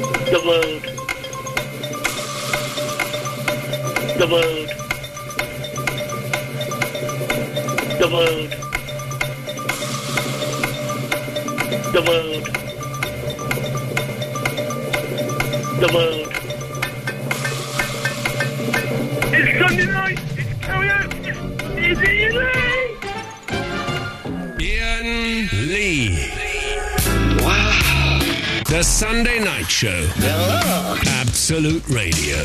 load. The load. The load. The load. The load. It's Sunday night. It's karaoke. It's Ian Lee. Ian Lee. Wow. The Sunday Night Show. Absolute Radio.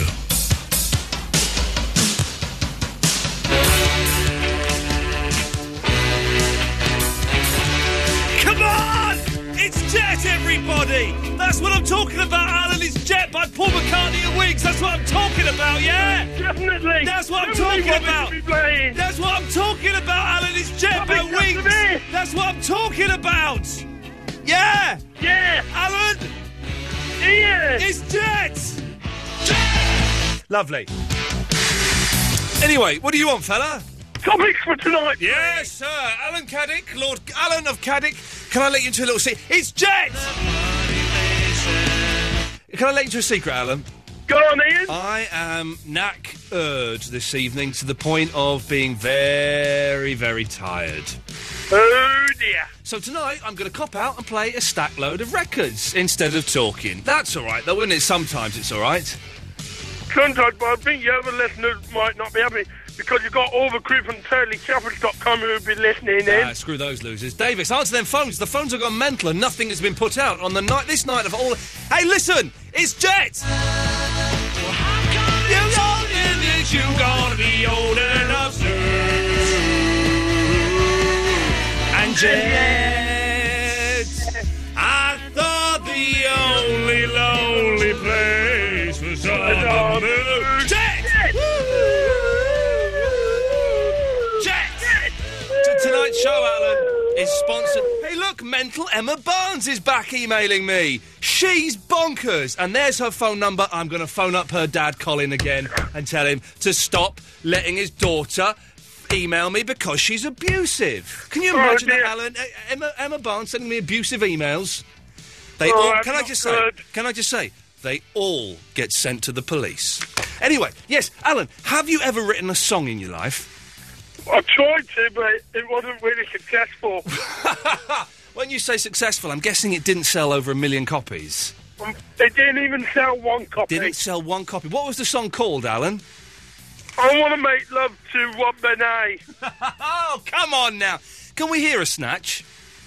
Come on! It's Jet, everybody! That's what I'm talking about, Alan. It's Jet by Paul McCartney and Wings. That's what I'm talking about, yeah? Definitely. That's what I'm Somebody talking wanted about. to be playing. That's what I'm talking about, Alan. It's Jet by Nothing comes to Wings. me. That's what I'm talking about. Yeah! Yeah. Alan, Yeah. it's Jet! Jet! Lovely. Anyway, what do you want, fella? Topics for tonight. Yes, sir. Alan Caddick, Lord Alan of Caddick. Can I let you into a little secret? It's Jet! Can I let you into a secret, Alan? Go on, Ian. I am knackered this evening to the point of being very, very tired. Oh dear. So tonight I'm going to cop out and play a stack load of records instead of talking. That's all right, though, isn't it? Sometimes it's all right. Sometimes, but I think your other listeners might not be happy because you've got all the crew from TotallyChapels.com who will be listening in. Ah, screw those losers. Davis, answer them phones. The phones have gone mental and nothing has been put out on the night this night of all Hey listen, it's Jet! You told me that you gonna be old enough soon. And Jet I thought the only lonely place was on the moon. Jet! Jet! T- Tonight's show, Alan, is sponsored. Hey, look, mental Emma Barnes is back emailing me. She's bonkers. And there's her phone number. I'm going to phone up her dad, Colin, again and tell him to stop letting his daughter email me because she's abusive. Can you Oh, imagine that, dear. Alan? Uh, Emma, Emma Barnes sending me abusive emails. They Oh, all. that's Can I not just say? good. Can I just say? They all get sent to the police. Anyway, yes, Alan, have you ever written a song in your life? I tried to, but it wasn't really successful. When you say successful, I'm guessing it didn't sell over a million copies. Um, they didn't even sell one copy. Didn't sell one copy. What was the song called, Alan? I want to make love to Rob Benet. Oh, come on now. Can we hear a snatch?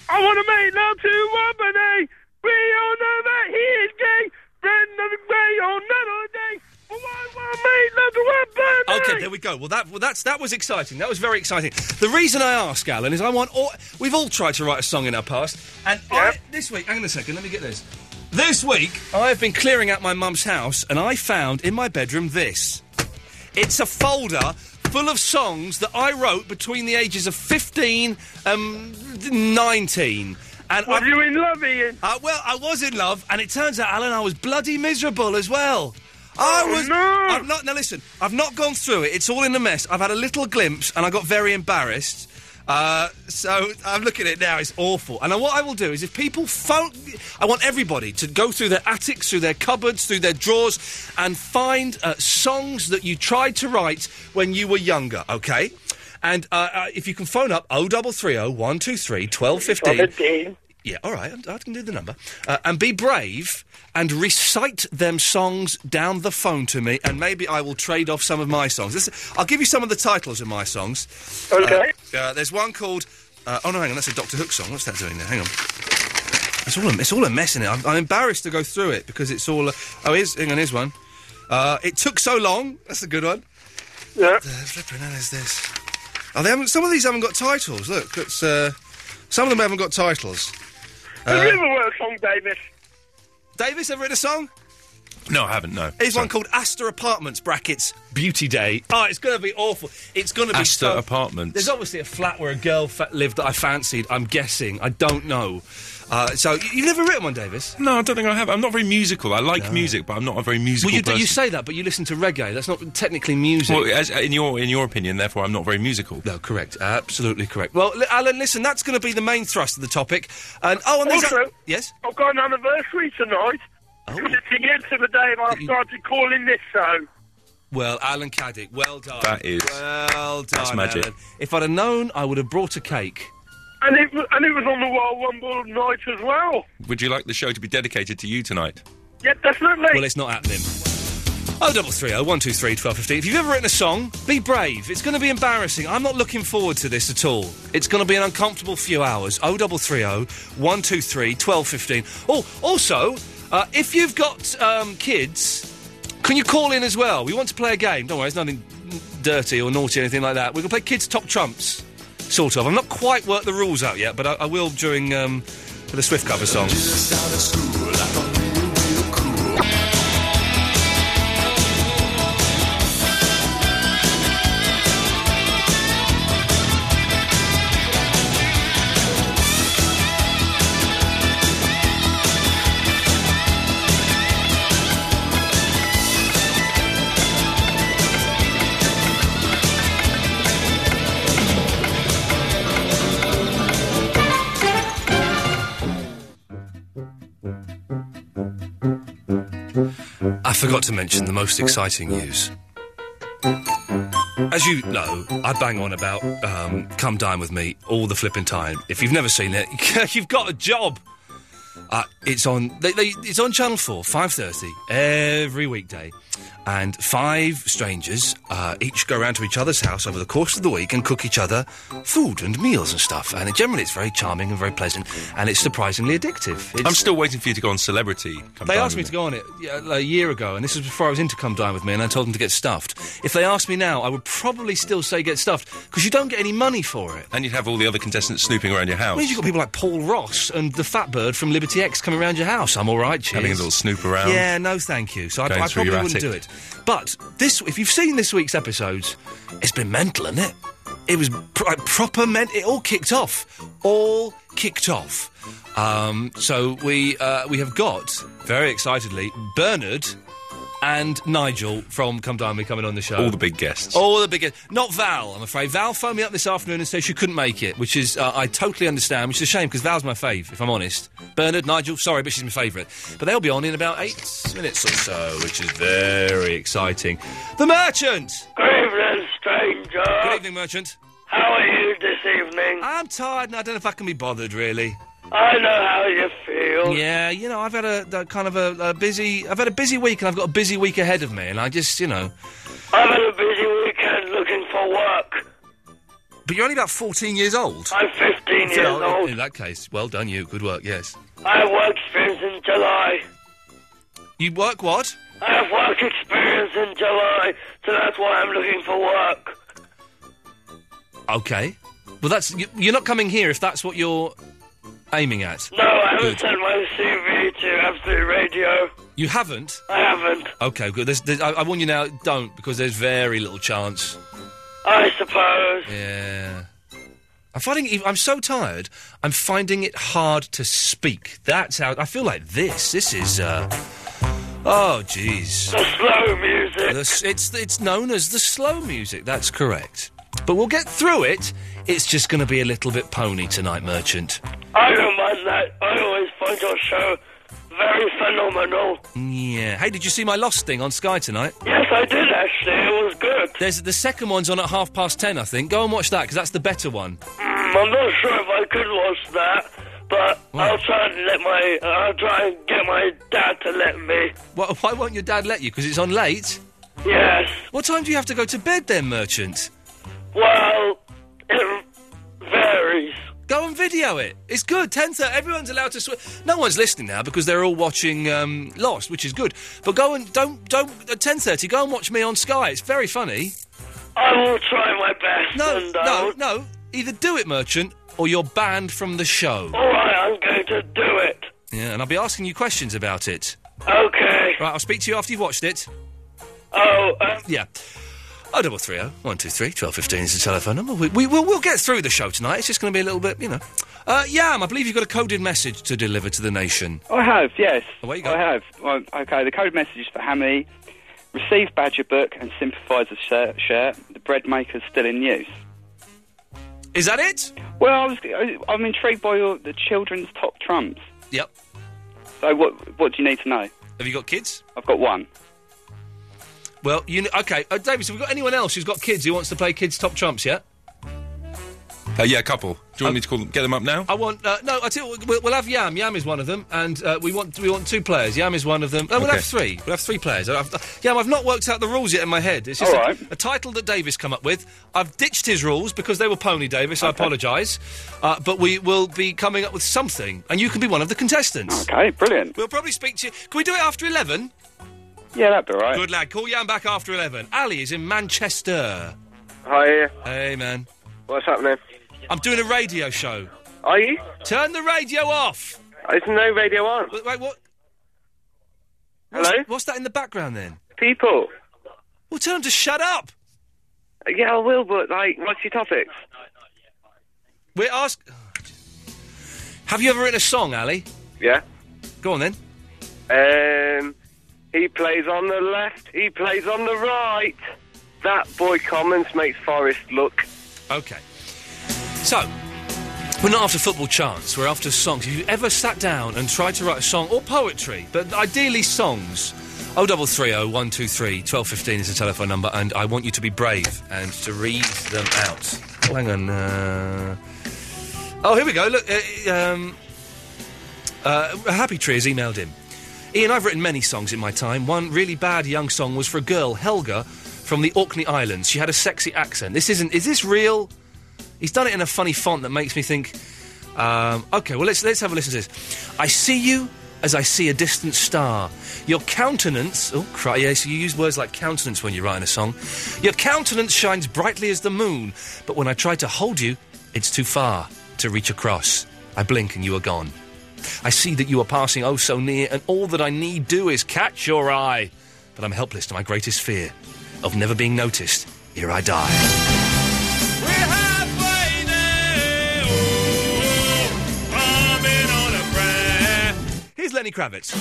I want to make love to Rob Benet. We all know that he is gay. Friend of the gay on another day. But I want to make love to Rob Benet. Okay, there we go. Well, that well, that's that was exciting. That was very exciting. The reason I ask, Alan, is I want all. We've all tried to write a song in our past, and I, Yep. this week. Hang on a second. Let me get this. This week, I have been clearing out my mum's house, and I found in my bedroom this. It's a folder full of songs that I wrote between the ages of fifteen and nineteen. And Was I, you in love, Ian? uh, well, I was in love, and it turns out, Alan, I was bloody miserable as well. I Oh, was. no. I've not. Now listen, I've not gone through it. It's all in a mess. I've had a little glimpse, and I got very embarrassed. Uh, so I'm looking at it now. It's awful. And then what I will do is, if people phone, I want everybody to go through their attics, through their cupboards, through their drawers, and find uh, songs that you tried to write when you were younger. Okay. And uh, uh, if you can phone up 0330 123 1215 yeah, all right, I I can do the number. Uh, and be brave and recite them songs down the phone to me, and maybe I will trade off some of my songs. This, I'll give you some of the titles of my songs. Okay. Uh, there's one called. Uh, oh no, hang on, that's a Doctor Hook song. What's that doing there? Hang on. It's all a, it's all a mess in it. I'm, I'm embarrassed to go through it because it's all. A, oh, here's hang on, here's one. Uh, it took so long. That's a good one. yeah. Uh, flipping hell is this? Oh, they haven't. Some of these haven't got titles. Look, it's, uh, some of them haven't got titles. Uh, the Riverworld song, Davis. Davis, ever written a song? No, I haven't. No. Here's one called Astor Apartments brackets Beauty Day. Oh, it's going to be awful. It's going to be Astor so- Apartments. There's obviously a flat where a girl fa- lived that I fancied. I'm guessing. I don't know. Uh, so y- you've never written one, Davis? No, I don't think I have. I'm not very musical. I like music, but I'm not a very musical Well, you, do, person. you say that, but you listen to reggae. That's not technically music. well, as, in your in your opinion, therefore, I'm not very musical. no, correct. Absolutely correct. Well, li- Alan, listen, that's going to be the main thrust of the topic. And oh, and there's Also- yes. I've got an anniversary tonight. Because it's the end of the day when I started calling this show. Well, Alan Caddick, well done. That is- Well done. that's magic. Alan. If I'd have known, I would have brought a cake. And it, wa- and it was on the Royal Rumble night as well. Would you like the show to be dedicated to you tonight? Yeah, definitely. Well, it's not happening. Oh, double three oh one two three twelve fifteen. If you've ever written a song, be brave. It's going to be embarrassing. I'm not looking forward to this at all. It's going to be an uncomfortable few hours. Oh, double three oh one two three twelve fifteen. Oh, also, uh, if you've got um, kids, can you call in as well? We want to play a game. Don't worry, it's nothing dirty or naughty or anything like that. We're going to play kids top trumps, sort of. I've not quite worked the rules out yet, but I, I will during um, the Swift cover song. I forgot to mention the most exciting news. As you know, I bang on about um, Come Dine With Me all the flipping time. If you've never seen it, you've got a job. Uh, it's on. They, they, it's on Channel Four, five thirty every weekday, and five strangers uh, each go round to each other's house over the course of the week and cook each other food and meals and stuff. And generally, it's very charming and very pleasant, and it's surprisingly addictive. It's, I'm still waiting for you to go on Celebrity. Come they dine asked me with to go on it yeah, like, a year ago, and this was before I was into Come Dine With Me, and I told them to get stuffed. If they asked me now, I would probably still say get stuffed, because you don't get any money for it. And you'd have all the other contestants snooping around your house, I mean, you've got people like Paul Ross and the Fat Bird from Liberty X coming around your house. I'm all right, cheers. having a little snoop around. Yeah, no, thank you. So I, Going I through probably your wouldn't attic. do it. But this, if you've seen this week's episodes, it's been mental, isn't it? It was pr- like proper men. It all kicked off. All kicked off. Um, so we uh, we have got very excitedly Bernard and Nigel from Come Down Me coming on the show. All the big guests. All the biggest. Not Val, I'm afraid. Val phoned me up this afternoon and said she couldn't make it, which is, uh, I totally understand, which is a shame because Val's my fave, if I'm honest. Bernard, Nigel, sorry, but she's my favourite. But they'll be on in about eight minutes or so, which is very exciting. The Merchant! Good evening, stranger. Good evening, Merchant. How are you this evening? I'm tired and I don't know if I can be bothered, really. I know how you feel. Yeah, you know, I've had a, a kind of a, a busy, I've had a busy week and I've got a busy week ahead of me and I just, you know. I've had a busy weekend looking for work. But you're only about 14 years old. I'm 15 years Well, in- old. In that case, well done you. Good work, yes. I have work experience in July. You work what? I have work experience in July, so that's why I'm looking for work. Okay. Well, that's you, you're not coming here if that's what you're aiming at. No, I haven't Good. sent my CV to Absolute Radio. You haven't. I haven't. Okay, good. There's, there's, I, I warn you now, don't because there's very little chance. I suppose. Yeah. I'm finding it, I'm so tired. I'm finding it hard to speak. That's how I feel like this. This is. uh Oh, jeez. The slow music. The s- It's it's known as the slow music. That's correct. But we'll get through it. It's just going to be a little bit pony tonight, Merchant. I don't mind that. I always find your show very phenomenal. Yeah. Hey, did you see my Lost thing on Sky tonight? Yes, I did actually. It was good. There's the second one's on at half past ten, I think. Go and watch that because that's the better one. Mm, I'm not sure if I could watch that, but Why? I'll try and let my. I'll try and get my dad to let me. Why, why won't your dad let you? Because it's on late. Yes. What time do you have to go to bed then, merchant? Well, it varies. Go and video it. It's good. Ten thirty. Everyone's allowed to swim. No one's listening now because they're all watching um, Lost, which is good. But go and don't don't at ten thirty. Go and watch me on Sky. It's very funny. I will try my best. No, and, uh, no, no. Either do it, merchant, or you're banned from the show. All right, I'm going to do it. Yeah, and I'll be asking you questions about it. Okay. Right, I'll speak to you after you've watched it. Oh, um, Yeah. Oh, double three oh one two three twelve fifteen is the telephone number. We, we will we'll get through the show tonight. It's just going to be a little bit, you know. Uh, Yam, I believe you've got a coded message to deliver to the nation. I have, yes. Away Oh, you go. I have. Well, okay, the code message is for Hammy. Receive Badger book and sympathiser shirt, shirt. The bread maker's still in use. Is that it? Well, I was, I, I'm intrigued by your, the children's top trumps. Yep. So what, what do you need to know? Have you got kids? I've got one. Well, you know, okay, uh, Davis. Have we got anyone else who's got kids who wants to play kids top trumps yet? Uh, yeah, a couple. Do Oh. you want me to call them, get them up now? I want uh, no. I tell you, what, we'll, we'll have Yam. Yam is one of them, and uh, we want we want two players. Yam is one of them. No, we'll Okay. have three. We'll have three players. Uh, I've, I've- Yam, I've not worked out the rules yet in my head. It's just All a, right. a title that Davis come up with. I've ditched his rules because they were pony Davis. I apologise, uh, but we will be coming up with something, and you can be one of the contestants. Okay, brilliant. We'll probably speak to you. Can we do it after eleven? Yeah, that'd be all right. Good lad. Call Yam back after eleven. Ali is in Manchester. Hi, Hey man, what's happening? I'm doing a radio show. Are you? Turn the radio off. There's no radio on. Wait, wait what? Hello? What's, what's that in the background then? People. Well, tell him to shut up. Yeah, I will, but, like, what's your topics? We're ask. Have you ever written a song, Ali? Yeah. Go on then. Um, he plays on the left, he plays on the right. That boy Commons makes Forest look. Okay. So, we're not after football chants, we're after songs. If you ever sat down and tried to write a song or poetry, but ideally songs, 0330 123 1215 is the telephone number, and I want you to be brave and to read them out. Oh, hang on. Uh... Oh, here we go. Look, uh, um, uh, Happy Tree has emailed him. Ian, I've written many songs in my time. One really bad young song was for a girl, Helga, from the Orkney Islands. She had a sexy accent. This isn't. Is this real? He's done it in a funny font that makes me think. Um, okay, well let's let's have a listen to this. I see you as I see a distant star. Your countenance. Oh, cry. Yeah, so you use words like countenance when you're writing a song. Your countenance shines brightly as the moon, but when I try to hold you, it's too far to reach across. I blink and you are gone. I see that you are passing oh so near, and all that I need do is catch your eye. But I'm helpless to my greatest fear of never being noticed. Here I die. Here's Lenny Kravitz.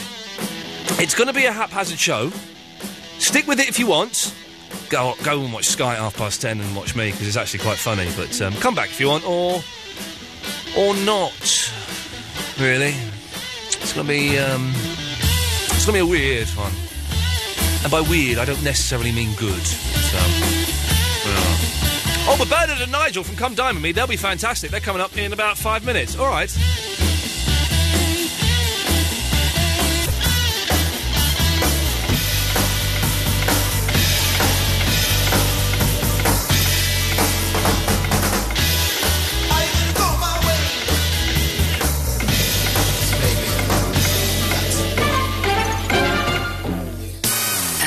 It's going to be a haphazard show. Stick with it if you want. Go go and watch Sky at half past ten and watch me because it's actually quite funny. But um, come back if you want, or or not. Really, it's going to be um, it's going to be a weird one. And by weird, I don't necessarily mean good. So. yeah. Oh, but Bernard and Nigel from Come Dine With Me, they'll be fantastic. They're coming up in about five minutes. All right.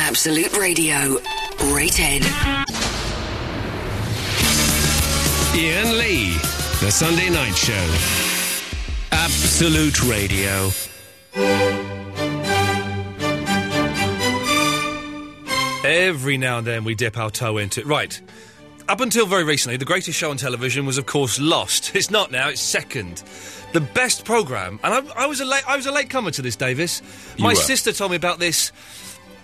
Absolute Radio. Rated. Ian Lee, The Sunday Night Show. Absolute Radio. Every now and then we dip our toe into it. Right. Up until very recently, the greatest show on television was, of course, Lost. It's not now; it's second, the best program. And I, I was a late, I was a late comer to this, Davis. You My were. sister told me about this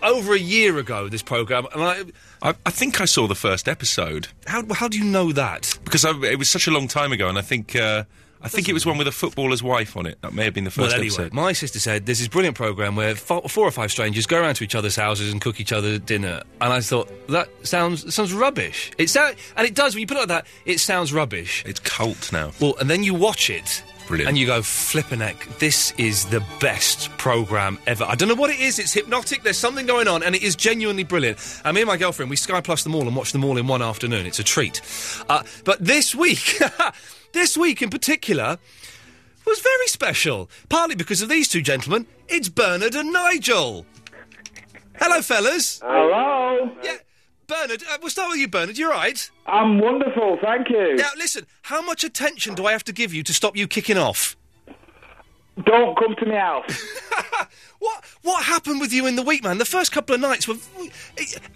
over a year ago. This program, and I, I, I think I saw the first episode how how do you know that? because I, it was such a long time ago, and I think uh, I think it was one with a footballer's wife on it. That may have been the first well, anyway, episode. my sister said there's this brilliant program where fo- four or five strangers go around to each other's houses and cook each other dinner. And I thought that sounds that sounds rubbish. It sound, and it does when you put it like that. It sounds rubbish. It's cult now. Well, and then you watch it. Brilliant. And you go, flippin' heck, this is the best program ever. I don't know what it is. It's hypnotic. There's something going on, and it is genuinely brilliant. And me and my girlfriend, we Sky Plus them all and watch them all in one afternoon. It's a treat. Uh, but this week, this week in particular, was very special. Partly because of these two gentlemen. It's Bernard and Nigel. Hello, fellas. Hello. Yeah, Bernard, uh, we'll start with you, Bernard. You're right. I'm wonderful, thank you. Now, listen, how much attention do I have to give you to stop you kicking off? Don't come to me house. What what happened with you in the week, man? The first couple of nights were.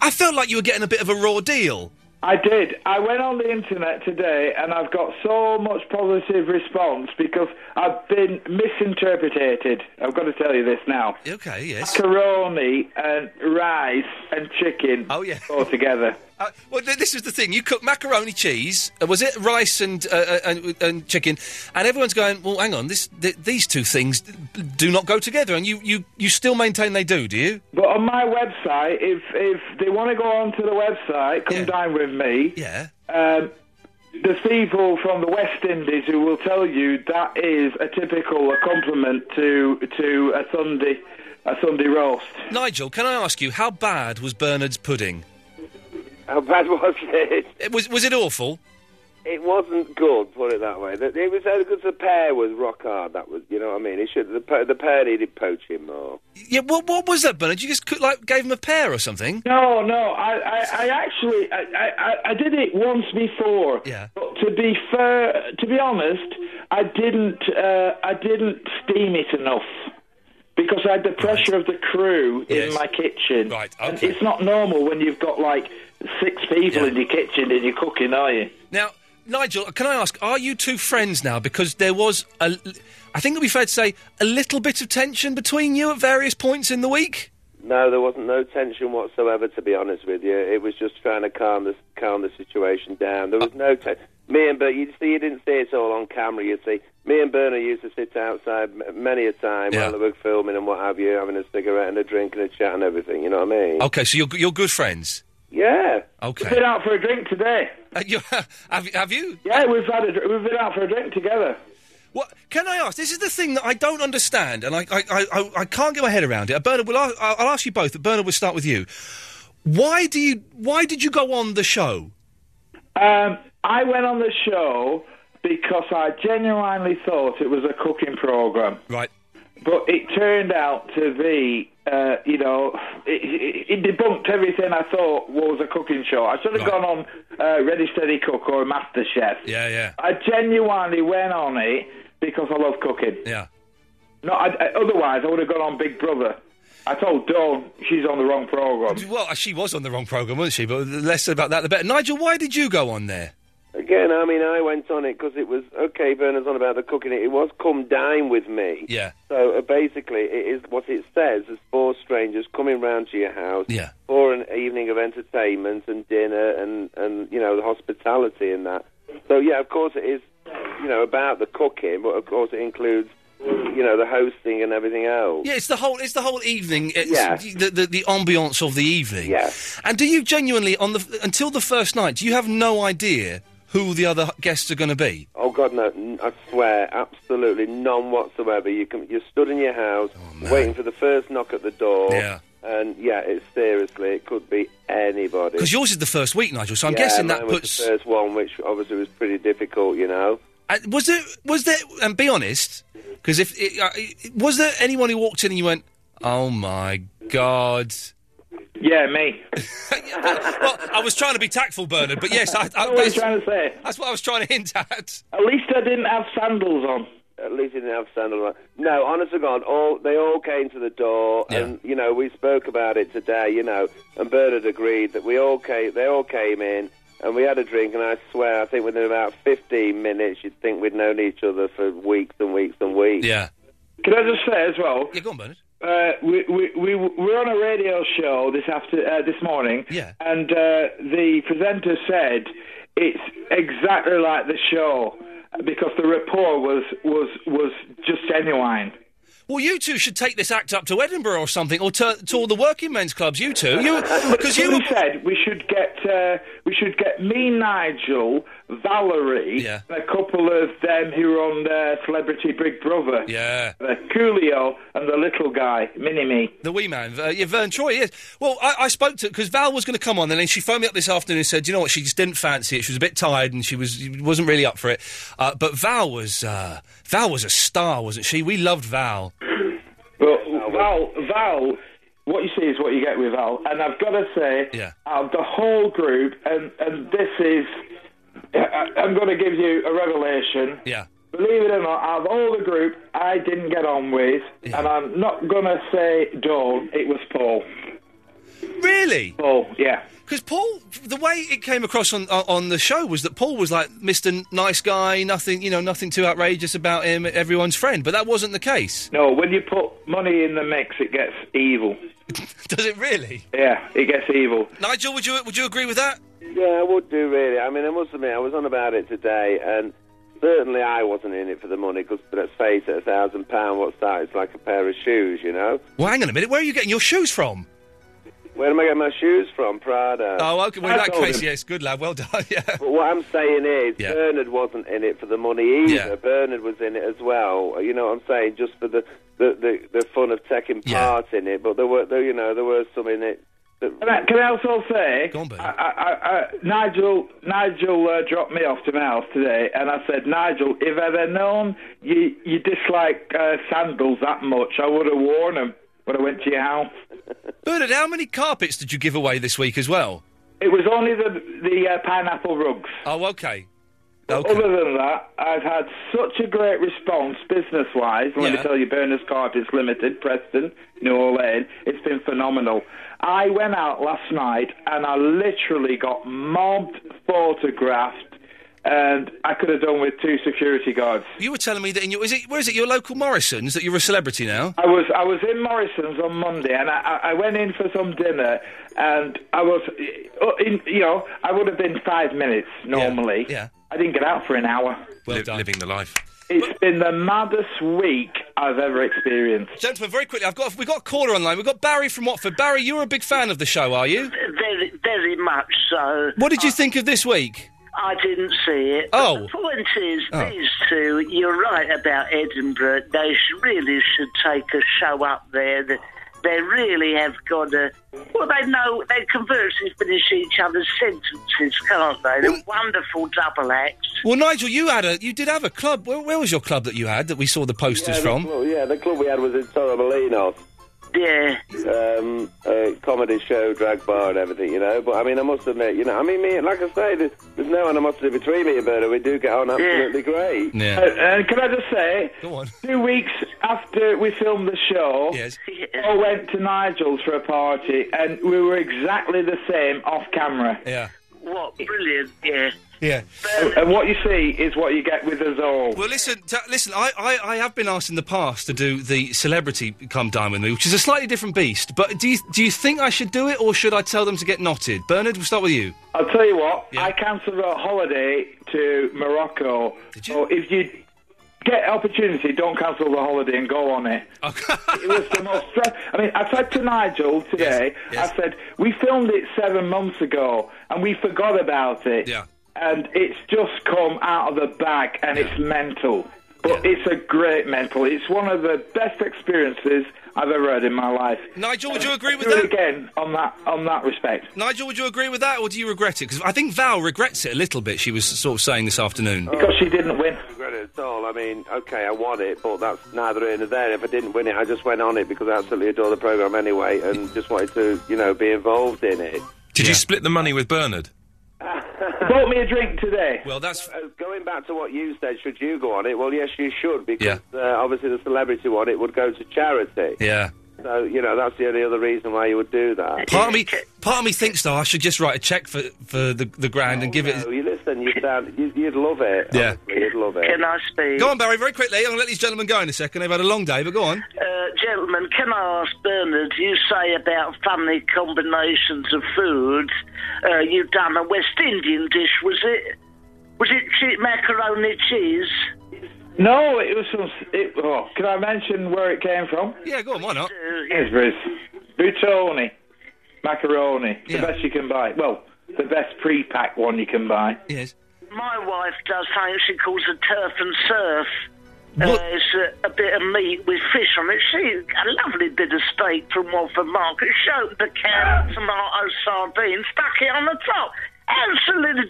I felt like you were getting a bit of a raw deal. I did. I went on the internet today and I've got so much positive response because I've been misinterpreted. I've got to tell you this now. Okay, yes. Macaroni and rice and chicken Oh, yeah. all together. Uh, well, th- this is the thing. You cook macaroni cheese. Uh, was it rice and, uh, uh, and and chicken? And everyone's going, well, hang on. This th- these two things d- do not go together. And you, you, you still maintain they do, do you? But on my website, if if they want to go onto the website, come dine with me. Yeah. Um, there's people from the West Indies who will tell you that is a typical a compliment to to a Sunday a Sunday roast. Nigel, can I ask you how bad was Bernard's pudding? How bad was it? It was was it awful? It wasn't good, put it that way. The- It was only because the pear was rock hard. That was, you know what I mean. It should the pear, the pear needed poaching more. Yeah. What what was that, Bernard? You just cook, like gave him a pear or something? No, no, I, I, I actually I, I, I- I did it once before. Yeah. But to be fair, to be honest, I didn't uh, I didn't steam it enough. Because I had the pressure of the crew in Yes. my kitchen. Right, and okay. it's not normal when you've got like six people in your kitchen and you're cooking, are you? Now, Nigel, can I ask, are you two friends now? Because there was a, l- I think it'd be fair to say, a little bit of tension between you at various points in the week. No, there wasn't no tension whatsoever. To be honest with you, it was just trying to calm the calm the situation down. There was no tension. Me and Bert, you see, you didn't see it all on camera. You see, me and Bernard used to sit outside m- many a time Yeah. while they were filming and what have you, having a cigarette and a drink and a chat and everything. You know what I mean? Okay, so you're g- you're good friends. Yeah. Okay. Been out for a drink today. Uh, you, have, have you? Yeah, we've had a, dr- we've been out for a drink together. What can I ask? This is the thing that I don't understand, and I I, I, I, I can't get my head around it. Uh, Bernard, will I'll, I'll ask you both. But Bernard, we'll start with you. Why do you? Why did you go on the show? Um, I went on the show because I genuinely thought it was a cooking program. Right. But it turned out to be, uh, you know, it, it, it debunked everything I thought was a cooking show. I should have gone on uh, Ready Steady Cook or Master Chef. Yeah, yeah, I genuinely went on it because I love cooking. yeah. No, I, I- otherwise I would have gone on Big Brother. I told Dawn she's on the wrong program. Well, uh, she was on the wrong program, wasn't she? But the less said about that, the better. Nigel, why did you go on there? Again, I mean, I went on it because it was okay. Bernard's on about the cooking. It was come dine with me. Yeah. So uh, basically, it is what it says: is four strangers coming round to your house Yeah. for an evening of entertainment and dinner and and you know the hospitality and that. So yeah, of course it is, you know, about the cooking, but of course it includes, you know, the hosting and everything else. Yeah, it's the whole it's the whole evening. It's Yeah. the, the the ambiance of the evening. Yeah. And do you genuinely on the until the first night, do you have no idea who the other guests are going to be? Oh God, no! n- I swear, absolutely none whatsoever. You can, you're stood in your house waiting for the first knock at the door. Oh, Yeah. And yeah, it's seriously, it could be anybody. Because yours is the first week, Nigel. So I'm Yeah, guessing mine that was puts. the first one, which obviously was pretty difficult. You know, Uh, was there was there? And be honest, because if it, uh, it- was there anyone who walked in and you went, "Oh my god." Yeah, me. well, I was trying to be tactful, Bernard, but yes, I, I What were you trying to say? That's what I was trying to hint at. At least I didn't have sandals on. at least he didn't have sandals. on. No, honest to God, all they all came to the door, and you know we spoke about it today. You know, and Bernard agreed that we all came. They all came in, and we had a drink. And I swear, I think within about fifteen minutes, you'd think we'd known each other for weeks and weeks and weeks. Yeah. Can I just say as well? Yeah, go on, Bernard. Oh. Uh, we, we, we were on a radio show this after uh, this morning, Yeah. and uh, the presenter said it's exactly like the show because the rapport was was was just genuine. Well, you two should take this act up to Edinburgh or something, or to, to all the working men's clubs. You two, Oh, you because you Somebody said we should get uh, we should get me, Nigel, Valerie, and a couple of them who are on uh, Celebrity Big Brother. Yeah. the Coolio and the little guy, Mini Me. The wee man, uh, yeah, Vern Troy. Yes. Well, I, I spoke to because Val was going to come on, and then she phoned me up this afternoon and said, "You know what? She just didn't fancy it. She was a bit tired, and she was she wasn't really up for it." Uh, but Val was uh, Val was a star, wasn't she? We loved Val. But Val, Val, what you see is what you get with Val. And I've got to say, Yeah. out of the whole group, and, and this is, I, I'm going to give you a revelation. Yeah. Believe it or not, out of all the group, I didn't get on with, and I'm not going to say Dawn, it was Paul. Really? Paul, yeah. Because Paul, the way it came across on on- on the show was that Paul was like Mr. Nice Guy, nothing you know, nothing too outrageous about him, everyone's friend. But that wasn't the case. No, when you put money in the mix, it gets evil. Does it really? Yeah, it gets evil. Nigel, would you would you agree with that? Yeah, I would do really. I mean, I must admit, I was on about it today, and certainly I wasn't in it for the money because, let's face it, a thousand pound, what's that? It's like a pair of shoes, you know. Well, hang on a minute. Where are you getting your shoes from? Where am I getting my shoes from? Prada. Oh, okay. Well, in I that told case, him. yes, good lad. Well done. Yeah. But what I'm saying is, Yeah. Bernard wasn't in it for the money either. Yeah. Bernard was in it as well. You know what I'm saying? Just for the the, the, the fun of taking part in it. But there were, there, you know, there were some in it. That, Can I, can I also say, I, I, I, I, Nigel, Nigel uh, dropped me off to my house today, and I said, Nigel, if I'd have known you, you dislike uh, sandals that much, I would have worn them when I went to your house. Bernard, how many carpets did you give away this week as well? It was only the the uh, pineapple rugs. Oh, okay. Other than that, I've had such a great response business wise. Let me tell you, Berners Carpets Limited, Preston, New Orleans, it's been phenomenal. I went out last night and I literally got mobbed, photographed, and I could have done with two security guards. You were telling me that in your is it where is it your local Morrison's that you're a celebrity now? I was I was in Morrison's on Monday, and I, I- I went in for some dinner, and I was, uh, in, you know, I would have been five minutes normally. yeah. I didn't get out for an hour. Well done. Living the life. It's been the maddest week I've ever experienced. Gentlemen, very quickly, I've got we've got a caller online. We've got Barry from Watford. Barry, you're a big fan of the show, are you? Very, very much so. What did you think of this week? I didn't see it. Oh. But the point is, Oh. these two, you're right about Edinburgh. They sh- really should take a show up there. They- They really have got a. Well, they know they can virtually finish each other's sentences, can't they? They're Mm. wonderful double acts. Well, Nigel, you had a you did have a club. Where, where was your club that you had that we saw the posters yeah, from? Uh, The club, yeah, the club we had was in Torremolinos. Yeah. Um, uh, comedy show, drag bar, and everything, you know. But I mean, I must admit, you know, I mean, me, like I say, there's, there's no animosity between me and Bernard. We do get on absolutely great. Uh, uh, can I just say, two weeks after we filmed the show, yes. I went to Nigel's for a party, and we were exactly the same off camera. Yeah. What brilliant, yeah. Yeah. And what you see is what you get with us all. Well, listen, t- listen. I, I, I have been asked in the past to do the celebrity come dine with me, which is a slightly different beast. But do you, do you think I should do it, or should I tell them to get knotted? Bernard, we'll start with you. I'll tell you what, I cancelled a holiday to Morocco. So if you get opportunity, don't cancel the holiday and go on it. Oh. it was the most stress. I mean, I said to Nigel today, I said, we filmed it seven months ago and we forgot about it. Yeah. And it's just come out of the bag and it's mental. But it's a great mental. It's one of the best experiences I've ever had in my life. Nigel, would you And agree with do it that? again on that on that respect. Nigel, would you agree with that, or do you regret it? Because I think Val regrets it a little bit. She was sort of saying this afternoon. Because she didn't win. Oh. regret it at all. I mean, okay, I won it, but that's neither here nor there. If I didn't win it, I just went on it because I absolutely adore the program anyway, and just wanted to, you know, be involved in it. Did you split the money with Bernard? Bought me a drink today. Well, that's Uh, going back to what you said. Should you go on it? Well, yes, you should because uh, obviously the celebrity one it would go to charity. Yeah. So you know that's the only other reason why you would do that. Part of me, part of me thinks though I should just write a check for for the the grand and give So it. you listen, you sound, you, you'd love it. Yeah. honestly, you'd love it. Can I speak? Go on, Barry, very quickly. I'm going to let these gentlemen go in a second. They've had a long day, but go on. Uh, gentlemen, can I ask Bernard? You say about funny combinations of foods. Uh, you've done a West Indian dish, was it? Was it che- macaroni cheese? No, it was from. It, oh, can I mention where it came from? Yeah, go on. Why not? Sainsbury's. Buitoni. Macaroni. It's The best you can buy. Well, the best pre pack one you can buy. Yes. My wife does something she calls a turf and surf. Uh, What? it's a, a bit of meat with fish on it. She a lovely bit of steak from Watford Market. She opened the can, tomato, sardine, stuck it on the top. Absolutely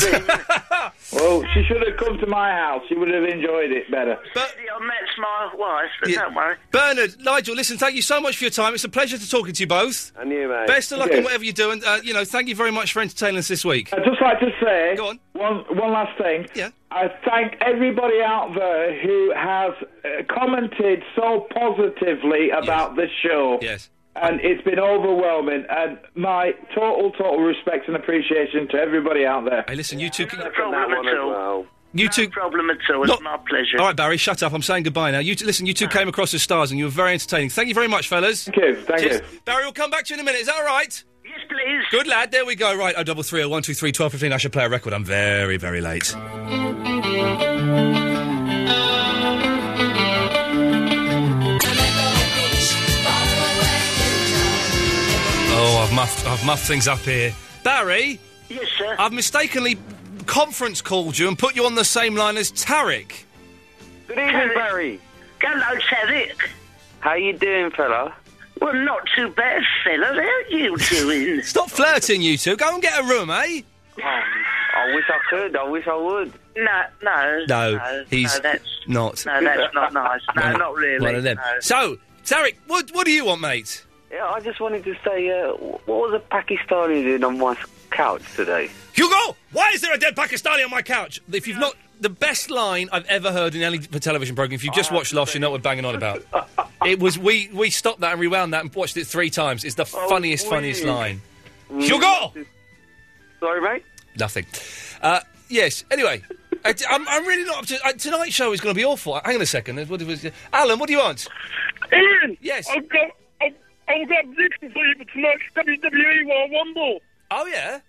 disgusting. Well, she should have come to my house. She would have enjoyed it better. and that's my wife. But Yeah. don't worry. Bernard, Nigel, listen, thank you so much for your time. It's a pleasure to talking to you both. And you, mate. Best of luck in Yes. whatever you do, and uh, you know, thank you very much for entertaining us this week. I'd just like to say one one last thing. Yeah. I thank everybody out there who has uh, commented so positively about the show. Yes. and it's been overwhelming. And my total, total respect and appreciation to everybody out there. Hey, listen, you two. Can... No problem at all. You two. problem at all. It's my pleasure. All right, Barry, shut up. I'm saying goodbye now. You two, listen, you two came across as stars and you were very entertaining. Thank you very much, fellas. Thank you. Thank you. Barry, we'll come back to you in a minute. Is that all right? Yes, please. Good lad. There we go. Right, oh double three oh one two three twelve fifteen. I should play a record. I'm very very late. Oh, I've muffed I've muffed things up here. Barry. Yes, sir. I've mistakenly conference called you and put you on the same line as Tarek. Good evening, Barry. Hello, Tarek. How you doing, fella? Well, not too bad, fella. How are you doing? Stop flirting, you two. Go and get a room, eh? Um, I wish I could. I wish I would. No, no. No, no he's no, that's, not. no, that's not nice. No, not really. One of them. no. So, Tarek, what what do you want, mate? Yeah, I just wanted to say, uh, what was a Pakistani doing on my couch today? Hugo, why is there a dead Pakistani on my couch? If you've not. The best line I've ever heard in any d- television program. If you've Ah, just watched Lost, you know what we're banging on about. it was we we stopped that and rewound that and watched it three times. It's the Oh, funniest, funniest weird. line. Mm. Hugo, Sorry, mate. nothing. Uh, yes. Anyway, I, am I'm really not up to uh, tonight's show. Is going to be awful. Hang on a second. uh, What, was- Alan, what do you want? Ian! Yes. I've got, I've, I've got predictions for you for tonight's WWE World Rumble. Oh, yeah?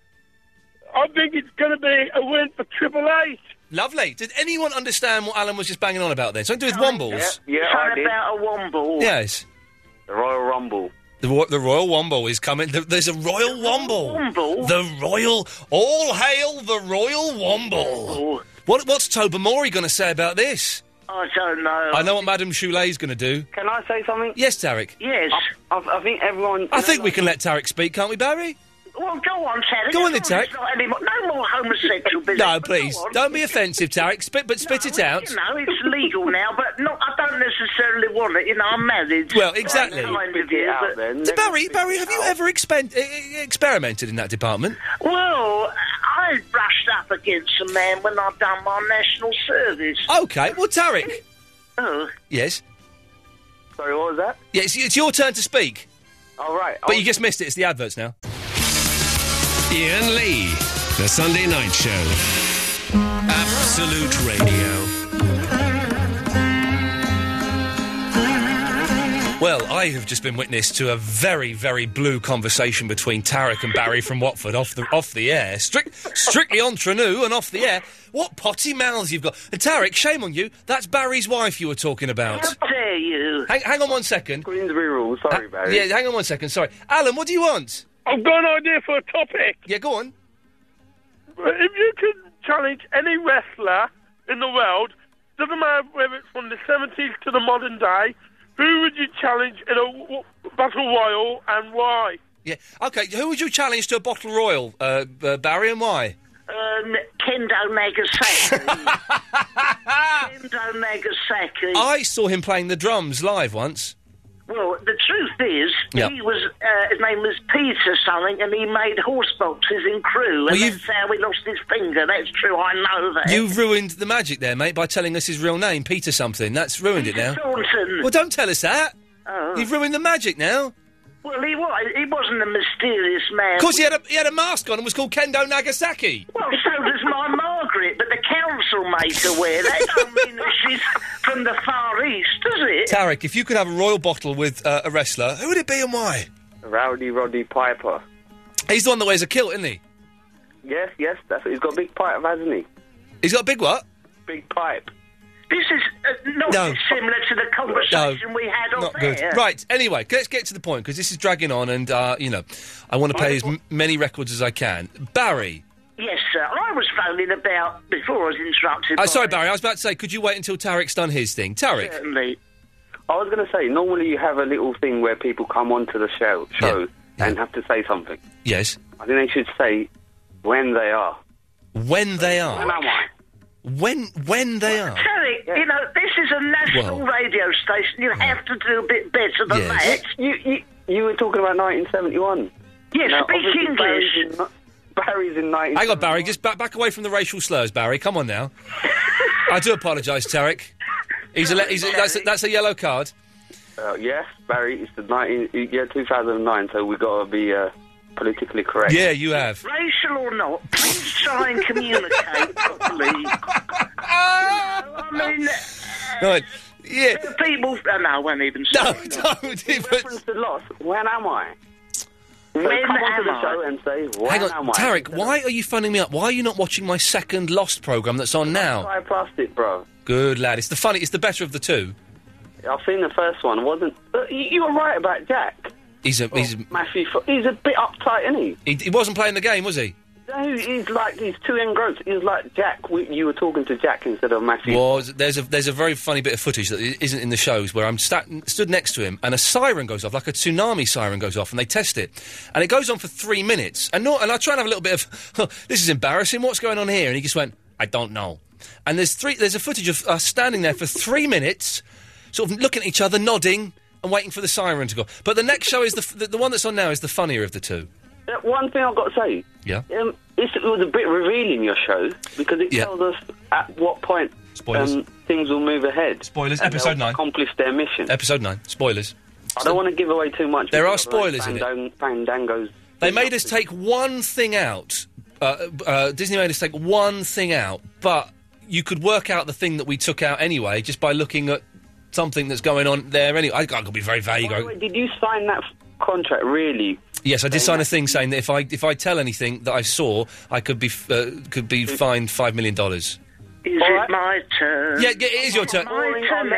I think it's going to be a win for Triple H. Lovely. Did anyone understand what Alan was just banging on about then? Something Oh, to do with Wombles. Tell about a womble. Yes. The Royal Rumble. The, Ro- the Royal Womble is coming. Th- There's a Royal Womble. Womble? The Royal. All hail the Royal Womble. What, what's Tobermory going to say about this? I don't know. I know what Madame Choulet's going to do. Can I say something? Yes, Tarek. Yes. I, I, I think everyone. I think we can let Tarek speak, can't we, Barry? Well, go on, Tarek. Go on then, It's Tarek. not any more- no more homosexual business. No, but please. go on. Don't be offensive, Tarek. Spit, but spit it out. You know, it's legal now, but not, I don't necessarily want it. You know, I'm married. Well, exactly. I'm kind of you, but- So Barry, Barry, have you ever expen- e- e- experimented in that department? Well, I brushed up against a man when I'd done my national service. Okay. Well, Tarek. Oh, Yes. Sorry, what was that? Yeah, it's, it's your turn to speak. All right. But you just missed it. It's the adverts now. Ian Lee, The Sunday Night Show. Absolute Radio. Well, I have just been witness to a very, very blue conversation between Tarek and Barry from Watford off the off the air, Strict, strictly entre nous and off the air. What potty mouths you've got! And Tarek, shame on you. That's Barry's wife you were talking about. how dare you? Hang, hang on one second. Queensbury rules. Sorry, Barry. Yeah, hang on one second. Sorry, Alan. What do you want? I've got an idea for a topic. Yeah, go on. If you could challenge any wrestler in the world, doesn't matter whether it's from the 70s to the modern day, who would you challenge in a w- battle royal and why? Yeah. Okay. Who would you challenge to a bottle royal, uh, uh, Barry, and why? Um, Kendo Nagasaki. Kendo Nagasaki. I saw him playing the drums live once. Well, the truth is, Yeah. he was uh, his name was Peter something, and he made horse boxes in crew, and that's how he lost his finger. That's true. I know that. You've ruined the magic there, mate, by telling us his real name, Peter something. That's ruined it now. Thornton. Well, don't tell us that. Oh. You've ruined the magic now. Well, he was. He wasn't a mysterious man. Of course, he had a he had a mask on and was called Kendo Nagasaki. Well, so does my Margaret, but the council made her wear that. don't mean that she's from the Far East, does it? Tarek, if you could have a royal bottle with uh, a wrestler, who would it be and why? Rowdy Roddy Piper. He's the one that wears a kilt, isn't he? Yes, yes, that's what he's got a big pipe, hasn't he? He's got a big what? Big pipe. This is uh, not No. similar to the conversation we had on Not there. good. Right. Anyway, let's get to the point because this is dragging on, and uh, you know, I want to play as m- many records as I can. Barry, Yes, sir. I was phoning about before I was interrupted. uh, by- sorry, Barry, I was about to say, could you wait until Tarek's done his thing? Tarek, Certainly. I was going to say, normally you have a little thing where people come onto the show, show and have to say something. yes. I think they should say when they are. When they When are, am I? when when they are. Terry, you know, this is a national radio station. You have to do a bit better than Yes. that. You, you, you were talking about 1971. Yeah, Now, speak obviously English. Barry's in, ni- Barry's in 19... Hang on, Barry. Just back, back away from the racial slurs, Barry. Come on now. I do apologise, Tarek. He's a, le- he's a, that's, a, that's a yellow card. Uh, yes, Barry, it's the 19, yeah, 2009, so we got to be uh, politically correct. Yeah, you have. Racial or not, please try and communicate properly. You know, I mean, uh, right. Yeah. People, oh, no, I won't even say No, don't reference to loss, when am I? So When come onto am the I? show and say, when Hang am on, I? Tarek, why are you phoning me up? Why are you not watching my second Lost program that's on now? I passed it, bro. Good lad. It's the funny. It's the better of the two. I've seen the first one. It wasn't uh, you, you were right about Jack He's a. He's. Matthew? Fo- He's a bit uptight, isn't he? He, he wasn't playing the game, was he? No, he's like he's too engrossed. He's like Jack. We, you were talking to Jack instead of Matthew. Was there's a there's a very funny bit of footage that i- isn't in the shows where I'm sat, stood next to him and a siren goes off like a tsunami siren goes off and they test it and it goes on for three minutes and not, and I try and have a little bit of "Huh, this is embarrassing what's going on here and he just went I don't know and there's three there's a footage of us standing there for three minutes sort of looking at each other nodding and waiting for the siren to go but the next show is the f- the, the one that's on now is the funnier of the two Uh, One thing I've got to say. yeah Um, it's, it was a bit revealing your show because it Yeah. tells us at what point Spoilers. Um, things will move ahead. Spoilers, and episode they'll nine. Accomplish their mission. episode nine spoilers I don't want to give away too much. There because are otherwise spoilers in it. Fandang- Fandango's They made us take one thing out. Uh, uh, Disney made us take one thing out, but you could work out the thing that we took out anyway just by looking at something that's going on there. Anyway, I, I could be very vague. I- Wait, Did you sign that f- contract really? yes, I did sign a thing saying that if I if I tell anything that I saw, I could be f- uh, could be fined five million dollars. Is it my turn? Yeah, yeah, it is your turn. My turn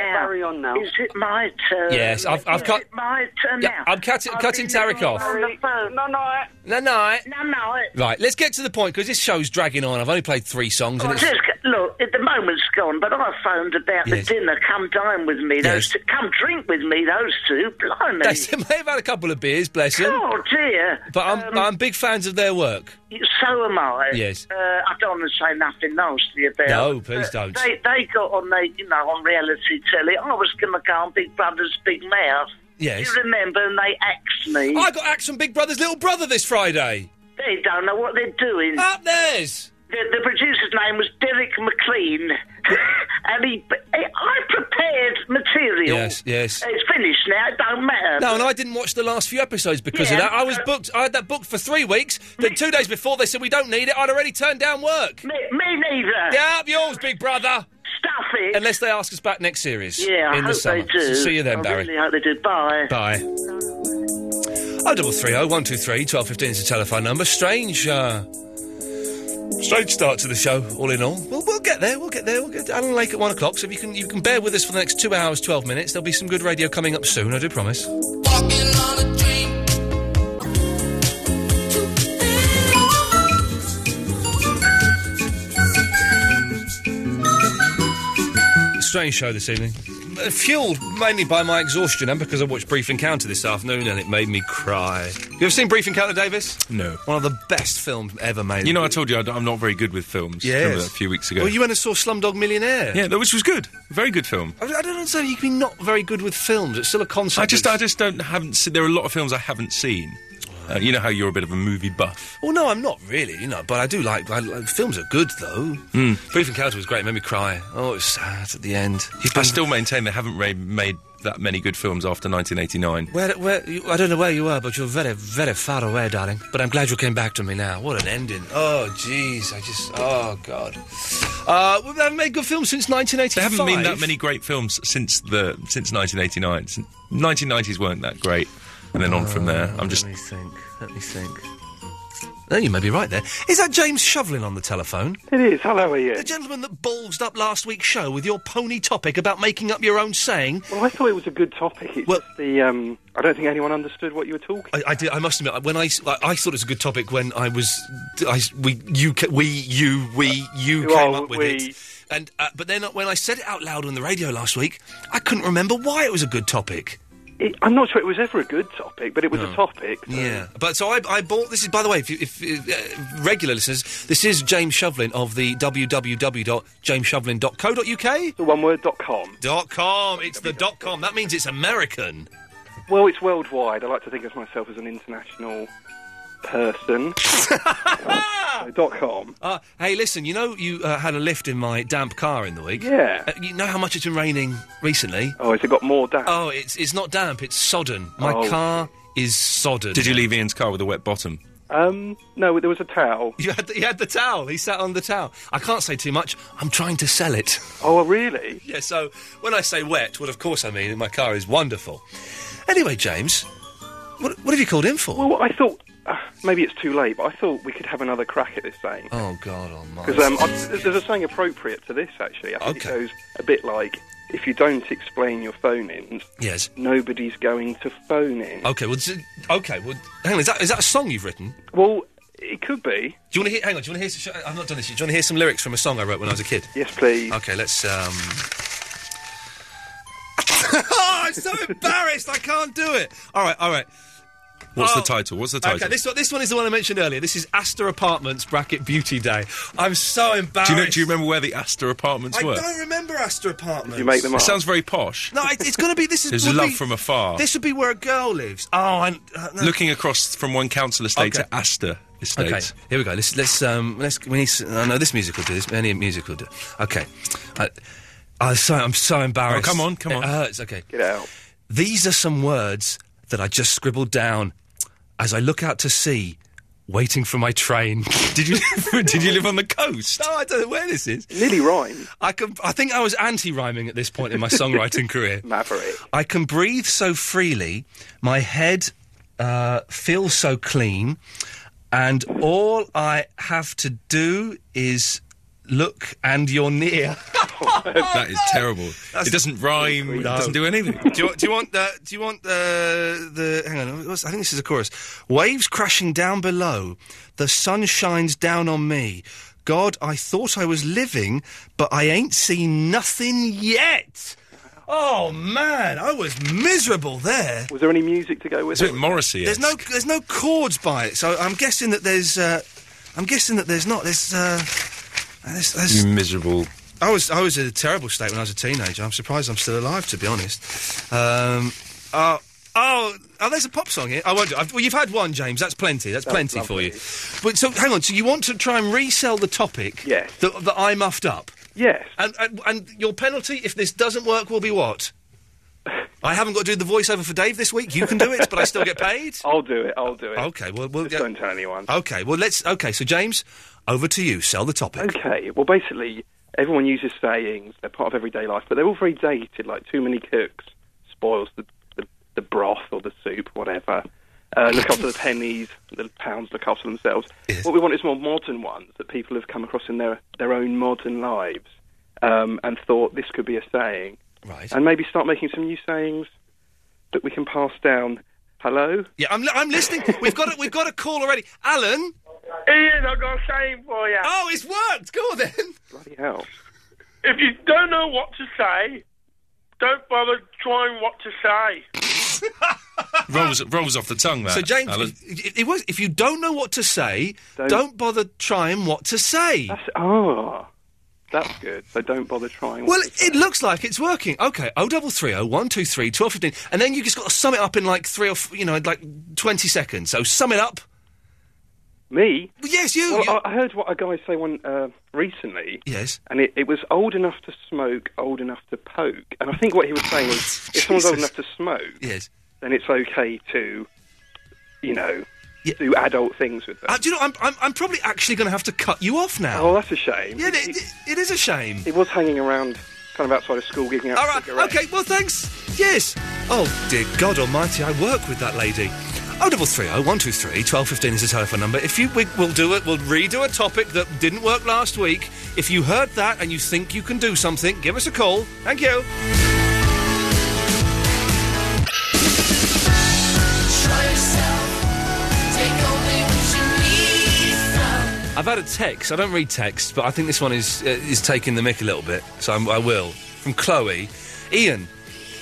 now. Is it my turn? Yes, I've- I've Is cut- it my turn Yeah, now. I'm cutting- I've cutting been Tarek on off. the phone. No, no. No, no. No, no. Right, let's get to the point because this show's dragging on. I've only played three songs. Oh, and it's... just, look, at the moment's gone, but I phoned about Yes. the dinner. Come dine with me, those Yes. two. Come drink with me, those two. Blimey. They may have had a couple of beers, bless them. Oh, dear. Um, But I'm, I'm big fans of their work. So am I. Yes. Uh, I don't want to say nothing nasty about. No, please but don't. They they got on they you know on reality telly. I was going to go on Big Brother's Big Mouth. Yes. You remember? And they axed me. I got Axe from Big Brother's little brother this Friday. They don't know what they're doing. Up theirs. The, the producer's name was Derek McLean, and he, he I prepared material. Yes, yes. It's finished now. It don't matter. No, and I didn't watch the last few episodes because of Yeah. that. I was booked. I had that booked for three weeks. Then two days before, they said we don't need it. I'd already turned down work. Me, me neither. Yeah, up yours, big brother. Stuff it. Unless they ask us back next series. Yeah, I in the hope summer. they do. See you then, I Barry. really hope they do. Bye. Bye. Oh, double three oh one two three twelve fifteen is the telephone number. Strange, uh, strange start to the show. All in all, we'll, we'll get there. We'll get there. We'll get to Alan Lake at one o'clock. So if you can, you can bear with us for the next two hours, twelve minutes. There'll be some good radio coming up soon. I do promise. Strange show this evening. Uh, Fueled mainly by my exhaustion and because I watched Brief Encounter this afternoon and it made me cry. You ever seen Brief Encounter, Davis? No. One of the best films ever made. You know, I told you I, am not very good with films. Yes. Remember that a few weeks ago. Well, you went and saw Slumdog Millionaire. yeah, that- which was good. Very good film. I, I don't understand. You can be not very good with films. It's still a concept. I just, that's- I just don't haven't. seen... There are a lot of films I haven't seen. Uh, you know how you're a bit of a movie buff. Well, no, I'm not really, you know, but I do like. I, like- films are good, though. Hmm. Mm. Brief Encounter was great, it made me cry. Oh, it was sad at the end. I still maintain they haven't ra- made that many good films after 1989. Where, where, you, I don't know where you were, but you're very, very far away, darling. But I'm glad you came back to me now. What an ending. Oh, jeez, I just. Oh, God. Uh, we haven't made good films since 1985. There haven't been that many great films since the since 1989. Since- 1990s weren't that great, and then on from there. I'm just Oh, Let me think. Let me think. No, you may be right there. Is that James Shovelin on the telephone? It is. Hello, Ian. The gentleman that bulged up last week's show with your pony topic about making up your own saying. Well, I thought it was a good topic. It's just the um, I don't think anyone understood what you were talking. I, I, did, I must admit, when I, s- I- I thought it was a good topic when I was I, we you ca- we you we you Oh, came up with we. it, and uh, but then when I said it out loud on the radio last week, I couldn't remember why it was a good topic. It, I'm not sure it was ever a good topic, but it was a topic. Yeah, but so I, I bought this. Is by the way, if, you- if uh, regular listeners, this is James Shovelin of the www.jamesshovelin.co.uk. The one word dot com. Dot com. It's the dot com. That means it's American. Well, it's worldwide. I like to think of myself as an international person. uh, dot com. Uh, hey, listen, you know you uh, had a lift in my damp car in the week? Yeah. Uh, you know how much it's been raining recently? Oh, has it got more damp? Oh, it's, it's not damp, it's sodden. My Oh. car is sodden. Did you leave Ian's car with a wet bottom? Um, no, there was a towel. You had the, you had the towel. He sat on the towel. I can't say too much. I'm trying to sell it. Oh, really? yeah, so when I say wet, well, of course I mean that my car is wonderful. Anyway, James, what, what have you called in for? Well, I thought uh, maybe it's too late, but I thought we could have another crack at this thing. Oh, God almighty. Because um, I- th- there's a saying appropriate to this, actually. I think it goes a bit like if you don't explain your phone ins, Yes. nobody's going to phone in. Okay, well, z- Oh, okay, well, hang on. Is that, is that a song you've written? Well, it could be. Do you want to hear? Hang on. Do you want to hear? Sh- I've not done this. yet. Do you want to hear some lyrics from a song I wrote when I was a kid? Yes, please. Okay, let's. Um... oh, I'm so embarrassed. I can't do it. All right, all right. What's the Oh, title? What's the title? Okay, this one, this one is the one I mentioned earlier. This is Astor Apartments bracket Beauty Day. I'm so embarrassed. do you know? Do you remember where the Astor apartments I were? don't remember Astor Apartments. It sounds very posh. No, it, it's going to be this is. There's would love be- from afar. This would be where a girl lives. Oh, I'm, uh, no. Looking across from one council estate Okay. to Astor estate. Okay, here we go. Let's let's um let's we need. s- I know this music will do this. Any music will do. Okay, Uh, I, I'm so I'm so embarrassed. Uh, Oh, come on, come on. It hurts. Okay, get out. These are some words that I just scribbled down as I look out to sea, waiting for my train. did you did you live on the coast? No, I don't know where this is. Nearly rhyme. I could, I think I was anti-rhyming at this point in my songwriting career. Maverick. I can breathe so freely, my head uh, feels so clean, and all I have to do is look and you're near. that is terrible. it doesn't rhyme. It No. doesn't do anything. do, you, do you want the? Do you want the? The hang on. what's- I think this is a chorus. Waves crashing down below. The sun shines down on me. God, I thought I was living, but I ain't seen nothing yet. Oh man, I was miserable there. Was there any music to go with it? Morrissey. There's no, there's no chords by it, so I'm guessing that there's, uh, I'm guessing that there's not. There's, uh, there's, there's You miserable. I was I was in a terrible state when I was a teenager. I'm surprised I'm still alive, to be honest. Um, oh, oh, oh, there's a pop song here. I won't. Do, I've, well, you've had one, James. That's plenty. That's, That's plenty for you. But so, hang on. So you want to try and resell the topic? Yes. That, that I muffed up. Yes. And, and and your penalty if this doesn't work will be what? I haven't got to do the voiceover for Dave this week. You can do it, but I still get paid. I'll do it. I'll do it. Okay. Well, we'll Just don't tell anyone. Okay. Well, let's. Okay. So James, over to you. Sell the topic. Okay, well, basically, everyone uses sayings. They're part of everyday life, but they're all very dated, like too many cooks spoils the, the, the broth or the soup, whatever. Uh, look after the pennies, the pounds look after themselves. What we want is more modern ones that people have come across in their, their own modern lives um, and thought this could be a saying. Right. And maybe start making some new sayings that we can pass down. Hello? Yeah, I'm, li- I'm listening. We've got a, we've got a call already. Alan. Ian, I've got a saying for you. Oh, it's worked. Go on then. Bloody hell. If you don't know what to say, don't bother trying what to say. Rolls rolls off the tongue. That so James, Alan. if, if- it was if you don't know what to say, don't, bother trying what to say. Oh, that's good. So don't bother trying. Well, it looks like it's working. Okay, O double three O one two three twelve fifteen, and then you just got to sum it up in like three or f- you know like twenty seconds. So sum it up. Me? Yes, you. Well, I I heard what a guy say one uh, recently. Yes. And it, it was old enough to smoke, old enough to poke. And I think what he was saying was, if someone's old Jesus. enough to smoke, Yes. then it's okay to, you know, do adult things with them. Uh, do you know? I'm, I'm, I'm probably actually going to have to cut you off now. Oh, that's a shame. Yeah, it, it, it is a shame. He was hanging around, kind of outside of school, giving out All right. cigarettes. Okay. Well, thanks. Yes. Oh dear God Almighty, I work with that lady. Oh double three oh one two three twelve fifteen is the telephone number. If you we, we'll do it, we'll redo a topic that didn't work last week. If you heard that and you think you can do something, give us a call. Thank you. I've had a text. I don't read texts, but I think this one is uh, is taking the mick a little bit, so I'm, I will. From Chloe, Ian,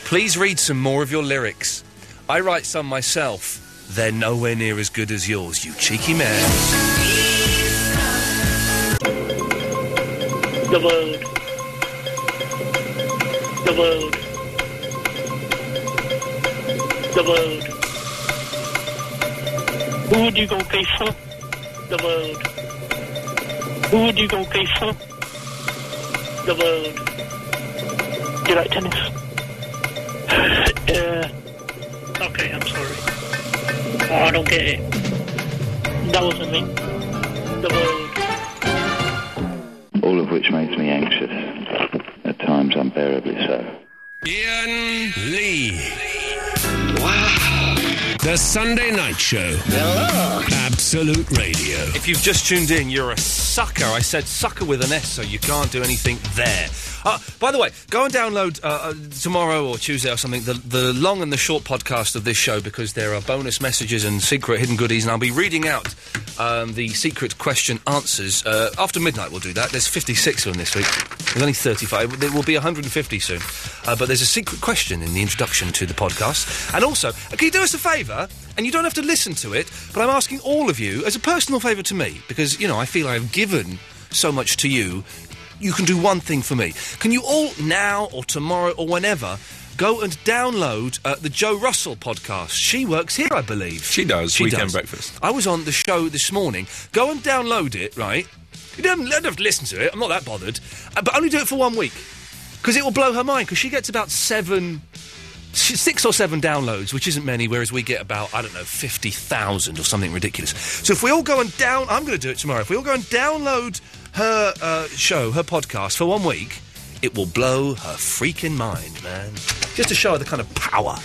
please read some more of your lyrics. I write some myself. They're nowhere near as good as yours, you cheeky man. The world. The world. The world. Who would you go pay for? The world. Who would you go pay for? The world. Do you like tennis? uh, okay, I'm sorry. Oh, I don't get it. That wasn't me. The world. all of which makes me anxious, at times unbearably so. Ian Lee. Wow. The Sunday Night Show. Hello. Absolute Radio. If you've just tuned in, you're a sucker. I said sucker with an S, so you can't do anything there. Uh, by the way, go and download uh, uh, tomorrow or Tuesday or something the, the long and the short podcast of this show because there are bonus messages and secret hidden goodies, and I'll be reading out um, the secret question answers uh, after midnight. We'll do that. There's 56 of them this week. There's only 35. There will be 150 soon, uh, but there's a secret question in the introduction to the podcast. And also, uh, can you do us a favour? And you don't have to listen to it, but I'm asking all of you as a personal favour to me because you know I feel I've given so much to you you can do one thing for me. Can you all now or tomorrow or whenever go and download uh, the Joe Russell podcast? She works here, I believe. She does. Weekend breakfast. I was on the show this morning. Go and download it, right? You don't, don't have to listen to it. I'm not that bothered. Uh, but only do it for one week because it will blow her mind because she gets about seven. s- Six or seven downloads, which isn't many, whereas we get about, I don't know, 50,000 or something ridiculous. So if we all go and down, I'm going to do it tomorrow. If we all go and download her uh, show, her podcast for one week, it will blow her freaking mind, man. Just to show her the kind of power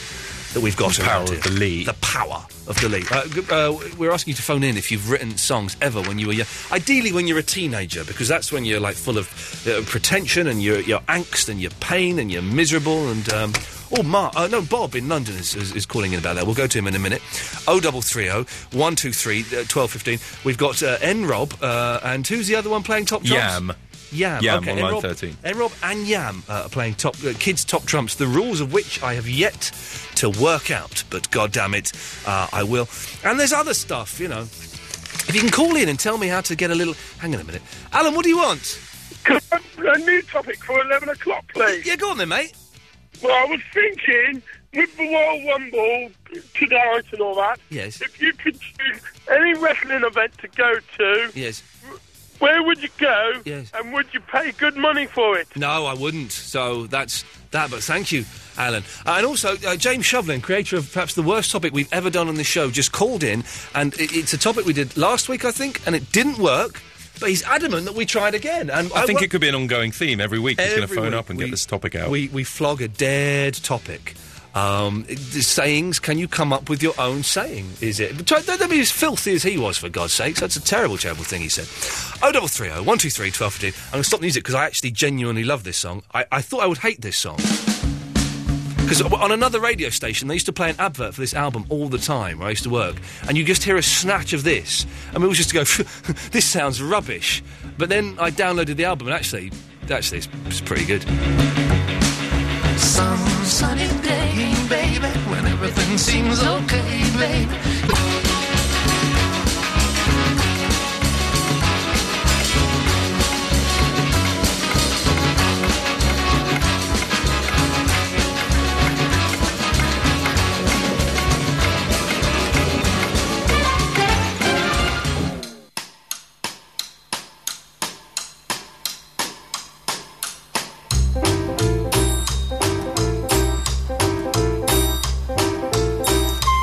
that we've got. The power of the lead. The power of the lead. Uh, g- uh, we're asking you to phone in if you've written songs ever when you were young. Ideally, when you're a teenager, because that's when you're like full of uh, pretension and your your angst and your pain and you're miserable and. Um, Oh, Mark. Uh, no, Bob in London is, is, is calling in about that. We'll go to him in a minute. Oh, 0330 123 uh, 1215. We've got uh, N Rob, uh, and who's the other one playing Top Trumps? Yam. Yam. Yam okay. on N. line Rob- 13. N Rob and Yam uh, are playing top uh, kids top trumps. The rules of which I have yet to work out, but god damn it, uh, I will. And there's other stuff, you know. If you can call in and tell me how to get a little, hang on a minute, Alan, what do you want? A new topic for 11 o'clock, please. Yeah, go on then, mate. Well, I was thinking, with the Royal Rumble tonight and all that, Yes. if you could choose any wrestling event to go to, Yes. where would you go Yes. and would you pay good money for it? No, I wouldn't. So that's that. But thank you, Alan. Uh, and also, uh, James Shovlin, creator of perhaps the worst topic we've ever done on this show, just called in, and it, it's a topic we did last week, I think, and it didn't work. But he's adamant that we tried again. And I think wo- it could be an ongoing theme every week. He's going to Every phone week up and we- get this topic out. We we flog a dead topic. Um, it- the sayings. Can you come up with your own saying? Is it? Try, don't, don't be as filthy as he was, for God's sakes. That's a terrible, terrible thing he said. Oh, double three oh one two three twelve fifteen. I'm going to stop the music because I actually genuinely love this song. I, I thought I would hate this song. Because on another radio station, they used to play an advert for this album all the time where I used to work. And you just hear a snatch of this. And we all just go, this sounds rubbish. But then I downloaded the album and actually, actually, it's, it's pretty good. Some sunny day, baby, when everything seems okay, baby.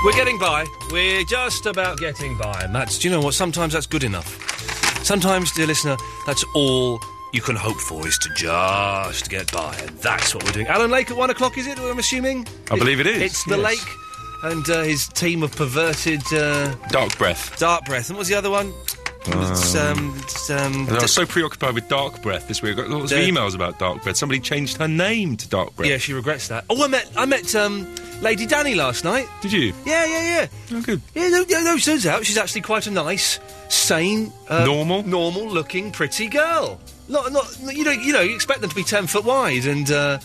We're getting by. We're just about getting by. And that's, do you know what? Sometimes that's good enough. Sometimes, dear listener, that's all you can hope for is to just get by. And that's what we're doing. Alan Lake at one o'clock, is it? I'm assuming? I believe it is, It's the yes. lake and uh, his team of perverted. Uh, Dark breath. Oh. Dark breath. And what's the other one? It's, um, it's, um, I was so preoccupied with dark breath this week. I got lots of The- emails about dark breath. Somebody changed her name to dark breath. Yeah, she regrets that. Oh, I met I met um, Lady Danny last night. Did you? Yeah, yeah, yeah. Oh, good. Yeah, no, no, no, turns out she's actually quite a nice, sane, uh, Normal? normal-looking, pretty girl. Not, not you know, you know, you expect them to be ten foot wide and uh,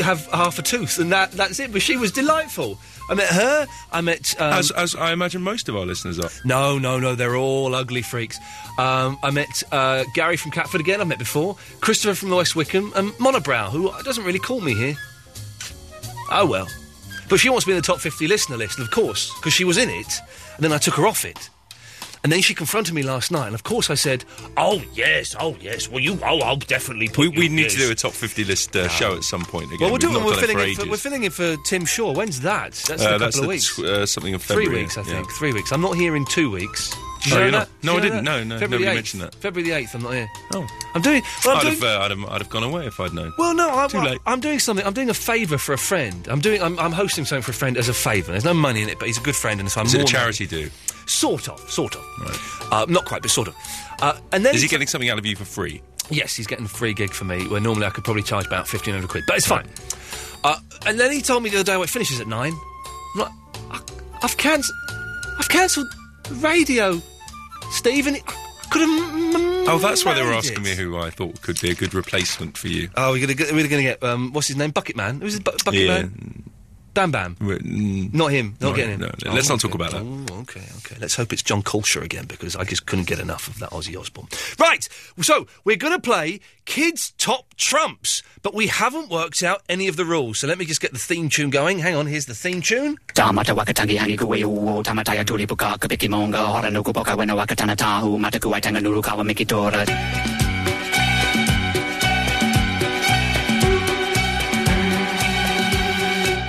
have half a tooth, and that that's it. But she was delightful. I met her. I met. Um, as, as I imagine most of our listeners are. no, no, no, they're all ugly freaks. Um, I met uh, Gary from Catford again. I've met before. Christopher from the West Wickham and Monobrow, who doesn't really call me here. Oh well. But she wants me in the top 50 listener list, of course, because she was in it, and then I took her off it. And then she confronted me last night, and of course I said, "Oh yes, oh yes, well you, oh I'll definitely put." We, you we in need to this." do a top 50 list uh, show at some point again. Well, we're We've doing. not We're done it filling for in. For, ages. we're filling in for Tim Shaw. When's that? Uh, That's in a couple that's of the weeks. tw- uh, something of three February, weeks, I yeah. think. Three weeks. I'm not here in two weeks. Did you Oh, know you're that? not- Did no, I you know didn't. that? No, no, February nobody the 8th. mentioned that. February the eighth. I'm not here. Oh, I'm doing. Well, I'm I'd, doing. have, uh, I'd, have, I'd have gone away if I'd known. Well, no, I, Too I, late. I'm doing something. I'm doing a favour for a friend. I'm doing. I'm, I'm hosting something for a friend as a favour. There's no money in it, but he's a good friend, and so I'm Is it a more charity do? Sort of, sort of. Uh, not quite, but sort of. Uh, and then Is he it's- getting something out of you for free? Yes, he's getting a free gig for me, where normally I could probably charge about 1,500 quid, but it's fine. Uh, and then he told me the other day, well, it finishes at nine. I'm like, I, I've cancelled. I've cancelled the radio, Stephen. I could have. M- m- Oh, that's why they were managed asking it. me who I thought could be a good replacement for you. Oh, we're gonna get, we're gonna get um, what's his name? Bucket Man. Who's his bu- Bucket Yeah. mm. Man? Bam Bam. Not him. Not No, getting him. no, no, let's not talk okay. about that. Oh, okay, okay. Let's hope it's John Colcher again because I just couldn't get enough of that Ozzy Osbourne. Right. So we're going to play Kids Top Trumps, but we haven't worked out any of the rules. So let me just get the theme tune going. Hang on. Here's the theme tune. Tamata wakatangi hangi kuwe uo tamataya turi puka kapiki monga hora nuku poka wena wakatana tahu mataku waitanga nuru kawa mikitora.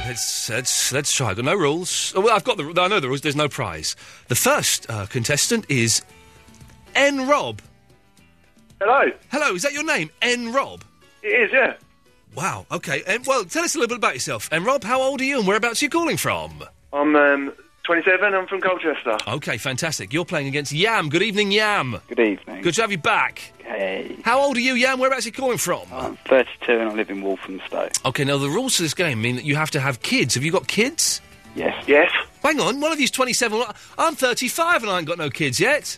Let's let's let's try. I've got no rules. Oh, well, I've got the. I know the rules. There's no prize. The first uh, contestant is N Rob. Hello. Hello. Is that your name, N Rob? It is. Yeah. Wow. Okay. And well, tell us a little bit about yourself. And Rob, how old are you, and whereabouts are you calling from? I'm um, 27. I'm from Colchester. Okay, fantastic. You're playing against Yam. Good evening, Yam. Good evening. Good to have you back. Hey, How old are you, Yam? Whereabouts are you calling from? 32 and I live in Walthamstow. Okay, now the rules to this game mean that you have to have kids. Have you got kids? Yes. Yes. Hang on, one of you's 27. well, I'm 35 and I ain't got no kids yet.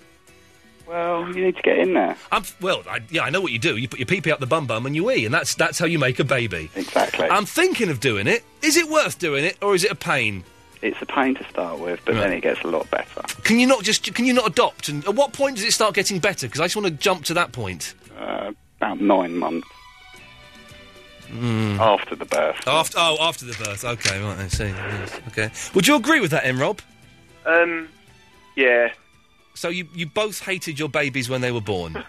Well, you need to get in there. I'm, f- well, I, yeah, I know what you do. You put your peepee up the bum bum and you wee, and that's that's how you make a baby. Exactly. I'm thinking of doing it. Is it worth doing it, or is it a pain? It's a pain to start with, but then it gets a lot better. Can you not just can you not adopt? And at what point does it start getting better? Because I just want to jump to that point. Uh, about nine months after the birth. Hmm. After oh, after the birth. Okay, right. I see. Yes, Okay. Would you agree with that, M. Rob? Um, yeah. So you you both hated your babies when they were born.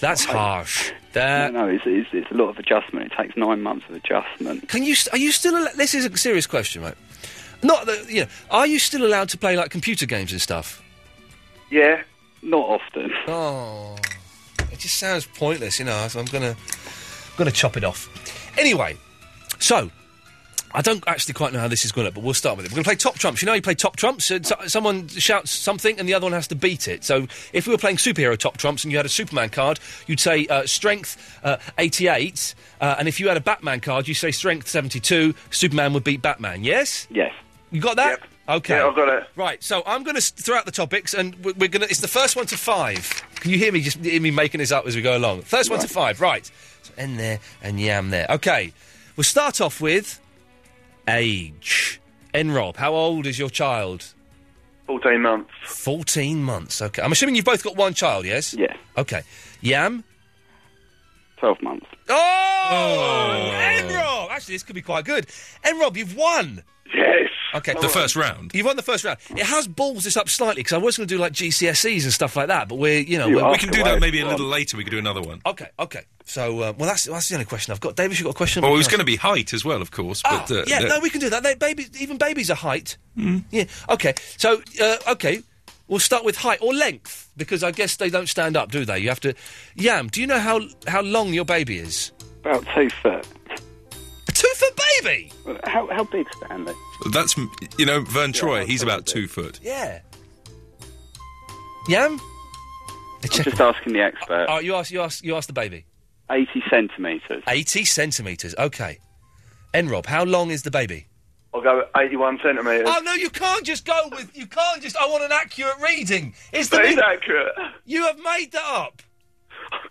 That's harsh. That no, no, it's, it's, it's a lot of adjustment. It takes nine months of adjustment. Can you? St- are you still? Al- this is a serious question, right? Not that you know. Are you still allowed to play like computer games and stuff? Yeah. Not often. Oh, it just sounds pointless, you know. So I'm gonna, gonna chop it off. Anyway, so I don't actually quite know how this is going to, but we'll start with it. We're going to play top trumps. You know, how you play top trumps. Uh, so, someone shouts something, and the other one has to beat it. So if we were playing superhero top trumps, and you had a Superman card, you'd say uh, strength uh, 88, uh, and if you had a Batman card, you say strength 72. Superman would beat Batman. Yes. Yes. You got that? Okay. Yeah, I've got it. Right, so I'm going to throw out the topics, and we're, we're going to. It's the first one to five. Can you hear me? Just hear me making this up as we go along. First one to five. Right. So N there and Yam there. Okay. We'll start off with age. N Rob, how old is your child? Fourteen months. Fourteen months. Okay. I'm assuming you've both got one child. Yes. Yeah. Okay. Yam. Twelve months. Oh, N Rob. Actually, this could be quite good. N Rob, you've won. Yes. Okay. The first round. You've won the first round. It has balls this up slightly because I was going to do like GCSEs and stuff like that, but we're you know We- we're, we can do that maybe a little later. We could do another one. Okay, okay. So uh, well, that's that's the only question I've got. Davis, you got a question? Well, it was Yes. going to be height as well, of course. Ah, but, uh, yeah, the- no, we can do that. They, babies, even babies are height. Hmm. Yeah. Okay. So uh, okay, we'll start with height or length because I guess they don't stand up, do they? You have to. Yam, do you know how how long your baby is? About two foot. A two foot baby. How how big's Stanley? That's m- you know Vern Troyer. He's about two foot. Yeah. Yam. I'm just asking the expert. Oh, you asked. You asked. You asked the baby. Uh, Eighty centimetres. 80 centimetres. Okay. N Rob, how long is the baby? I'll go 81 centimetres. Oh, no, you can't just go with. You can't just. I want an accurate reading. It's the. That is accurate. You have made that up.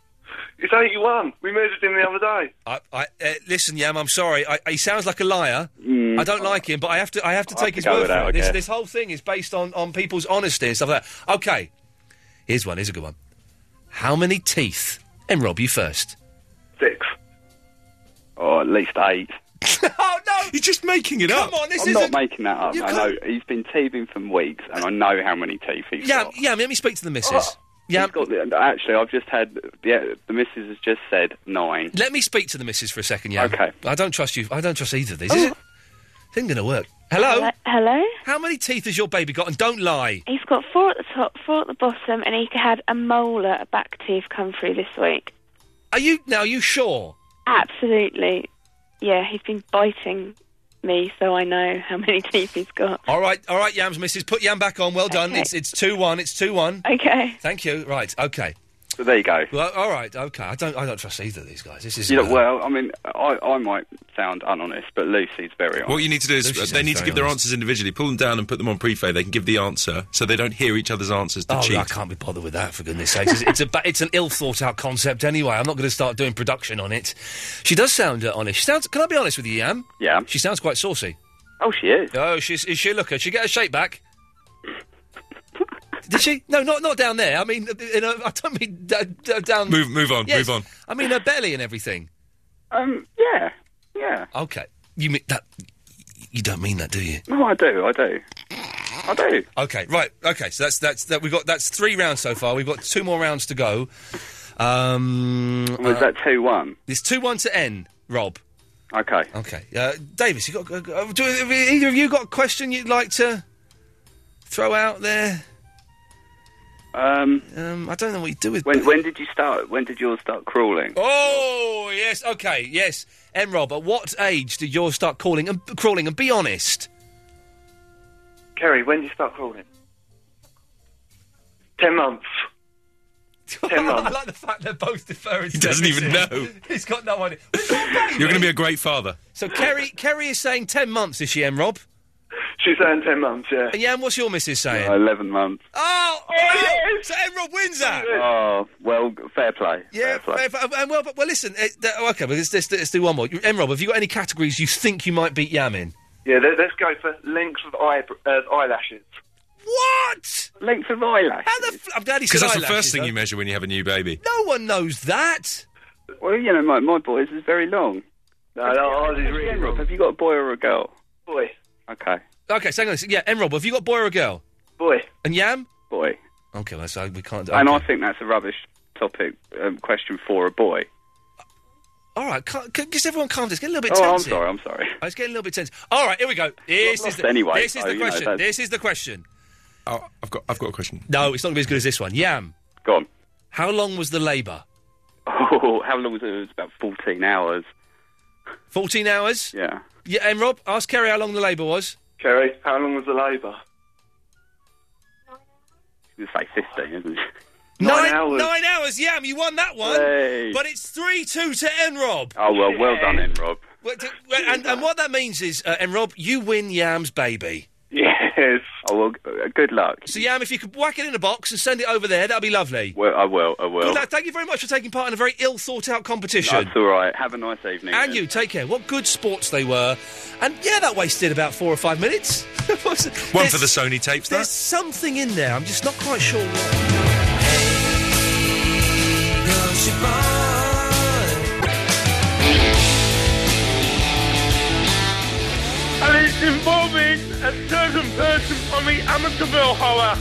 It's 81. We measured him the other day. I, I, uh, listen, Yam, I'm sorry. I, he sounds like a liar. I don't like him, but I have to. I have to I'll have take his to go word with for that, it. Mm. I This, guess. this whole thing is based on, on people's honesty and stuff like that. Okay, here's one. Here's a good one. How many teeth? And Rob, you first. Six. Or at least eight. oh no, You're just making it Come on, this I'm is not making that up. You I know can't- he's been teething for weeks, and I know how many teeth he's Oh, Yeah, yeah. Let me speak to the missus. yeah, he's got. The, actually, I've just had yeah, the missus has just said nine. Let me speak to the missus for a second, yeah. Okay. I don't trust you. I don't trust either of these. Is it? This isn't going to work. Hello. Hello. How many teeth has your baby got? And don't lie. He's got four at the top, four at the bottom, and he had a molar, a back tooth, come through this week. Are you now? Are you sure? Absolutely. Yeah, he's been biting me, so I know how many teeth he's got. All right, all right, Yams, missus. Put Yam back on. Well done. Okay. It's it's two one. It's two one. Okay. Thank you. Right. Okay. So there you go. Well, all right. Okay. I don't I don't trust either of these guys. This is uh, You know, well, I mean, I, I might sound unhonest, but Lucy's very honest. What you need to do is uh, they need to give their answers individually. Pull them down and put them on prefay. They can give the answer so they don't hear each other's answers to Oh, cheat. I can't be bothered with that, for goodness sakes. It's, it's, a, ba- it's an ill thought out concept anyway. I'm not going to start doing production on it. She does sound uh, honest. She sounds. Can I be honest with you, Yam? Yeah. She sounds quite saucy. Oh, she is. Oh, she's, is she a looker? Did she get her shape back? Did she? No, not not down there. I mean, in a, I don't mean d- d- down. Move- move on, Yes. move on. I mean her belly and everything. Um, yeah, yeah. Okay. You mean that? You don't mean that, do you? No, I do, I do. I do. Okay, right. Okay, so that's that's that. We've got that's three rounds so far. We've got two more rounds to go. Um, Was that two one? It's two one to N, Rob. Okay. Okay, uh, Davis. You got uh, do, have either of you got a question you'd like to throw out there? Um, um, I don't know what you do with. When, when did you start? When did yours start crawling? Oh yes, okay, yes. M. Rob, at what age did yours start calling and crawling? And be honest. Kerry, when did you start crawling? Ten months. Ten I months. like the fact they're both deferring. He doesn't even know. He's got no idea. You're going to be a great father. So Kerry, Kerry is saying ten months. Is she M. Rob? She's saying ten months. Yeah. And Jan, what's your missus saying? Eleven months. Oh, so Emerald wins that. Oh, well, fair play. Ah. Yeah, fair play. fair- fair- well, but, well, listen. It, that- okay, well, let's, let's, let's do one more. Emerald, have you got any categories you think you might beat Yam in? Yeah. Let, us go for length of eye, uh, eyelashes. What? Length of eyelash. How the? F- I'm glad he said Because that's the eyelashes, first thing though. you measure when you have a new baby. No one knows that. Well, you know, my my boy's is very long. No, no, ours is really long. Have you got a boy or a girl? Boy. Okay. Okay, so hang on. Yeah, Emerald, have you got boy or a girl? Boy. And Yam? Boy. Okay, well, so we can't. And I okay. think that's a rubbish topic um, question for a boy. All right, can just everyone calm down. It's getting a little bit oh, I'm tense. here. sorry. I'm sorry. Oh, It's getting a little bit tense. All right, here we go. This lost is the, anyway, This is so, the you know, question. don't- this is the question. Oh, I've got, I've got a question. No, it's not going to be as good as this one. Yam. Go on. How long was the labour? Oh, how long was it? It was about 14 hours. 14 hours? Yeah. Yeah, and Rob, ask Kerry how long the labour was. Kerry, how long was the labour? It's like 15, isn't it? Nine, hours. Nine hours, Yam, you won that one. Hey. But it's 3 2 to Enrob. Oh, well, well done then, Rob. Well, d- well, And, and what that means is, uh, Enrob, you win Yam's baby. Yes. Oh, well, g- uh, good luck. So, Yam, if you could whack it in a box and send it over there, that'd be lovely. Well, I will, I will. Good luck. Thank you very much for taking part in a very ill thought out competition. That's all right. Have a nice evening. And you, take care. What good sports they were. And yeah, that wasted about four or five minutes. One One for the Sony tapes, There's that. something in there. I'm just not quite sure what. And it's involving a certain person from the Amateurville horror.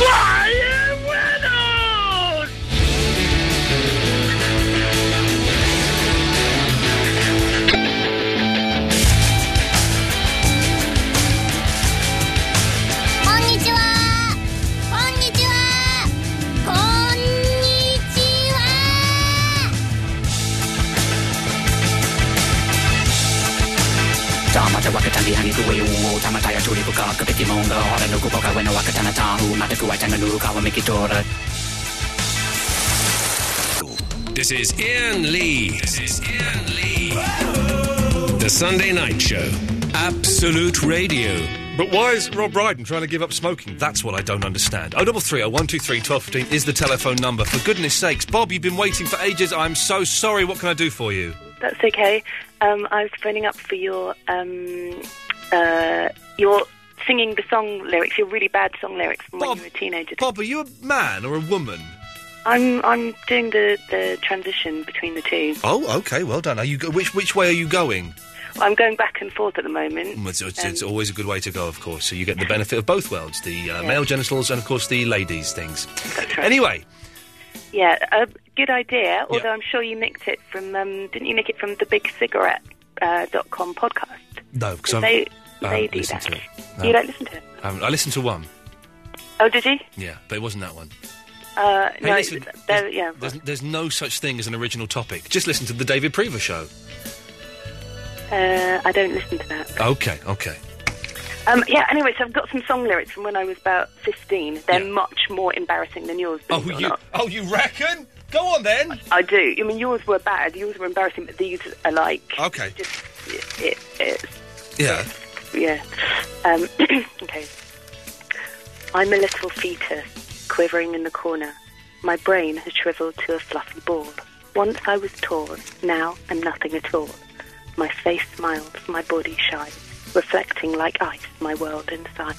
Ryan Reynolds! Tamata wakatangi hangi kuwe uo Tamataya tulipuka kapiki monga Hora nuku poka weno wakatana tahu Mataku waitanga nuru kawa mikitora This is Ian Lee. This is Ian Lee. The Sunday Night Show. Absolute Radio. But why is Rob Brydon trying to give up smoking? That's what I don't understand. Oh, 0330 123 1215 is the telephone number. For goodness sakes, Bob, you've been waiting for ages. I'm so sorry. What can I do for you? That's okay. Um, I was phoning up for your um, uh, your singing the song lyrics, your really bad song lyrics from when you were a teenager. Bob, are you a man or a woman? I'm I'm doing the, the transition between the two. Oh, okay, well done. Are you go- which which way are you going? I'm going back and forth at the moment. Mm, It's, it's, it's always a good way to go, of course. So you get the benefit of both worlds: the uh, Yeah. male genitals and, of course, the ladies' things. Anyway, Yeah, a good idea. Although Yeah. I'm sure you nicked it from um, didn't you nick it from the Big Cigarette uh, dot com podcast? no, because I've They- I they haven't do listened that. to it. No. You don't listen to it? I haven't- I listened to one. Oh, did you? Yeah, but it wasn't that one. Uh, Hey, no, listen, there, yeah. There's, there's no such thing as an original topic. Just listen to the David Prever show. Uh, I don't listen to that. Okay, okay. Um, yeah. Anyway, so I've got some song lyrics from when I was about 15. They're much more embarrassing than yours. Oh, you, oh, you reckon? Go on then. I do. I mean, yours were bad. Yours were embarrassing, but these are like Okay. it, it's Yeah. Yeah. Um, okay. I'm a little fetus, quivering in the corner. My brain has shriveled to a fluffy ball. Once I was torn, now I'm nothing at all. My face smiles, my body shines, reflecting like ice my world inside.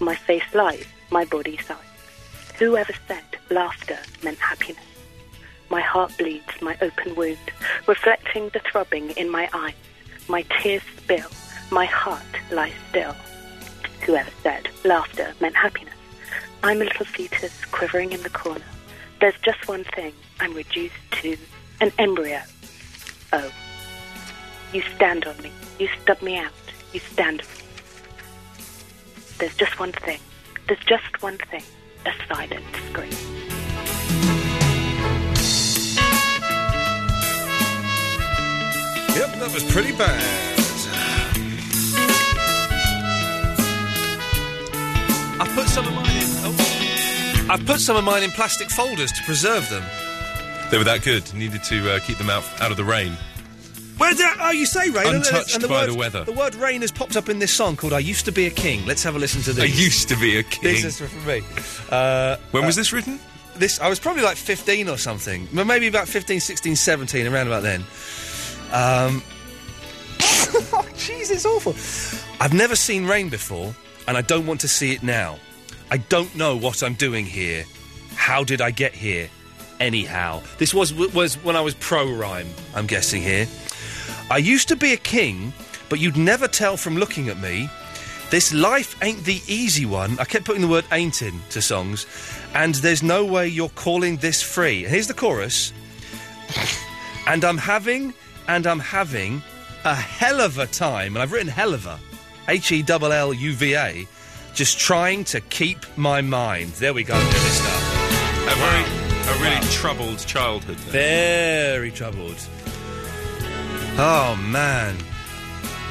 My face lies, my body sighs. Whoever said laughter meant happiness? My heart bleeds my open wound, reflecting the throbbing in my eyes. My tears spill, my heart lies still. Whoever said laughter meant happiness? I'm a little fetus quivering in the corner. There's just one thing I'm reduced to an embryo. Oh. You stand on me. You stub me out. You stand on me. There's just one thing. There's just one thing. A silent scream. Yep, that was pretty bad. I put some of mine in. Oh. I put some of mine in plastic folders to preserve them. They were that good. Needed to uh, keep them out out of the rain. Where did oh you say rain? And- Untouched and by word, the weather. The word rain has popped up in this song called "I Used to Be a King." Let's have a listen to this. I used to be a king. This is for me. Uh, When was uh, this written? This I was probably like 15 or something, Well, maybe about 15, 16, 17, around about then. Um, oh, jeez, it's awful. I've never seen rain before, and I don't want to see it now. I don't know what I'm doing here. How did I get here? Anyhow, this was was when I was pro rhyme. I'm guessing here. I used to be a king, but you'd never tell from looking at me. This life ain't the easy one. I kept putting the word ain't in to songs, and there's no way you're calling this free. Here's the chorus. and I'm having, and I'm having a hell of a time, and I've written hell of a, H E L L U V A, just trying to keep my mind. There we go, dear listener. A very, a really troubled childhood. then. Very troubled. Oh man.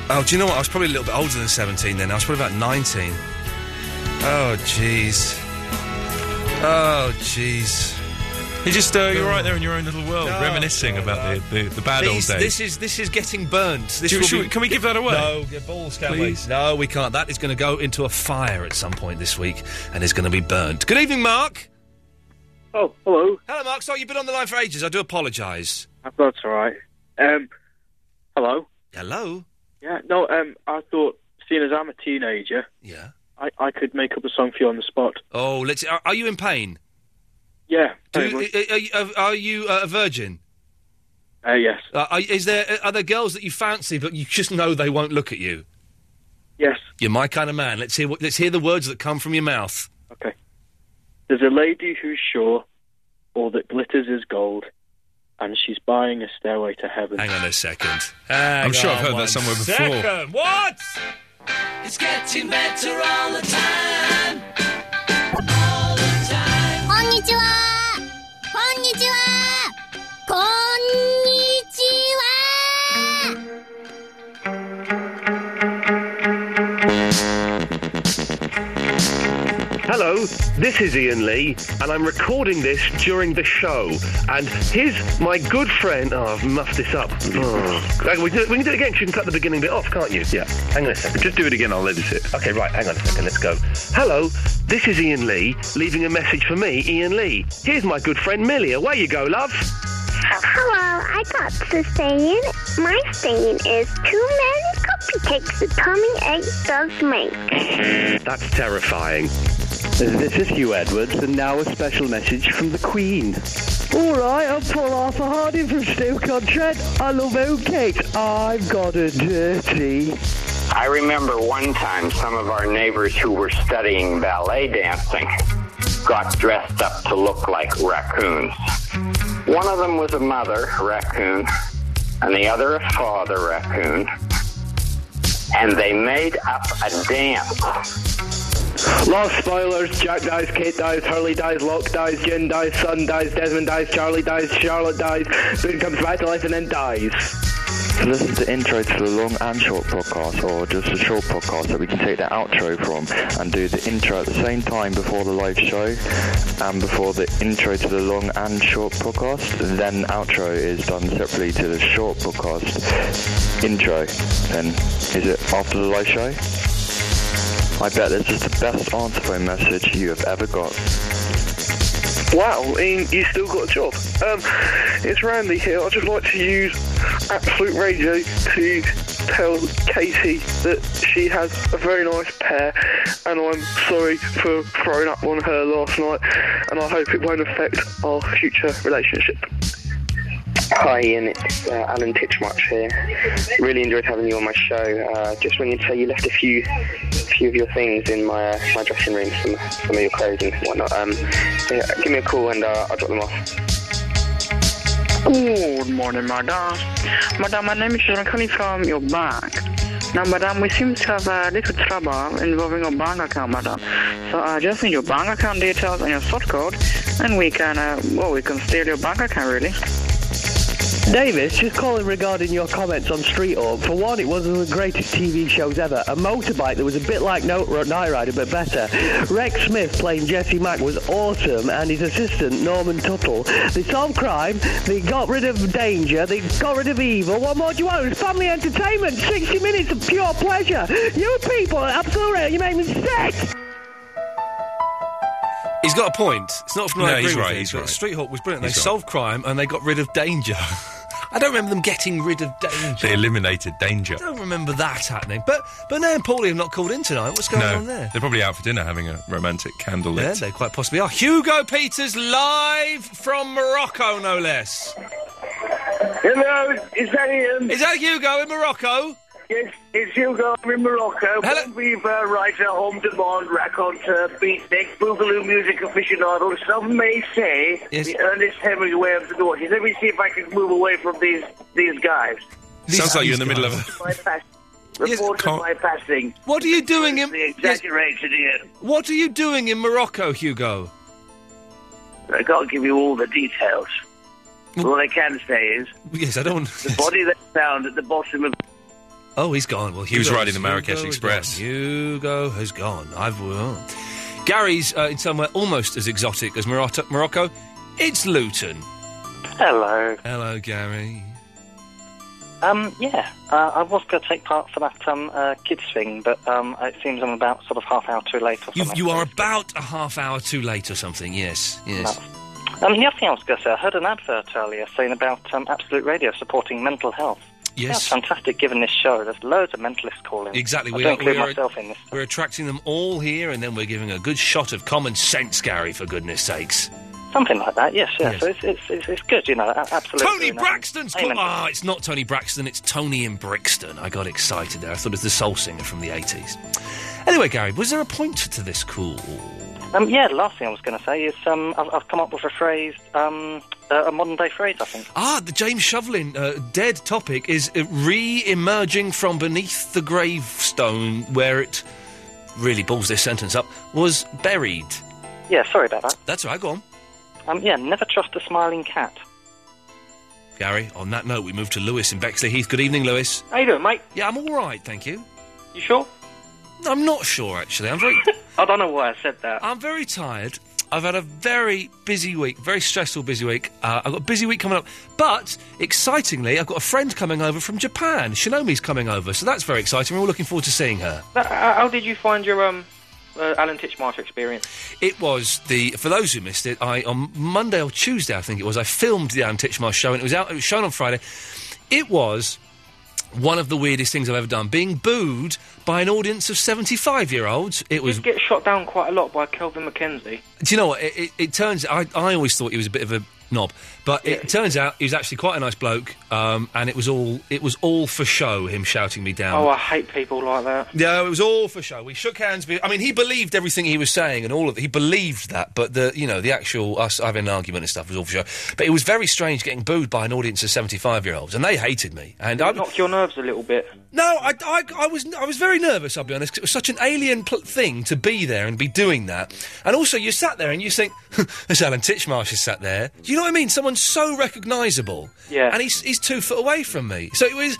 Oh, do you know what? I was probably a little bit older than 17 then. I was probably about 19. Oh, jeez. Oh, jeez. You just uh, you're right there in your own little world, reminiscing about the, the, the bad These- old days. This is this is getting burnt. This Do you- will should be- we- can we give that away? No, your balls can't Please. we? No, we can't. That is going to go into a fire at some point this week, and is going to be burnt. Good evening, Mark. Oh, hello. Hello, Mark. Sorry, you've been on the line for ages. I do apologise. That's all right. Um, hello. Hello. Yeah. No. Um, I thought, seeing as I'm a teenager, yeah, I, I could make up a song for you on the spot. Oh, let's. Are, are you in pain? Yeah. Do very you- much. are, you- are, are you uh, a virgin? Uh, yes. Uh, are, is there are there girls that you fancy but you just know they won't look at you? Yes. You're my kind of man. Let's hear what, let's hear the words that come from your mouth. Okay. There's a lady who's sure all that glitters is gold, and she's buying a stairway to heaven. Hang on a second. I'm sure I've heard that somewhere before. What? It's getting better all the time. All the time. こんにちはこんにちはこんにちは Hello, this is Ian Lee, and I'm recording this during the show. And here's my good friend. Oh, I've muffed this up. Oh. Okay, We, can do it, we can do it again. 'cause You can cut the beginning bit off, can't you? Yeah. Hang on a second. Just do it again. I'll edit it. Okay, right. Hang on a second. Let's go. Hello, this is Ian Lee, leaving a message for me, Ian Lee. Here's my good friend Millie. Away you go, love. Hello, I got the saying. My saying is too many coffee cakes the tummy ache does make. That's terrifying. This is Hugh Edwards, and now a special message from the Queen. All right, I'm Paul Arthur Harding from Stoke-on-Trent. I love oat cakes. I've got a dirty. I remember one time some of our neighbors who were studying ballet dancing got dressed up to look like raccoons. One of them was a mother raccoon, and the other a father raccoon, and they made up a dance. Lost spoilers. Jack dies, Kate dies, Hurley dies, Locke dies, Jin dies, Sun dies, Desmond dies, Charlie dies, Charlotte dies, Boone comes back to life and then dies. To listen to intro to the long and short podcast, or just a short podcast that we can take the outro from and do the intro at the same time before the live show and before the intro to the long and short podcast, then outro is done separately to the short podcast intro. Then is it after the live show? I bet this is the best answer phone message you have ever got. Wow, Ian, you still got a job. Um, it's Randy here. I'd just like to use Absolute Radio to tell Katie that she has a very nice pair, and I'm sorry for throwing up on her last night, and I hope it won't affect our future relationship. Hi Ian, it's uh, Alan Titchmarsh here. Really enjoyed having you on my show. Uh, just wanted to say you left a few few of your things in my uh, my dressing room, some, some of your clothes and whatnot. Um, yeah, give me a call and uh, I'll drop them off. Good morning, madam. Madam, my name is John calling from your bank. Now, madam, we seem to have a little trouble involving your bank account, madam. So I just need your bank account details and your sort code, and we can, uh, well, we can steal your bank account, really. Davis, just calling regarding your comments on Street Orb. For one, it was one of the greatest TV shows ever. A motorbike that was a bit like No Night Rider, but better. Rex Smith playing Jesse Mack was awesome, and his assistant, Norman Tuttle. They solved crime, they got rid of danger, they got rid of evil. What more do you want? It's family entertainment, 60 minutes of pure pleasure. You people are absolutely, you make me sick! He's got a point. It's not from No, I agree he's with right, you, he's but right. Street Hawk was brilliant. They He's right. solved crime and they got rid of danger. I don't remember them getting rid of danger. They eliminated danger. I don't remember that happening. But but now and Paulie have not called in tonight. What's going no, on there? they're probably out for dinner having a romantic candlelit. Yeah, they quite possibly are. Hugo Peters live from Morocco, no less. Hello, is that Ian? Is that Hugo in Morocco? Yes, it's Hugo I'm in Morocco. Hello. Weaver, writer, home demand, raconteur, beatnik, boogaloo music aficionado. Some may say Yes. the Ernest Hemingway of the noughties. Let me see if I can move away from these these guys. Sounds like you're in the middle of a My pass- Reported by passing. What are you doing in... Exaggerated Ian. What are you doing in Morocco, Hugo? I can't give you all the details. All I can say is Mm. Yes, I don't. the body that's found at the bottom of Oh, he's gone. Well, He was Hugo's- riding the Marrakesh Hugo is Express. gone. Hugo has gone. I've won. Gary's uh, in somewhere almost as exotic as Morocco. Morocco. It's Luton. Hello. Hello, Gary. Um, yeah, uh, I was going to take part for that um, uh, kids thing, but um, it seems I'm about sort of half hour too late or You, something. you are about a half hour too late or something. Yes, yes. Um, the other thing I was going to say, I heard an advert earlier saying about um, Absolute Radio supporting mental health. Yes. That's fantastic, given this show. There's loads of mentalists calling. Exactly. I We don't are, include we are- myself in this. we're attracting them all here, and then we're giving a good shot of common sense, Gary, for goodness sakes. Something like that, yes, yes. Yes. So it's, it's, it's, it's good, you know, a- absolutely. Tony you know. Braxton's call. Amen. Ah, it's not Tony Braxton, it's Tony and Brixton. I got excited there. I thought it was the soul singer from the 80s. Anyway, Gary, was there a point to this call? Um, yeah, the last thing I was going to say is um, I've, I've come up with a phrase, um, uh, a modern day phrase, I think. Ah, the James Shovelin uh, dead topic is uh, re emerging from beneath the gravestone where it really balls this sentence up was buried. Yeah, sorry about that. That's all right, go on. Um, yeah, never trust a smiling cat. Gary, on that note, we move to Lewis in Bexley Heath. Good evening, Lewis. How you doing, mate? Yeah, I'm all right, thank you. You sure? I'm not sure, actually. I'm very. I don't know why I said that. I'm very tired. I've had a very busy week, very stressful busy week. Uh, I've got a busy week coming up, but excitingly, I've got a friend coming over from Japan. Shinomi's coming over, so that's very exciting. We're all looking forward to seeing her. That- uh, how did you find your um, uh, Alan Titchmarsh experience? It was the for those who missed it. I on Monday or Tuesday, I think it was. I filmed the Anne Titchmarsh show, and it was out. It was shown on Friday. It was one of the weirdest things I've ever done. Being booed by an audience of 75 year olds. It was. Did get shot down quite a lot by Kelvin McKenzie. Do you know what? It, it, it turns. I, I always thought he was a bit of a knob, but it turns out he was actually quite a nice bloke, um, and it was all it was all for show. Him shouting me down. oh, I hate people like that. No, it was all for show. We shook hands. be- I mean, he believed everything he was saying and all of it. He believed that, but the you know the actual us having an argument and stuff was all for show. But it was very strange getting booed by an audience of seventy five year olds, and they hated me. And I knocked your nerves a little bit. No, I, I, I was I was very nervous. I'll be honest. 'cause it was such an alien pl- thing to be there and be doing that. And also, you sat there and you think, "This Alan Titchmarsh has sat there." Do you know what I mean? Someone's so recognisable. Yeah. And he's he's two foot away from me, so it was.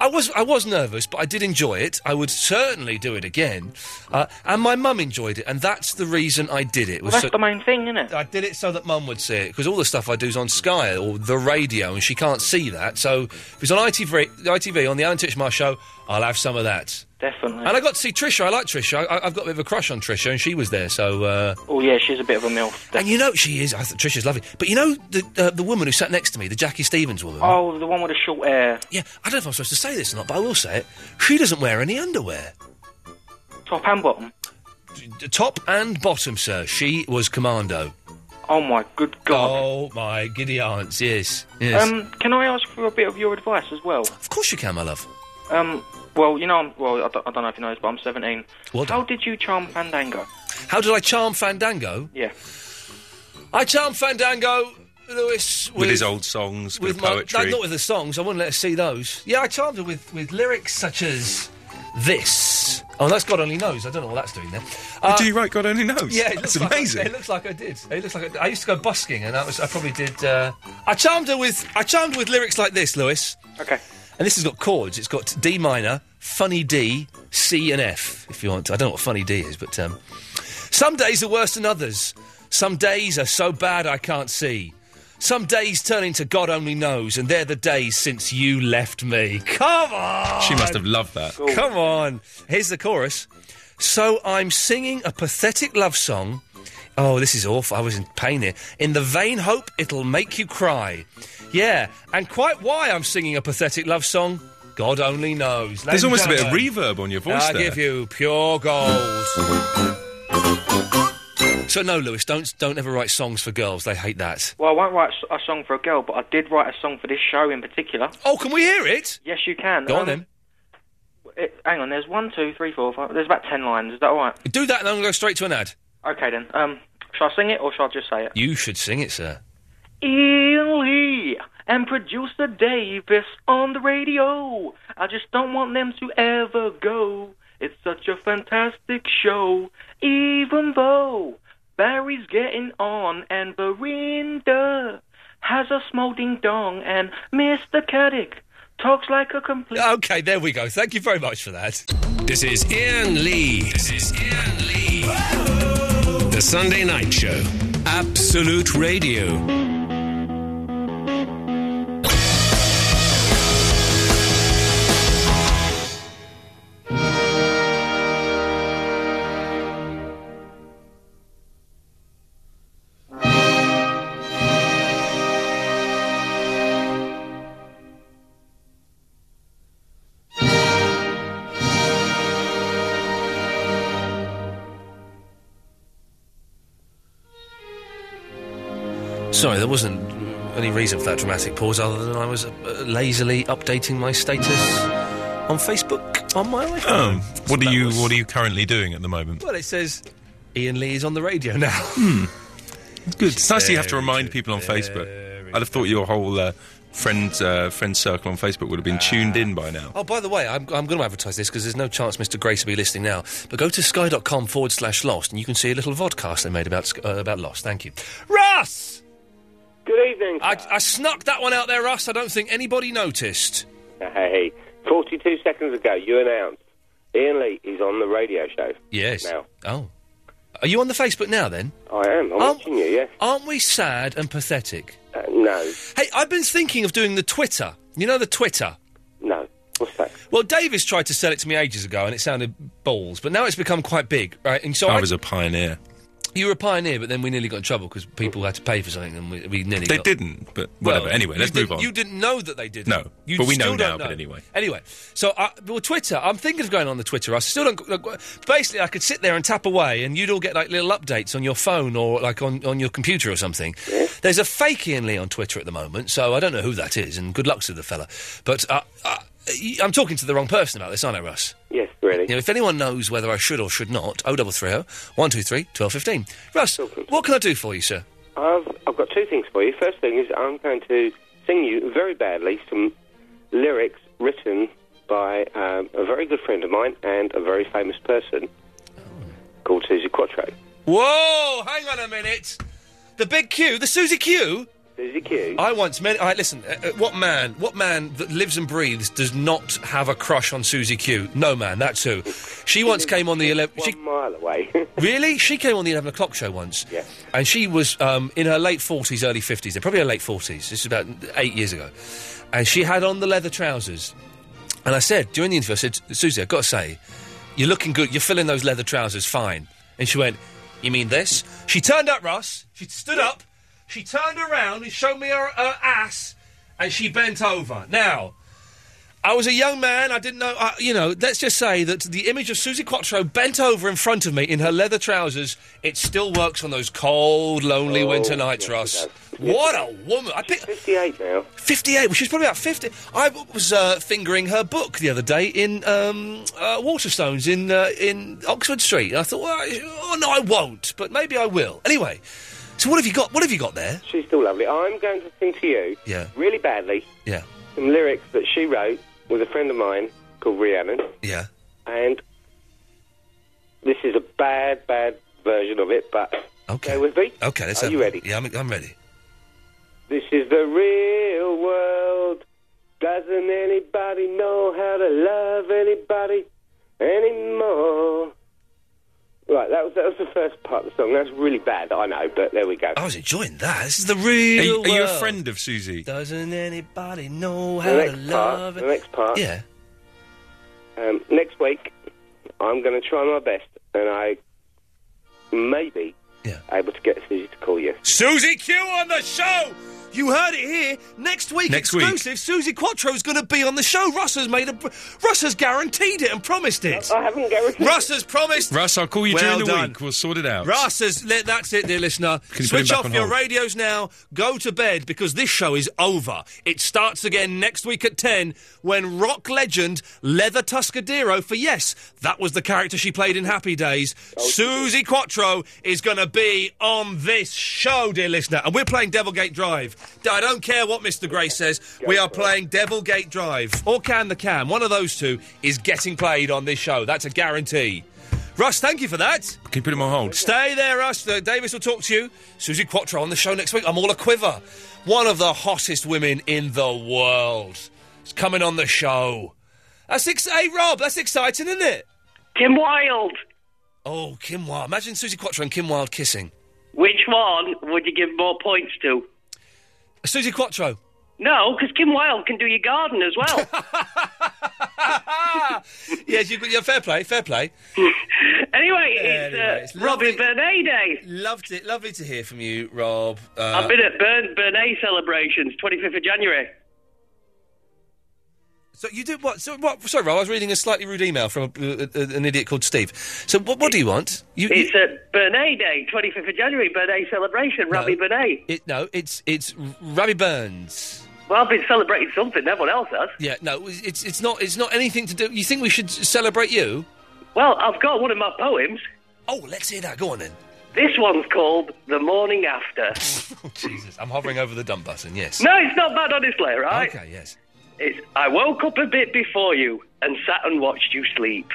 I was I was nervous, but I did enjoy it. I would certainly do it again. Uh, and my mum enjoyed it, and that's the reason I did it. it Well, was that's so- the main thing, isn't it? I did it so that Mum would see it because all the stuff I do is on Sky or the radio, and she can't see that. So if it's on ITV, ITV on the Alan Titchmarsh show, I'll have some of that. Definitely. And I got to see Trisha. I like Trisha. I, I- I've got a bit of a crush on Trisha, and she was there. So, uh, Oh yeah, she's a bit of a milf. and you know she is. I th- Trisha's lovely. But you know the uh, the woman who sat next to me, the Jackie Stevens woman. Oh, the one with the short hair. Yeah, I don't know if I'm supposed to say this or not, but I will say it. She doesn't wear any underwear. Top and bottom. D- top and bottom, sir. She was commando. Oh my good god. Oh my giddy aunts. Yes. Yes. Um, can I ask for a bit of your advice as well? of course you can, my love. Um, well, you know, I'm, well, I don't, I don't know if you know this, but I'm 17. Well How did you charm Fandango? How did I charm Fandango? Yeah. I charm Fandango, Lewis, with, his old songs, with, my- poetry. no, not with the songs. I wouldn't let her see those. Yeah, I charmed her with, with lyrics such as this. Oh, that's God only knows. I don't know what that's doing there. Uh, Oh, do you write God only knows? Ah. Yeah, That's it looks like I- amazing. it looks like I did. It looks like I, I used to go busking, and that was I probably did. Uh, I charmed her with I charmed her with lyrics like this, Lewis. Okay. And this has got chords. It's got D minor, funny D, C and F. If you want, to. I don't know what funny D is, but um, some days are worse than others. Some days are so bad I can't see. Some days turn into God only knows, and they're the days since you left me. Come on! She must have loved that. Come on. Here's the chorus. So I'm singing a pathetic love song. Oh, this is awful. I was in pain here. In the vain hope it'll make you cry. Yeah, and quite why I'm singing a pathetic love song, God only knows. There's Ladies and almost a bit of gentlemen, reverb on your voice I there. give you pure gold. So no, Lewis, don't don't ever write songs for girls. They hate that. Well, I won't write a song for a girl, but I did write a song for this show in particular. Oh, can we hear it? Yes, you can. Go on Um, then. It, hang on, there's one, two, three, four, five. There's about ten lines. Is that all right? Do that, and then we'll go straight to an ad. Okay then. Um, shall I sing it or shall I just say it? You should sing it, sir. Ian Lee and producer Davis on the radio. I just don't want them to ever go. It's such a fantastic show, even though Barry's getting on and Verinda has a small ding dong and Mr. Caddick talks like a complete. Okay, there we go. Thank you very much for that. This is Ian Lee. This is Ian Lee. The Sunday Night Show. Absolute Radio. Sorry, there wasn't any reason for that dramatic pause other than I was uh, lazily updating my status on Facebook on my iPhone. Um, what are you What are you currently doing at the moment? Well, it says Ian Lee is on the radio now. Hmm. Good. It's nice that you have to Very remind people on Facebook. I'd have thought your whole uh, friend uh, friend circle on Facebook would have been tuned in by now. Oh, by the way, I'm, I'm going to advertise this because there's no chance Mr. Grace will be listening now. But go to sky.com forward slash lost and you can see a little vodcast they made about, Sk- uh, about lost. Thank you. Russ! Good evening. I, I snuck that one out there, Russ. I don't think anybody noticed. Uh, Hey, 42 seconds ago, you announced Ian Lee is on the radio show. Yes. Now, Oh. Are you on the Facebook now then? I am. I'm Oh. Aren't- watching you, yes. Aren't we sad and pathetic? Uh, no, Hey, I've been thinking of doing the Twitter. You know the Twitter? no. What's that? Well, Davis tried to sell it to me ages ago and it sounded balls, but now it's become quite big, right? And so I I, was a pioneer. You were a pioneer, but then we nearly got in trouble because people had to pay for something, and we, we nearly They got- didn't, but whatever. Well, anyway, you let's move didn't- on. You didn't know that they did. No, you but we still know now, don't but anyway. anyway. So, I, well, Twitter. I'm thinking of going on the Twitter. I still don't. look, Basically, I could sit there and tap away, and you'd all get like little updates on your phone or like on, on your computer or something. There's a fake Ian Lee on Twitter at the moment, so I don't know who that is, and good luck to the fella. But uh, uh, y- I'm talking to the wrong person about this, aren't I, Russ? Yes, really. You know, if anyone knows whether I should or should not, 0330 123 1215. Russ, what can I do for you, sir? I've I've got two things for you. First thing is I'm going to sing you very badly some lyrics written by um, a very good friend of mine and a very famous person called Susie Quattro. Whoa! Hang on a minute. The big Q, the Susie Q. Susie Q. I once met. I listen. Uh, uh, what man? What man that lives and breathes does not have a crush on Susie Q? No man. That's who. She once came on the eleven. One mile away. really? She came on the eleven o'clock show once. Yeah. And she was um, in her late forties, early fifties. They're probably her late forties. This is about eight years ago, and she had on the leather trousers. And I said during the interview, I said, Susie, I've got to say, you're looking good. You're filling those leather trousers fine. And she went, You mean this? She turned up, Russ. She stood up. She turned around and showed me her, her ass. And she bent over. Now, I was a young man. I didn't know. I, you know, let's just say that the image of Susie Quattro bent over in front of me in her leather trousers, it still works on those cold, lonely winter nights, Russ. What a woman! I pick, 58 now. 58. Well, she's probably about 50. I w- was uh, fingering her book the other day in um, uh, Waterstones in uh, in Oxford Street. I thought, well, I- oh no, I won't, but maybe I will. Anyway, so what have you got? What have you got there? She's still lovely. I'm going to sing to you Yeah. really badly Yeah. some lyrics that she wrote with a friend of mine called Rhiannon. Yeah. And this is a bad, bad version of it, but okay. bear with me. Okay, let's Are have you it. ready? Yeah, I'm, I'm ready. This is the real world. Doesn't anybody know how to love anybody anymore? Right, that was, that was the first part of the song. That's really bad, I know, but there we go. I was enjoying that. This is the real Are you, are you a world. friend of Susie? Doesn't anybody know The how to next love part. The next part. Yeah. Um, next week, I'm going to try my best, and I maybe able to get Susie to call you. Susie Q on the show! You heard it here. Next week, Next week. exclusive, Susie Quattro's going to be on the show. Russ has made a. pr- Russ has guaranteed it and promised it. I haven't guaranteed Russ has promised. Russ, I'll call you Well during the done. week. We'll sort it out. Russ has. li- That's it, dear Can you listener. put Switch him back off on your hold? radios now. Go to bed because this show is over. It starts again next week at 10 when rock legend Leather Tuscadero, for yes, that was the character she played in Happy Days, Susie Quattro is going to be on this show, dear listener. And we're playing Devilgate Drive. I don't care what Mr. Gray says, we are playing Devilgate Drive. Or Can the Can. One of those two is getting played on this show. That's a guarantee. Russ, thank you for that. Can you put him on hold? Stay there, Russ. Uh, Davis will talk to you. Susie Quattro on the show next week. I'm all a quiver. One of the hottest women in the world. is coming on the show. That's ex- hey, Rob, that's exciting, isn't it? Kim Wilde. Oh, Kim Wilde. Imagine Susie Quattro and Kim Wilde kissing. Which one would you give more points to? Susie Quattro. No, because Kim Wilde can do your garden as well. yes, you've got yeah, fair play, fair play. anyway, it's, Anyway, uh, it's Robbie Bernay Day. Loved it, lovely to hear from you, Rob. Uh, I've been at Bern- Bernay celebrations, 25th of January. So you did what? So what? Sorry, Rob. I was reading a slightly rude email from a, uh, uh, an idiot called Steve. So what? What do you want? You, you- it's at Bernay Day, 25th of January, Bernay celebration, Robbie Bernay. It, no, it's it's R- Robbie Burns. Well, I've been celebrating something, no one else has. Yeah, no, it's it's not it's not anything to do. You think we should s- celebrate you? Well, I've got one of my poems. Oh, let's hear that. Go on then. This one's called The Morning After. Oh, Jesus, I'm hovering over the dump button. Yes. no, it's not bad, honestly, right? Okay. Yes. It's, I woke up a bit before you and sat and watched you sleep.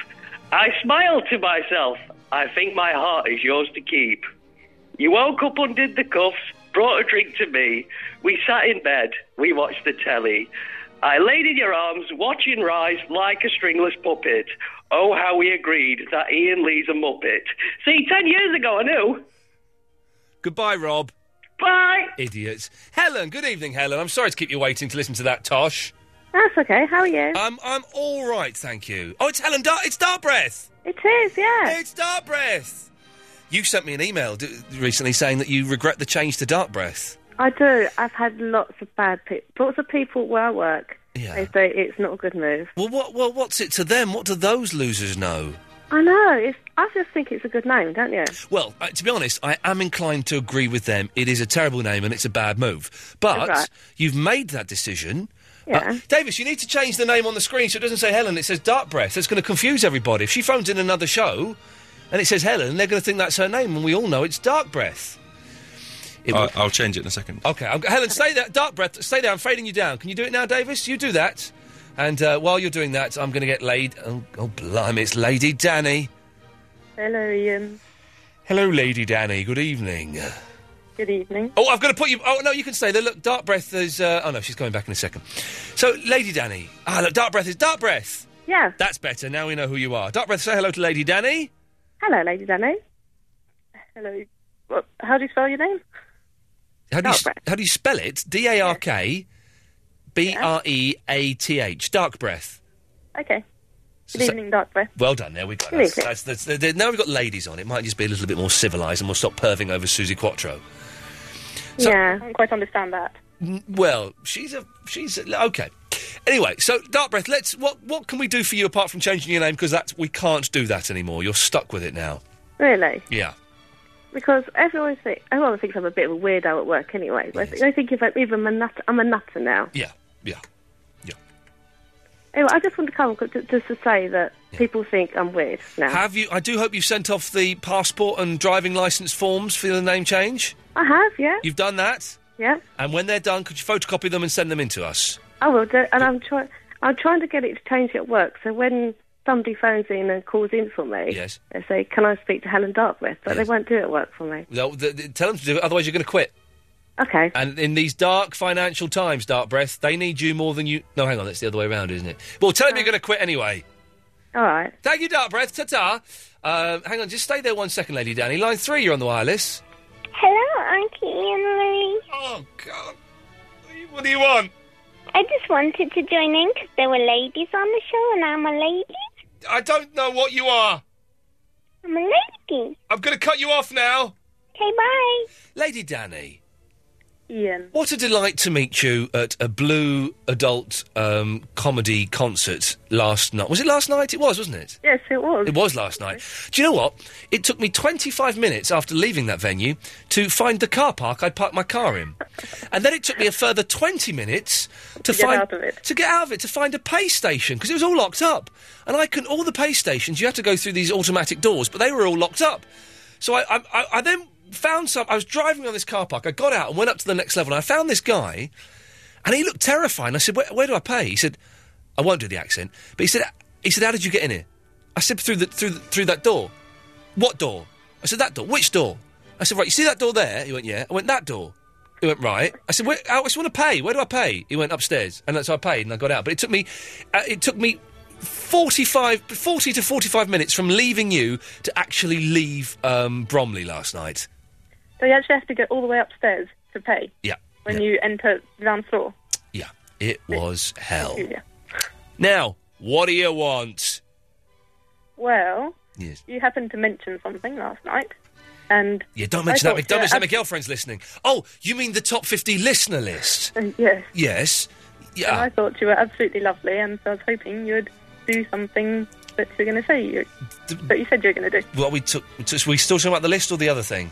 I smiled to myself. I think my heart is yours to keep. You woke up, undid the cuffs, brought a drink to me. We sat in bed. We watched the telly. I laid in your arms, watching rise like a stringless puppet. Oh, how we agreed that Ian Lee's a muppet. See, ten years ago I knew. Goodbye, Rob. Bye. Idiots. Helen. Good evening, Helen. I'm sorry to keep you waiting to listen to that, Tosh. That's okay. How are you? Um, I'm all right, thank you. Oh, it's Helen. Dar- it's Dar Breath. It is, yeah. It's Dar Breath. You sent me an email d- recently saying that you regret the change to dark breath. I do. I've had lots of bad people. Lots of people where I work. They say it's not a good move. Well, what, well, what's it to them? What do those losers know? I know. It's, I just think it's a good name, don't you? Well, uh, to be honest, I am inclined to agree with them. It is a terrible name and it's a bad move. But Right. you've made that decision. Uh, Yeah. Davis, you need to change the name on the screen so it doesn't say Helen, it says Dark Breath. That's going to confuse everybody. If she phones in another show and it says Helen, they're going to think that's her name and we all know it's Dark Breath. I, I'll change it in a second. Okay, I'm, Helen, stay there. Dark breath, stay there. I'm fading you down. Can you do it now, Davis? You do that. And uh, while you're doing that, I'm going to get laid. Oh, oh, blimey, it's Lady Danny. Hello, Ian. Hello, Lady Danny. Good evening. Good evening. Oh, I've got to put you. Oh no, you can stay there. Look, dark breath is. Uh, oh no, she's coming back in a second. So, Lady Danny. Ah, look, dark breath is dark breath. Yeah. That's better. Now we know who you are. Dark breath. Say hello to Lady Danny. Hello, Lady Danny. Hello. What, how do you spell your name? How do you s- how do you spell it? D A R K B R E A T H. Dark breath. Okay. So- Good evening, Dark Breath. Well done. There we go. Really? That's, that's, that's, there- there- now we've got ladies on. It might just be a little bit more civilised, and we'll stop perving over Susie Quattro. So- yeah, I don't quite understand that. N- Well, she's a she's a, okay. Anyway, so dark breath. Let's what what can we do for you apart from changing your name? Because that's we can't do that anymore. You're stuck with it now. Really? Yeah. Because everyone, think, everyone thinks I'm a bit of a weirdo at work anyway. They think- They think if I'm even a nut, I'm a nutter now. Yeah. Yeah. Anyway, I just want to come to, just to say that people think I'm weird now. Have you? I do hope you sent off the passport and driving license forms for the name change. I have, yeah. You've done that, Yeah, and when they're done, could you photocopy them and send them in to us? I will do. And I'm, try- I'm trying to get it to change at work. So when somebody phones in and calls in for me, Yes. they say, can I speak to Helen Dartmouth? But they won't do it at work for me. They'll- they- they- tell them to do it, otherwise you're going to quit. Okay. And in these dark financial times, Dark Breath, they need you more than you. No, hang on, that's the other way around, isn't it? Well, tell them you're going to quit anyway. All right. Thank you, Dark Breath. Ta ta. Uh, hang on, just stay there one second, Lady Danny. Line three, you're on the wireless. Hello, Auntie Anne Marie. Oh, God. What do you want? I just wanted to join in because there were ladies on the show and I'm a lady. I don't know what you are. I'm a lady. I'm going to cut you off now. Okay, bye. Lady Danny, Ian. what a delight to meet you at a blue adult um, comedy concert last night. Was it last night? It was, wasn't it? Yes, it was. It was last night. Do you know what? It took me 25 minutes after leaving that venue to find the car park I'd parked my car in. and then it took me a further 20 minutes to, get find out of it. to get out of it to find a pay station because it was all locked up. And I can all the pay stations you had to go through these automatic doors, but they were all locked up. So I I, I, I then found some I was driving on this car park. I got out and went up to the next level and I found this guy and he looked terrifying. I said, where, where do I pay? He said, I won't do the accent, but he said, he said, how did you get in here? I said, through the, through the, through that door. What door? I said, that door. Which door? I said, right, you see that door there? He went, yeah. I went, that door. He went, right. I said, where, I just want to pay. Where do I pay? He went, upstairs. And that's so I paid and I got out. But it took me, uh, it took me 45, 40 to 45 minutes from leaving you to actually leave um, Bromley last night. So you actually have to go all the way upstairs to pay Yeah, when you enter the ground floor. yeah. It was hell. Yeah. Now, what do you want? Well, Yes. you happened to mention something last night, and Yeah, don't I mention that. thought, Don't yeah, mention that. I- My girlfriend's listening. Oh, you mean the top 50 listener list? uh, yes, Yes. and Yeah. I thought you were absolutely lovely, and so I was hoping you'd do something that you're going to say you, that you said you were going to do. Well, we took. we took- we still talking about the list or the other thing?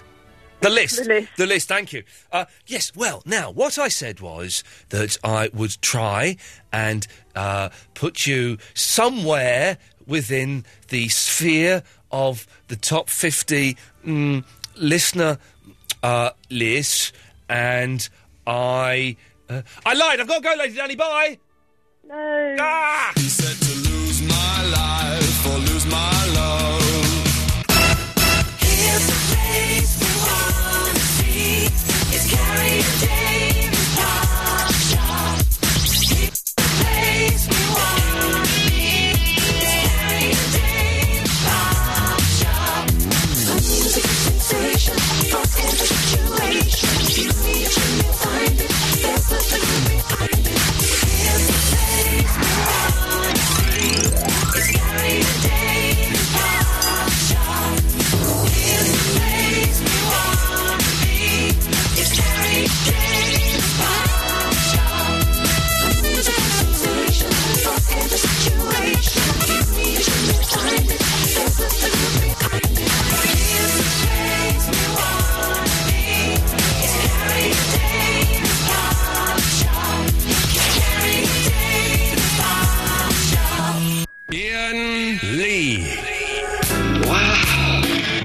The list. The list. The list. Thank you. Uh, yes. Well, now what I said was that I would try and uh, put you somewhere within the sphere of the top fifty mm, listener uh, list, and I. Uh, I lied. I've got to go, Lady Danny. Bye. No. Ah! Lose my life or lose my love.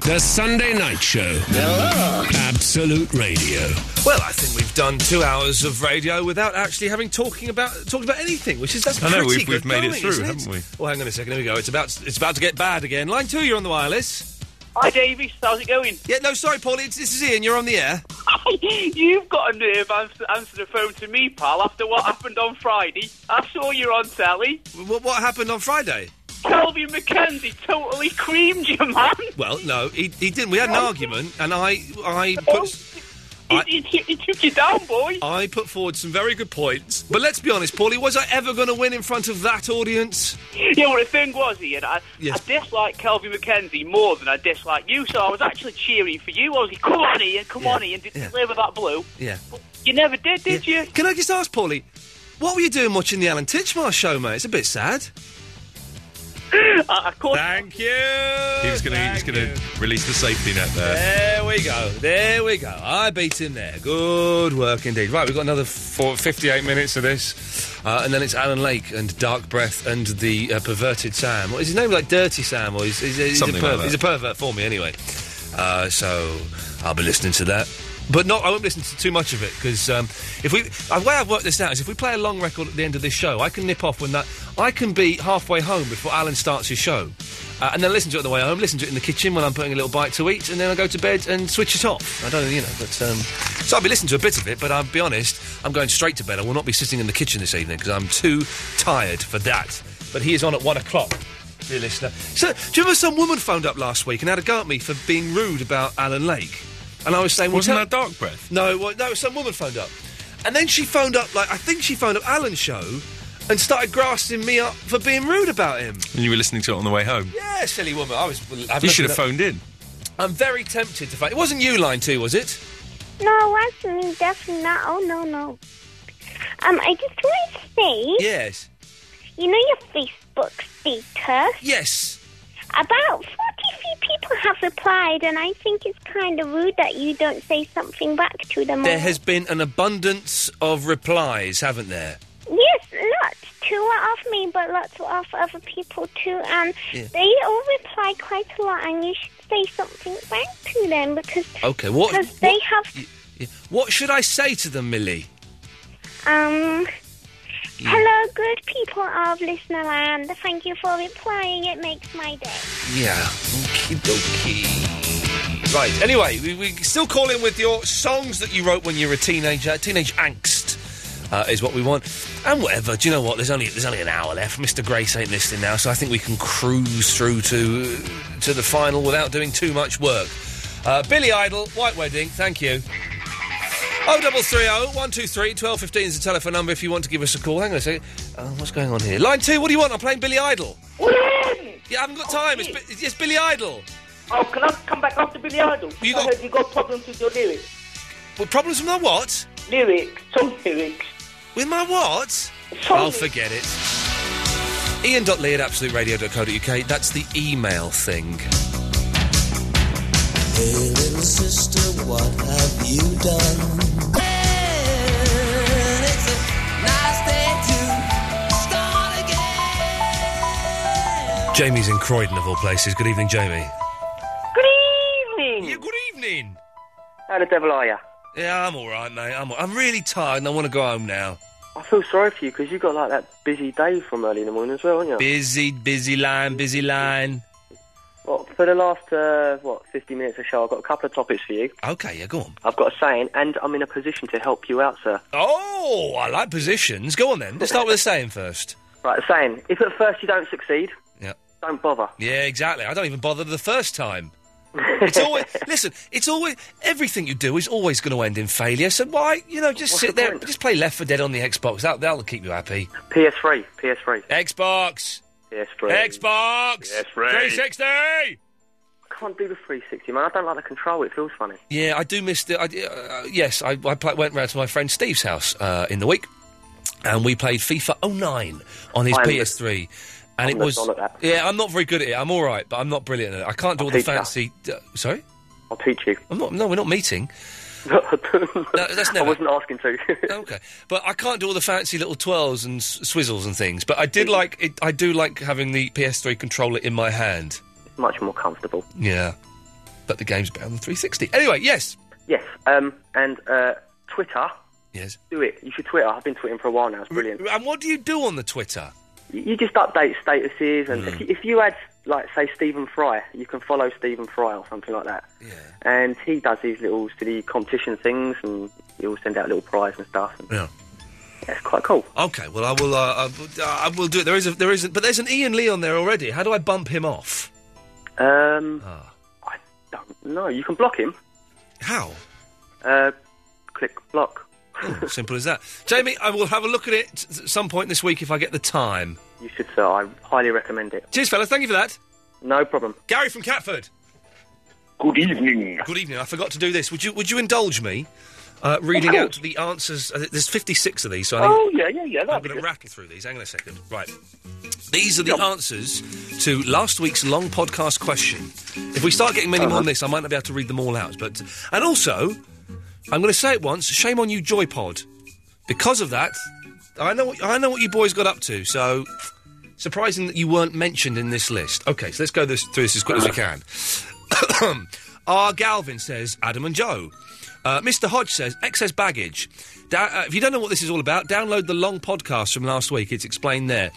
The Sunday Night Show. Absolute Radio. Well, I think we've done two hours of radio without actually having talking about talked about anything, which is that's I know, pretty we've- good we've made it going, through, isn't haven't we? Oh, hang on a second. Here we go. It's about it's about to get bad again. Line two, you're on the wireless. Hi, Davies. How's it going? Yeah, no, sorry, Paul. It's, this is Ian. You're on the air. You've got a nerve answer, answer the phone to me, pal, after what happened on Friday. I saw you on telly. What, what happened on Friday? Kelvin McKenzie totally creamed you, man. Well, no, he, he didn't. We had an argument, and I I put. I, he took you down, boy. I put forward some very good points, but let's be honest, Paulie. Was I ever going to win in front of that audience? Yeah, well, the thing was, Ian, I, Yes. I dislike Kelvin McKenzie more than I dislike you, so I was actually cheering for you. I was like, come on, Ian, come on, Ian, did yeah. deliver that blue. Yeah. You never did, did you? Can I just ask, Paulie, what were you doing watching the Alan Titchmarsh show, mate? It's a bit sad. I, I caught Thank you. He was going to he's going to release the safety net there. There we go. There we go. I beat him there. Good work indeed. Right, we've got another four, 58 minutes of this. Uh, and then it's Alan Lake and Dark Breath and the uh, perverted Sam. What is his name? Like Dirty Sam? Or he's, he's, he's Something a pervert. like that. He's a pervert for me anyway. Uh, so I'll be listening to that. But not, I won't listen to too much of it because um, if we, the way I've worked this out is if we play a long record at the end of this show, I can nip off when that, I can be halfway home before Alan starts his show, uh, and then listen to it on the way home, listen to it in the kitchen when I'm putting a little bite to eat, and then I go to bed and switch it off. I don't, you know, but um, so I'll be listening to a bit of it, but I'll be honest, I'm going straight to bed. I will not be sitting in the kitchen this evening because I'm too tired for that. But he is on at one o'clock dear listener. So, do you remember some woman phoned up last week and had a go at me for being rude about Alan Lake? And I was saying, well, Wasn't tell- that Dark Breath? No, well, no, some woman phoned up. And then she phoned up, like, I think she phoned up Alan's show and started grassing me up for being rude about him. And you were listening to it on the way home. Yeah, silly woman. I was. well, I've you should looked have it up. phoned in. I'm very tempted to phone. It wasn't you, line two, was it? No, it wasn't me. Definitely not. Oh, no, no. Um, I just want to say, Yes. you know your Facebook status? Yes. About 43 people have replied, and I think it's kind of rude that you don't say something back to them. There all. has been an abundance of replies, haven't there? Yes, lots. Two are off me, but lots were off other people too, and Yeah. they all reply quite a lot, and you should say something back to them because Okay, what- because they have What should I say to them, Millie? um. Hello, good people of Listenerland. Thank you for replying. It makes my day. Yeah, okie dokie. Right, anyway, we, we still call in with your songs that you wrote when you were a teenager. Teenage angst uh, is what we want. And whatever, do you know what? There's only there's only an hour left. Mr. Grace ain't listening now, so I think we can cruise through to, uh, to the final without doing too much work. Uh, Billy Idol, White Wedding, thank you. Oh, 0330 123 1215 is the telephone number if you want to give us a call. Hang on a second. Uh, what's going on here? Line two, what do you want? I'm playing Billy Idol. Yeah, I haven't got time. It's, Bi- it's Billy Idol. Oh, can I come back after Billy Idol? You I heard you got problems with your lyrics. Well, problems with my what? Lyrics, song lyrics. With my what? I'll forget it. Ian.lee at absoluteradio.co.uk. That's the email thing. Hey, little sister, what have you done? It's a nice day to start again. Jamie's in Croydon, of all places. Good evening, Jamie. Good evening. good evening. How the devil are you? Yeah, I'm all right, mate. I'm, all- I'm really tired and I want to go home now. I feel sorry for you because you got like that busy day from early in the morning as well, haven't you? Busy, busy line, busy line. Well, for the last uh, what fifty minutes or so, I've got a couple of topics for you. Okay, yeah, go on. I've got a saying, and I'm in a position to help you out, sir. Oh, I like positions. Go on then. Let's start with a saying first. Right, the saying: If at first you don't succeed, Yeah. don't bother. Yeah, exactly. I don't even bother the first time. it's always listen. It's always everything you do is always going to end in failure. So why, you know, just What's sit the there, point? just play Left for Dead on the Xbox. That that'll keep you happy. PS3, PS3, Xbox, PS3, Xbox, PS3. 360. I can't do the 360, man. I don't like the control. It feels funny. Yeah, I do miss the. I, uh, yes, I, I pla went round to my friend Steve's house uh, in the week, and we played FIFA 09 on his I'm- PS3. And I'm it not was dull at that. yeah, I'm not very good at it. I'm all right, but I'm not brilliant at it. I can't do all the teach you. fancy. d- sorry, I'll teach you. I'm not. No, we're not meeting. no, that's never- I wasn't asking to. okay. But I can't do all the fancy little twirls and s- swizzles and things. But I did like it. I do like having the PS3 controller in my hand. Much more comfortable. Yeah. But the game's better on the 360. Anyway, yes. Yes, um, and uh, Twitter. Yes. Do it. You should Twitter. I've been tweeting for a while now. It's brilliant. And what do you do on the Twitter? Hmm. You you just update statuses, and if, you, if you had, like, say, Stephen Fry, you can follow Stephen Fry or something like that. Yeah. And he does these little silly competition things, and he'll send out little prize and stuff. And Yeah. yeah, it's quite cool. Okay, well, I will. Uh, I, will- uh, I will do it. There is, a, there is, a, but there's an Ian Lee on there already. How do I bump him off? Um, Ah. I don't know. You can block him. How? Uh, click block. Hmm, Simple as that. Jamie, I will have a look at it s- at some point this week if I get the time. You should, sir. I highly recommend it. Cheers, fellas. Thank you for that. No problem. Gary from Catford. Good evening. Good evening. I forgot to do this. Would you Would you indulge me uh, reading out the answers? Uh, there's 56 of these, so I think Oh, yeah, yeah, yeah. I'm going to rattle through these. Hang on a second. Right. These are the answers to last week's long podcast question. If we start getting many more on this, I might not be able to read them all out. But and also, I'm going to say it once. Shame on you, JoyPod. Because of that, I know what, I know what you boys got up to. So surprising that you weren't mentioned in this list. Okay, so let's go this, through this as quick as we can. R. Galvin says Adam and Joe. Uh, Mr. Hodge says excess baggage. Da- uh, if you don't know what this is all about, download the long podcast from last week. It's explained there.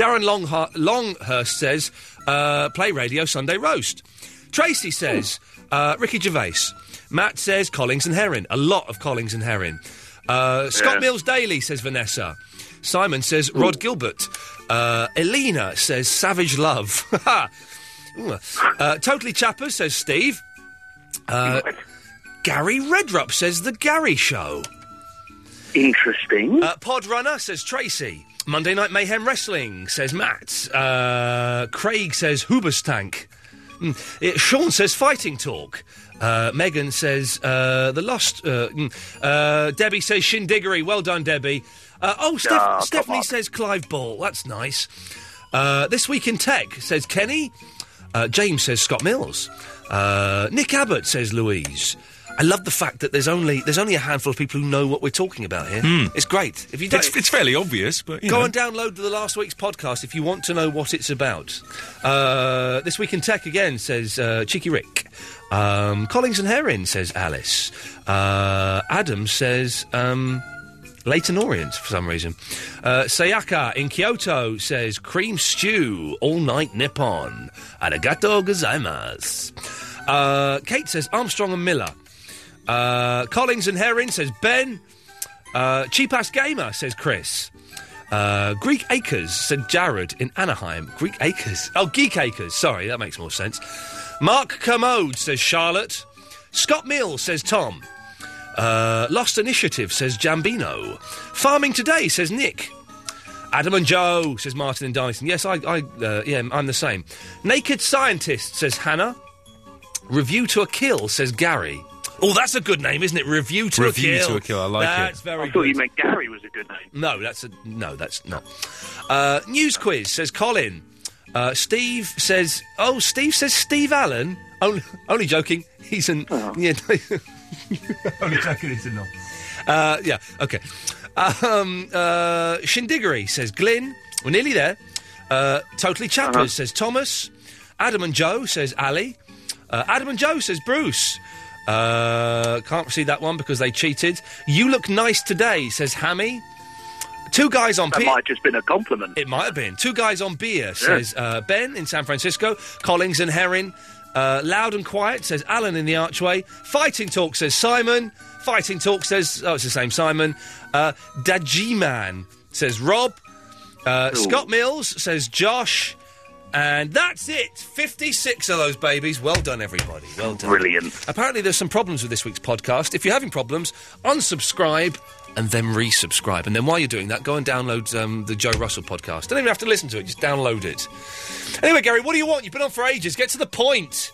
Darren Longhar- Longhurst says uh, play radio Sunday roast. Tracy says uh, Ricky Gervais. Matt says Collings and Herring. A lot of Collings and Herring. Uh, Scott Yeah. Mills Daily says Vanessa. Simon says Rod Gilbert. Uh, Elena says Savage Love. Ooh. uh, totally Chappers says Steve. Uh, Gary Redrup says The Gary Show. Interesting. Uh, Pod Runner says Tracy. Monday Night Mayhem Wrestling says Matt. Uh, Craig says Hoobastank. Mm, uh, Sean says Fighting Talk. Uh, Megan says uh, The Lost. Uh, mm, uh, Debbie says Shindiggery. Well done, Debbie. Uh, oh, Steph- Ah, come Stephanie says Clive Ball. That's nice. Uh, this Week in Tech says Kenny. Uh, James says Scott Mills. Uh, Nick Abbott says Louise. I love the fact that there's only there's only a handful of people who know what we're talking about here. Hmm. It's great. If you don't, It's, it's fairly obvious, but you Go know. and download the last week's podcast if you want to know what it's about. Uh, this week in tech again says uh, Cheeky Rick. Um, Collings and Herring says Alice. Uh, Adam says um, Leighton Orient for some reason. Uh, Sayaka in Kyoto says cream stew all night Nippon. Arigato gozaimasu. Uh, Kate says Armstrong and Miller. Uh, Collings and Herring says Ben. Uh, Cheap ass gamer says Chris. Uh, Greek Acres said Jared in Anaheim. Greek Acres. Oh, Geek Acres. Sorry, that makes more sense. Mark Commode says Charlotte. Scott Mills says Tom. Uh, Lost Initiative says Jambino. Farming Today says Nick. Adam and Joe says Martin and Dyson. Yes, I, I uh, yeah, I'm the same. Naked Scientist says Hannah. Review to a Kill says Gary. Oh, that's a good name, isn't it? Review to Review a Kill. to a Kill, I like it. That's very I thought good. you meant Gary was a good name. No, that's a no. That's not. Uh, news quiz says Colin. Uh, Steve says, "Oh, Steve says Steve Allen." Only, only joking. He's an Oh. yeah. no- only joking. He's a knob. Uh, yeah. Okay. Um, uh, Shindiggery says Glyn. We're nearly there. Uh, totally Chappers says Thomas. Adam and Joe says Ali. Uh, Adam and Joe says Bruce. Uh, can't see that one because they cheated. You look nice today, says Hammy. Two guys on That P- might have just been a compliment. It might have been. Two guys on beer, says uh, Ben in San Francisco. Collings and Herring. Uh, loud and quiet, says Alan in the archway. Fighting Talk, says Simon. Fighting Talk says, oh, it's the same Simon. Uh, Daji Man, says Rob. Uh, Scott Mills, says Josh. And that's it. 56 of those babies. Well done, everybody. Well done. Brilliant. Apparently, there's some problems with this week's podcast. If you're having problems, unsubscribe and then resubscribe. And then while you're doing that, go and download um, the Joe Russell podcast. Don't even have to listen to it, just download it. Anyway, Gary, what do you want? You've been on for ages. Get to the point.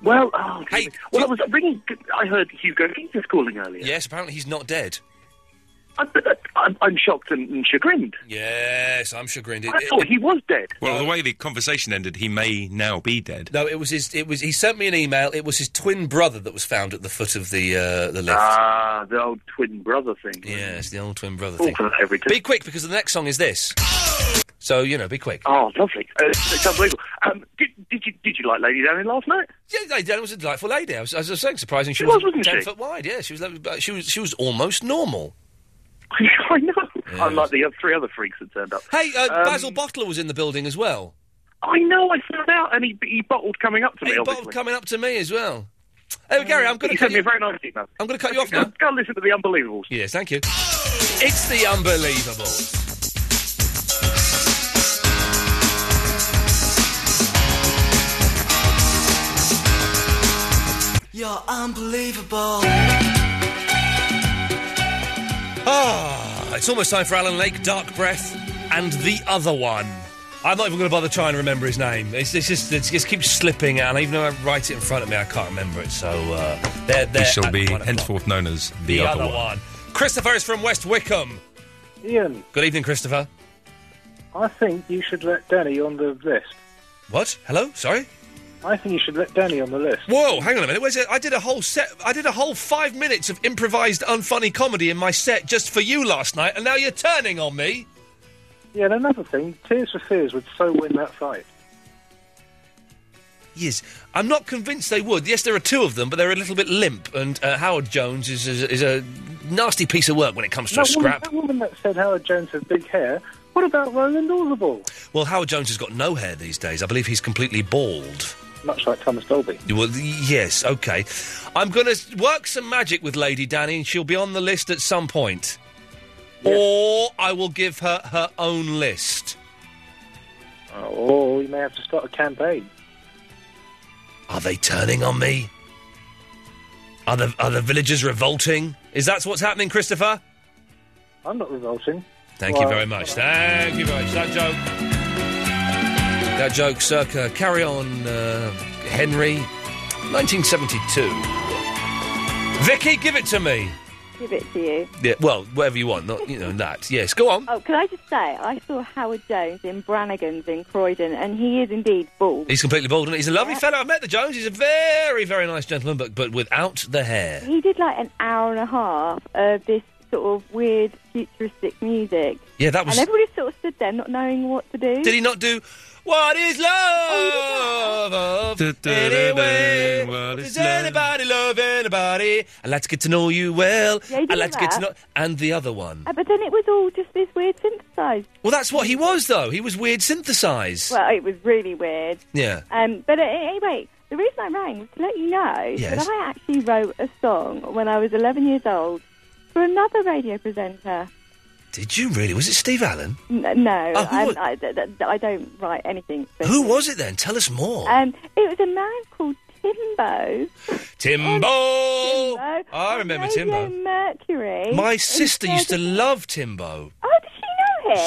Well, oh, hey, well, I was ringing. I heard Hugo King was calling earlier. Yes, apparently he's not dead. I, am I'm shocked and, and chagrined. Yes, I'm chagrined. It- I it- thought he was dead. Well, the way the conversation ended, he may now be dead. No, Oh, it was his. It was. He sent me an email. It was his twin brother that was found at the foot of the uh, the lift. Ah, the old twin brother thing. Oh, uh, Yes, the old twin brother thing. Everything. Be quick because the next song is this. So you know, be quick. Oh, lovely! Uh, it's unbelievable. Um, did, did you did did you like Lady Down in last night? Yeah, Lady Down was a delightful lady. I was, as I was saying, surprising. She, She was, wasn't wasn't ten she? foot wide. Yeah, she was. like- but She was. She was almost normal. I know. Unlike the other three other freaks that turned up. Hey, uh, Um, Basil Bottler was in the building as well. I know. I found out, and he he bottled coming up to me. He obviously. bottled coming up to me as well. Hey, Gary, I'm going to He cut sent me you. a very nice email. I'm going to cut you off now. Go and listen to the Unbelievables. Yes, thank you. It's the unbelievable. You're unbelievable. Ah, it's almost time for Alan Lake, Dark Breath, and the other one. I'm not even going to bother trying to remember his name. It's, it's just it just keeps slipping, and even though I write it in front of me, I can't remember it. So uh, there, there. He shall at be one o'clock. henceforth known as the, the other one. Christopher is from West Wickham. Ian, Good evening, Christopher. I think you should let Danny on the list. What? Hello? Sorry? I think you should let Danny on the list. Whoa, hang on a minute. Where's it? I did a whole set. I did a whole five minutes of improvised, unfunny comedy in my set just for you last night, and now you're turning on me. Yeah, and another thing, Tears for Fears would so win that fight. Yes, I'm not convinced they would. Yes, there are two of them, but they're a little bit limp. And uh, Howard Jones is, is, is a nasty piece of work when it comes to a That woman, scrap. that woman that said Howard Jones has big hair, what about Roland Orzabal? Well, Howard Jones has got no hair these days. I believe he's completely bald. Much like Thomas Dolby. Well, y- yes, okay. I'm going to work some magic with Lady Danny, and she'll be on the list at some point. Or I will give her her own list. Oh, we may have to start a campaign. Are they turning on me? Are the are the villagers revolting? Is that what's happening, Christopher? I'm not revolting. Thank you Well, very much. Thank you very much. That joke. That joke, circa Carry On uh, Henry, 1972. Vicky, give it to me. Give it to you. Yeah, well, whatever you want, not you know that. Yes, go on. Oh, can I just say, I saw Howard Jones in Brannigan's in Croydon, and he is indeed bald. He's completely bald, and he's a lovely fellow. I've met the Jones. He's a very, very nice gentleman, but but without the hair. He did like an hour and a half of this sort of weird futuristic music. Yeah, that was. And everybody sort of stood there not knowing what to do. Did he not do What is Oh, love? of anyway, does anybody love anybody? I'd like to get to know you well. Yeah, he did I'd like to get to that. know. And the other one. Uh, but then it was all just this weird synthesised. Well, that's what he was, though. He was weird synthesized. Well, it was really weird. yeah. Um, but uh, anyway, the reason I rang was to let you know Yes. that I actually wrote a song when I was 11 years old for another radio presenter. Did you really? Was it Steve Allen? N- no, Oh, who I'm- was- I, th- th- I don't write anything. for- Who was it then? Tell us more. Um, it was a man called Timbo. Timbo! Timbo. Mm. Oh, I remember Radio Timbo. Mercury. My sister Instead used to love Timbo. of him.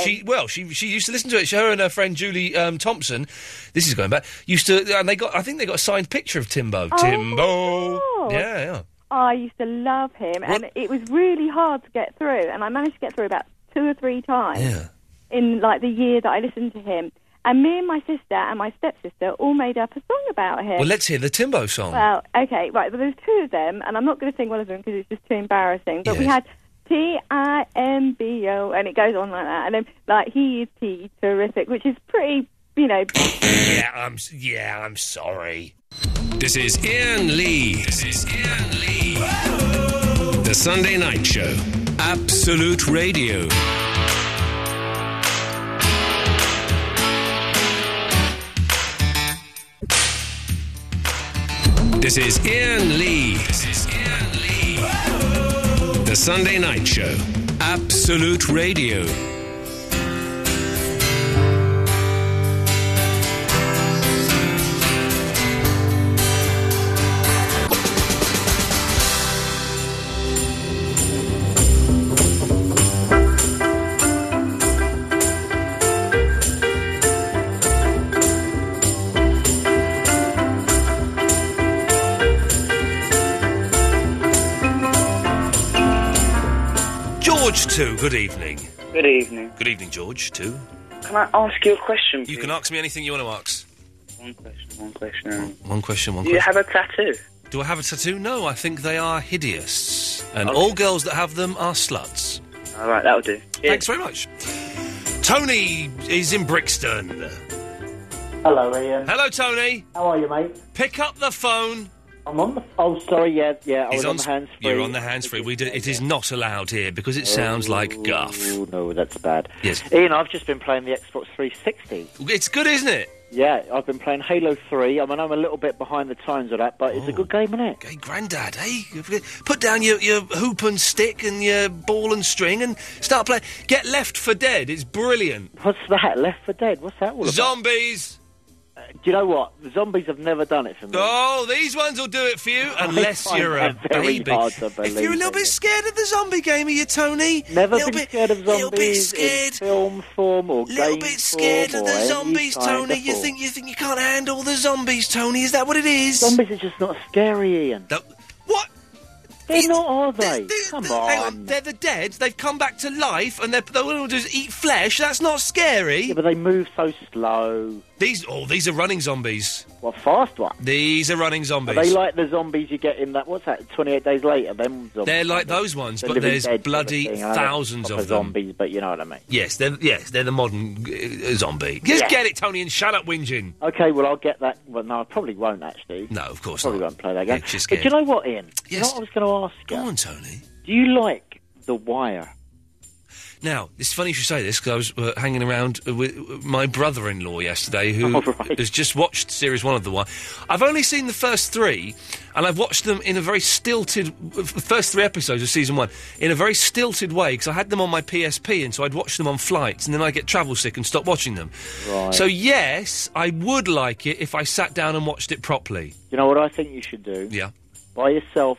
She well, she she used to listen to it. She- Her and her friend Julie um, Thompson, this is going back, used to, and they got. I think they got a signed picture of Timbo. Oh, Timbo, God. yeah, yeah. I used to love him, and What- it was really hard to get through. And I managed to get through about two or three times in like the year that I listened to him. And me and my sister and my stepsister all made up a song about him. Well, let's hear the Timbo song. Well, okay, right. But there's two of them, and I'm not going to sing one of them because it's just too embarrassing. But we Yes. had T I M B O, and it goes on like that. And then like he is T terrific, which is pretty, you know. Yeah, I'm. s- Yeah, I'm sorry. This is Ian Lee. This is Ian Lee. The Sunday Night Show, Absolute Radio. This is Ian Lee. This is Ian Lee. The Sunday Night Show, Absolute Radio. George too. Good evening. Good evening. Good evening, George too. Can I ask you a question? You can ask me anything you want to ask. One question, one question. One question, one Do you question. have a tattoo? Do I have a tattoo? No, I think they are hideous, and all girls that have them are sluts. All right, that'll do. Thanks very much. Tony is in Brixton. Hello, Ian. Hello, Tony. How are you, mate? Pick up the phone. I'm on the. Oh, sorry. Yeah, yeah. I He's was on, the s- hands free. You're on the hands free. We do. It is not allowed here because it sounds like guff. Oh no, that's bad. Yes, Ian, I've just been playing the Xbox 360. it's good, isn't it? Yeah, I've been playing Halo 3. I mean, I'm a little bit behind the times of that, but Oh. it's a good game, isn't it? Hey, Grandad, hey, put down your, your hoop and stick and your ball and string and start playing. Get Left for Dead. It's brilliant. What's that? Left for Dead? What's that all about? Zombies. Do you know what? The zombies have never done it for me. Oh, these ones will do it for you unless find you're a that very baby. hard to if you're a believe, little bit scared of the zombie game, are you, Tony? Never little been bit, scared of little bit zombies in scared. film form or Little game bit scared form of or the any zombies, kind Tony. of You form. think you think you can't handle the zombies, Tony? Is that what it is? Zombies are just not scary, Ian. What? They're not, are they? Come on. Hang on, they're the dead. They've come back to life, and they're, they're all they do is eat flesh. That's not scary. Yeah, but they move so slow. These, oh, these are running zombies. What fast one? These are running Are zombies. they like the zombies you get in that? What's that? Twenty eight days later. Them zombies. They're like those ones, The but Living there's Dead sort of bloody thing, aren't they? thousands Proper of them. zombies, but you know what I mean. Yes, they're yes, they're the modern uh, zombie. Just Yeah. get it, Tony, and shut up, whinging. Okay, well I'll get that. Well, no, I probably won't actually. No, of course probably not. won't play that game. It's just but do you good. know what, Ian? Do You know Yes. what I was going to ask you. Go on, Tony. Do you like The Wire? Now, it's funny you should say this because I was uh, hanging around uh, with uh, my brother-in-law yesterday, who has just watched series one of the one. I've only seen the first three, and I've watched them in a very stilted uh, f- first three episodes of season one in a very stilted way because I had them on my PSP, and so I'd watch them on flights, and then I get travel sick and stop watching them. Right. So yes, I would like it if I sat down and watched it properly. You know what I think you should do? Yeah. Buy yourself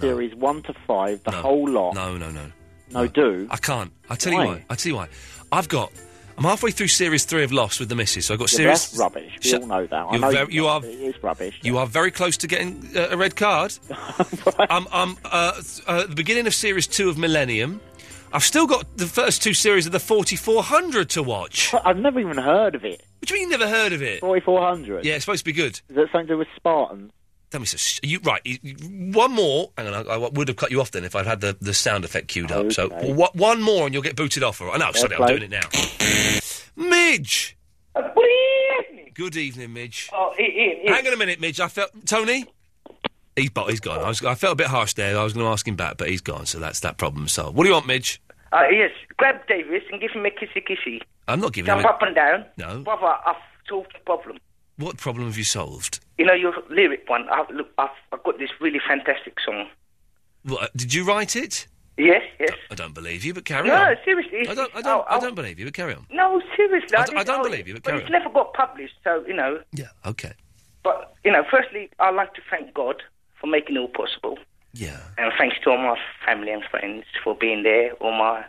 series one to five, the whole lot. No, no, no. No, do. I can't. I tell Why? you why. I tell you why. I've got. I'm halfway through series three of Lost with the missus, so I've got Yeah, but series. that's rubbish. We all know that. I You're know very- you are. It's rubbish. You are very close to getting uh, a red card. I'm, I'm uh, th- uh, at the beginning of series two of Millennium. I've still got the first two series of the 4400 to watch. I've never even heard of it. What do you mean you never heard of it? 4400. Yeah, it's supposed to be good. Is that something to do with Spartans? Tell me, so sh- you right? you- you- One more. Hang on, I, I would have cut you off then if I'd had the, the sound effect queued up. So Okay. wha- one more and you'll get booted off. All right? No, Fair sorry, play. I'm doing it now. Midge. Uh, Good evening, Midge. Oh, Hang on a minute, Midge. I felt Tony. He's, bo- he's gone. I, was, I felt a bit harsh there. I was going to ask him back, but he's gone. So that's that problem solved. What do you want, Midge? Uh, yes, grab Davis and give him a kissy kissy. I'm not giving Jump him. up and down. No. Brother, I've solved the problem. A- what problem have you solved? You know, your lyric one, I've, look, I've, I've got this really fantastic song. What, uh, did you write it? Yes, yes. I don't believe you, but carry no, on. seriously. I don't. I don't. I'll- I I'll- don't believe you, but carry on. No, seriously. I I, d- I didn't- don't believe you, but But carry it's on. never got published, so, you know. Yeah. Okay. But, you know, firstly, I'd like to thank God for making it all possible. Yeah. And thanks to all my family and friends for being there, all my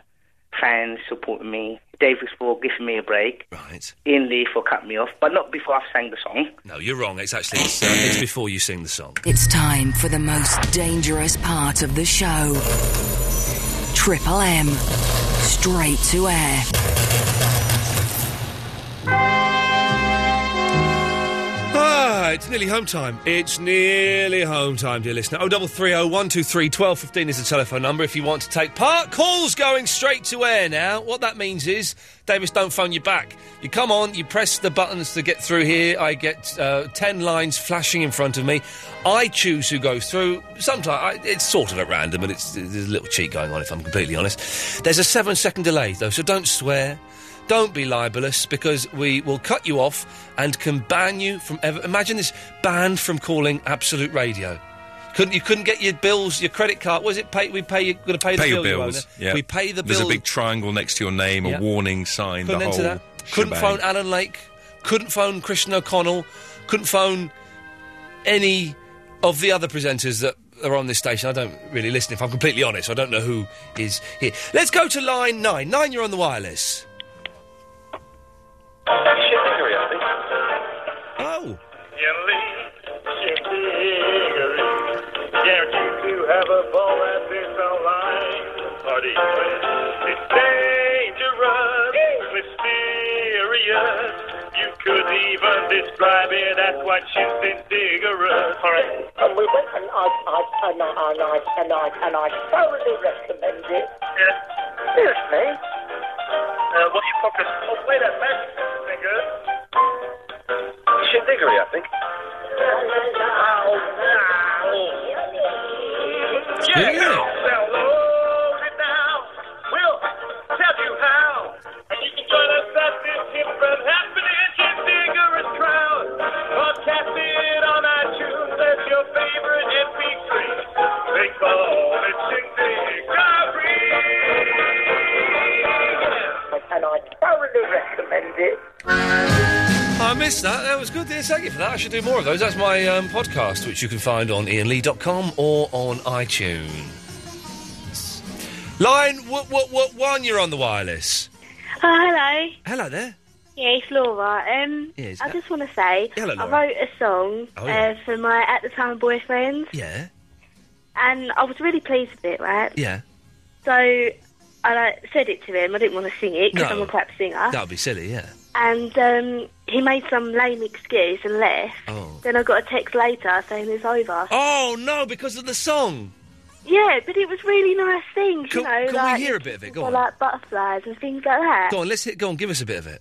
fans supporting me, Davis for giving me a break, right. Ian Lee for cutting me off, but not before I've sang the song. No, you're wrong. It's actually it's, uh, it's before you sing the song. It's time for the most dangerous part of the show. Triple M. Straight to air. Ah, it's nearly home time. It's nearly home time, dear listener. Oh, double three oh one two three twelve fifteen is the telephone number if you want to take part. Calls going straight to air now. What that means is, Davis, don't phone you back. You come on, you press the buttons to get through here. I get uh, ten lines flashing in front of me. I choose who goes through. Sometimes I, it's sort of at random, but it's there's a little cheat going on. If I'm completely honest, there's a seven second delay though, so don't swear. Don't be libelous because we will cut you off and can ban you from ever. Imagine this banned from calling Absolute Radio. Couldn't you couldn't get your bills, your credit card? Was it pay? We pay. You're going to pay the pay bill. your you owe bills. now. Yeah. We pay the There's bill. a big triangle next to your name, Yeah. a warning sign. couldn't the enter whole that. Couldn't shebang. phone Alan Lake. Couldn't phone Christian O'Connell. Couldn't phone any of the other presenters that are on this station. I don't really listen. If I'm completely honest, I don't know who is here. Let's go to line nine. Nine, you're on the wireless. Oh. you have a ball at this online party? It's dangerous, mysterious. You could even describe it as quite shit indigerous. All right. And we went and I, I, and I, and I, and I, and I thoroughly recommend it. Yes. Seriously? Uh, what are you focused on? Oh, wait a minute, finger. think. Yeah. Now load it down. We'll tell you how. And you can join us at this hip from happening in vigorous crowd. Broadcast it on iTunes as your favorite MP3. They call it Shindig And I thoroughly recommend it. I missed that. That was good. Yeah, Thank you for that. I should do more of those. That's my um, podcast, which you can find on ianlee.com or on iTunes. Line what what what one? You're on the wireless. Oh, hello. Hello there. Yeah, it's Laura. Um, Yes, I uh, just want to say hello, Laura. I wrote a song Oh, yeah. uh, for my at the time boyfriend, Yeah. and I was really pleased with it, right? Yeah. So I like, said it to him. I didn't want to sing it because No. I'm a crap singer. That would be silly. Yeah. And um, he made some lame excuse and left. Oh. Then I got a text later saying it's over. Oh no! Because of the song. Yeah, but it was really nice things, Can, you know. can like, we hear a bit of it? Go I on. like butterflies and things like that. Go on. Let's hit. Go on. Give us a bit of it.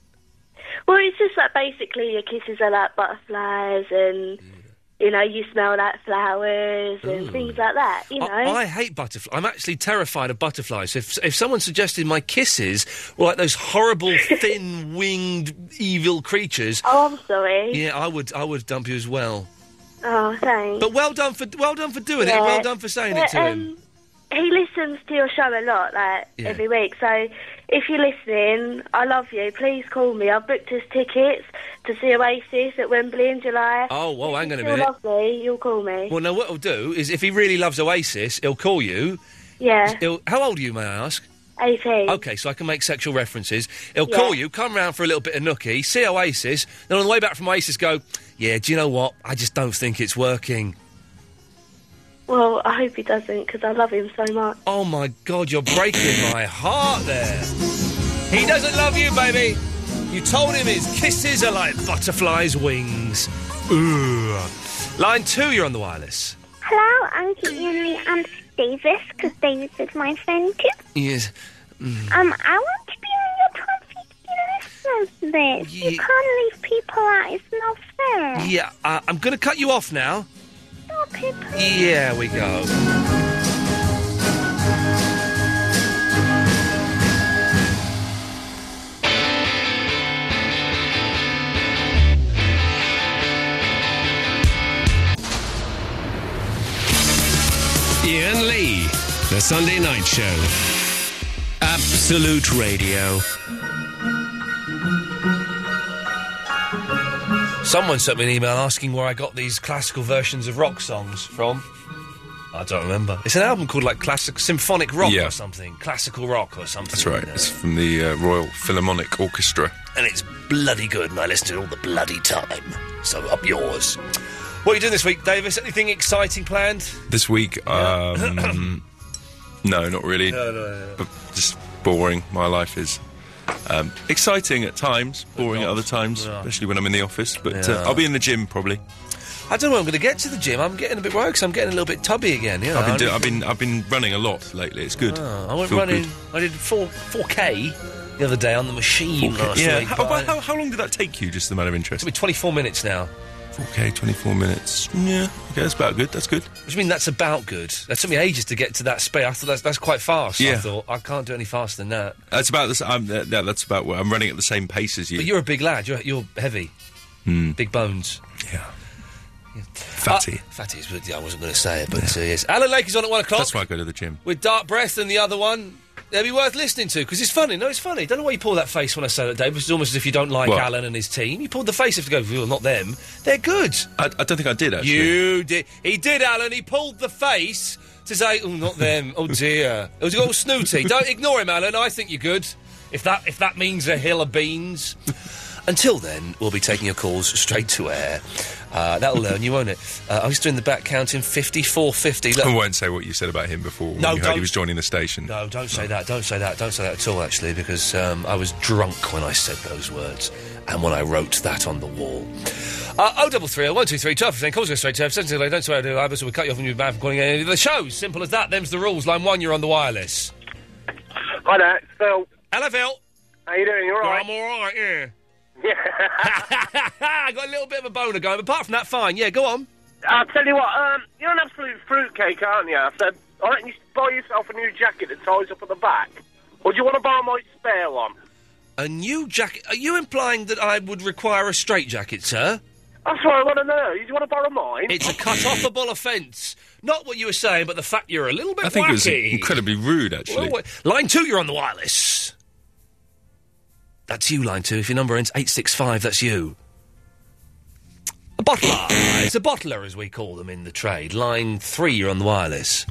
Well, it's just like basically your kisses are like butterflies, and you know you smell like flowers and Ooh. things like that. You know, I, I hate butterflies. I'm actually terrified of butterflies. If if someone suggested my kisses were like those horrible thin winged evil creatures, oh, I'm sorry. yeah, I would I would dump you as well. Oh, thanks. But well done for well done for doing it. and Well Yeah. done for saying But, it to him. um, He listens to your show a lot, like Yeah. every week. So if you're listening, I love you. Please call me. I've booked his tickets to see Oasis at Wembley in July. Oh, well, hang on a Still minute. love me. You'll call me. Well, now what he'll do is if he really loves Oasis, he'll call you. Yeah, He'll, how old are you, may I ask? 18. Okay, so I can make sexual references. He'll Yeah. call you, come round for a little bit of nookie, see Oasis, then on the way back from Oasis, go, yeah, do you know what? I just don't think it's working. Well, I hope he doesn't because I love him so much. Oh my god, you're breaking my heart there. He doesn't love you, baby. You told him his kisses are like butterflies' wings. Ooh. Line two, you're on the wireless. Hello, I'm Ian Lee and Davis, because Davis is my friend too. Yes. Um, I want to be on your top 50 listeners list. You can't leave people out, it's not fair. Yeah, uh, I'm going to cut you off now. Stop it, Yeah, we go. Ian Lee, The Sunday Night Show. Absolute Radio. Someone sent me an email asking where I got these classical versions of rock songs from. I don't remember. It's an album called like classic symphonic rock Yeah. or something, classical rock or something. That's right. It's from the uh, Royal Philharmonic Orchestra. and it's bloody good, and I listen to it all the bloody time. So up yours. What are you doing this week, Davis? Anything exciting planned? This week, um, no, not really. No, no, no, no. But just boring. My life is um, exciting at times, boring at other times, especially when I'm in the office. But Yeah. uh, I'll be in the gym probably. I don't know. I'm going to get to the gym. I'm getting a bit worried. 'cause I'm getting a little bit tubby again. Yeah, I've been, I do- need- I've been I've been running a lot lately. It's good. Oh, I went Feel running. good. I did four four k the other day on the machine last Yeah. week. How, but I- about how, how long did that take you? Just a matter of interest. It'll be 24 minutes now. Okay, 24 minutes. Yeah. Okay, that's about good. That's good. Which means that's about good. That took me ages to get to that space. I thought that's, that's quite fast. I Yeah. thought I can't do any faster than that. That's about this. I'm, that, that- that's about where I'm running at the same pace as you. But you're a big lad. You're you're heavy, Hmm. big bones. Yeah. Fatty. fatty is. but yeah, I wasn't going to say it, but uh, yes. Alan Lake is on at one o'clock That's why I go to the gym. with Dark Breath and the other one. They'll be worth listening to because it's funny. No, it's funny. Don't know why you pull that face when I say that, Dave. It's almost as if you don't like What? Alan and his team. You pulled the face if to go, well, not them. They're good. I, I don't think I did actually. You did. He did, Alan. He pulled the face to say, "Oh, not them. Oh dear." It was all snooty. Don't ignore him, Alan. I think you're good. If that if that means a hill of beans. Until then, we'll be taking your calls straight to air. Uh, that'll learn you, won't it? Uh, I was doing the back counting, fifty-four fifty. I won't say what you said about him before when No, you heard don't. he was joining the station. No, don't say that. Don't say that. Don't say that at all, actually, because um, I was drunk when I said those words and when I wrote that on the wall. Uh, 0330 123 1215. Calls go straight to 7 Don't swear to the so we'll cut you off when you're bad for calling any of the shows. Simple as that. Them's the rules. Line one, you're on the wireless. Hi there, it's Phil. Hello, Phil. How you doing? You all right? I'm all right, yeah. I got a little bit of a boner going. Apart from that, fine. Yeah, go on. I'll tell you what, um, you're an absolute fruitcake, aren't you? I said, I reckon you should buy yourself a new jacket that ties up at the back. Or do you want to borrow my spare one? A new jacket. Are you implying that I would require a straitjacket, sir? That's what I want to know. You want to borrow mine? It's a cut-offable offence. Not what you were saying, but the fact you're a little bit I think it was wacky. incredibly rude, actually. Well, what- line two, you're on the wireless. That's you, line two. If your number ends 865, that's you. A bottler. it's a bottler, as we call them in the trade. Line three, you're on the wireless.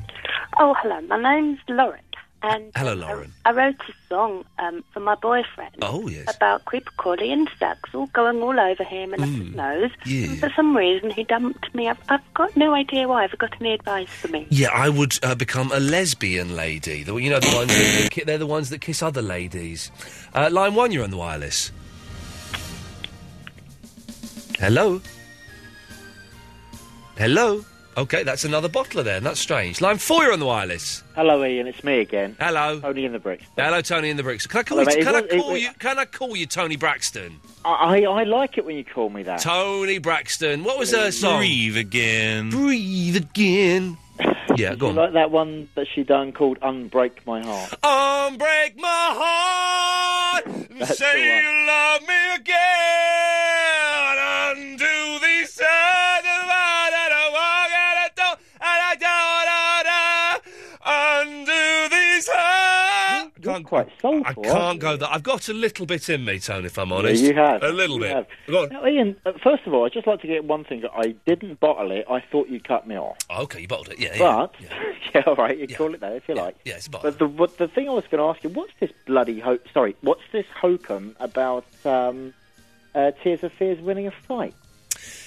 Oh, hello. My name's Lauren, and Hello, um, Lauren. I wrote a song um, for my boyfriend Oh, Uh, yes. about creepcrawly insects all going all over him and up his Mm. nose. Yeah. And for some reason, he dumped me. I've, I've got no idea why. Have you got any advice for me? Yeah, I would uh, become a lesbian lady. The, you know, the ones that, that ki- they're the ones that kiss other ladies. Uh, line one, you're on the wireless. Hello. Hello. Okay, that's another bottler there. and That's strange. Line four, you're on the wireless. Hello, Ian. It's me again. Hello. Tony in the bricks. Hello, Tony in the bricks. Can I call Hello, you? mate. Can It I was- it Ah. call was- you? Can I call you Tony Braxton? I, I I like it when you call me that. Tony Braxton. What was her song? Breathe again. Breathe again. Yeah, go you on. like that one that she done called "Unbreak My Heart." Um, break my heart and That's say the one. you love me again. Undo the sad of I that I walk and I don't- and I don't- I don't- Undo the sad. I can't quite I can't go that. I've got a little bit in me, Tone. If I'm honest, you have. a little You bit. have. Go on. Now, Ian, uh, first of all, I'd just like to get one thing. I didn't bottle it. I thought you cut me off. Oh, okay, you bottled it. Yeah, yeah. But, yeah, all right, you call it that if you like. Yeah, it's a bottle. But the, what, the thing I was going to ask you, what's this bloody ho- sorry, what's this hokum about um, uh, Tears of Fears winning a fight?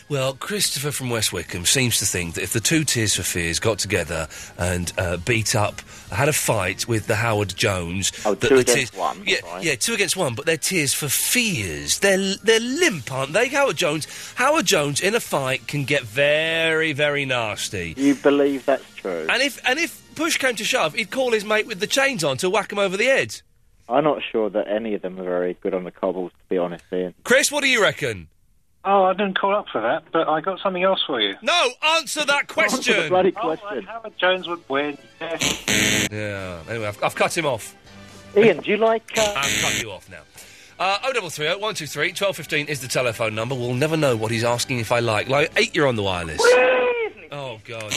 Well, Christopher from West Wickham seems to think that if the two Tears for Fears got together and uh, beat up, had a fight with the Howard Jones, oh, that two the against Tears- one, yeah, right. yeah, two against one, but they're Tears for Fears. They're they're limp, aren't they? Howard Jones, Howard Jones in a fight can get very very nasty. You believe that's true? And if and if push came to shove, he'd call his mate with the chains on to whack him over the head. I'm not sure that any of them are very good on the cobbles, to be honest, Ian. Chris, what do you reckon? Oh, I didn't call up for that, but I got something else for you. No, answer that question. Answer the bloody question. Howard Jones would win. Yeah. Anyway, I've, I've cut him off. Ian, do you like? Uh... I've cut you off now. Uh, 0330 123 1215 is the telephone number. We'll never know what he's asking if I like. Like eight, you're on the wireless. Oh God.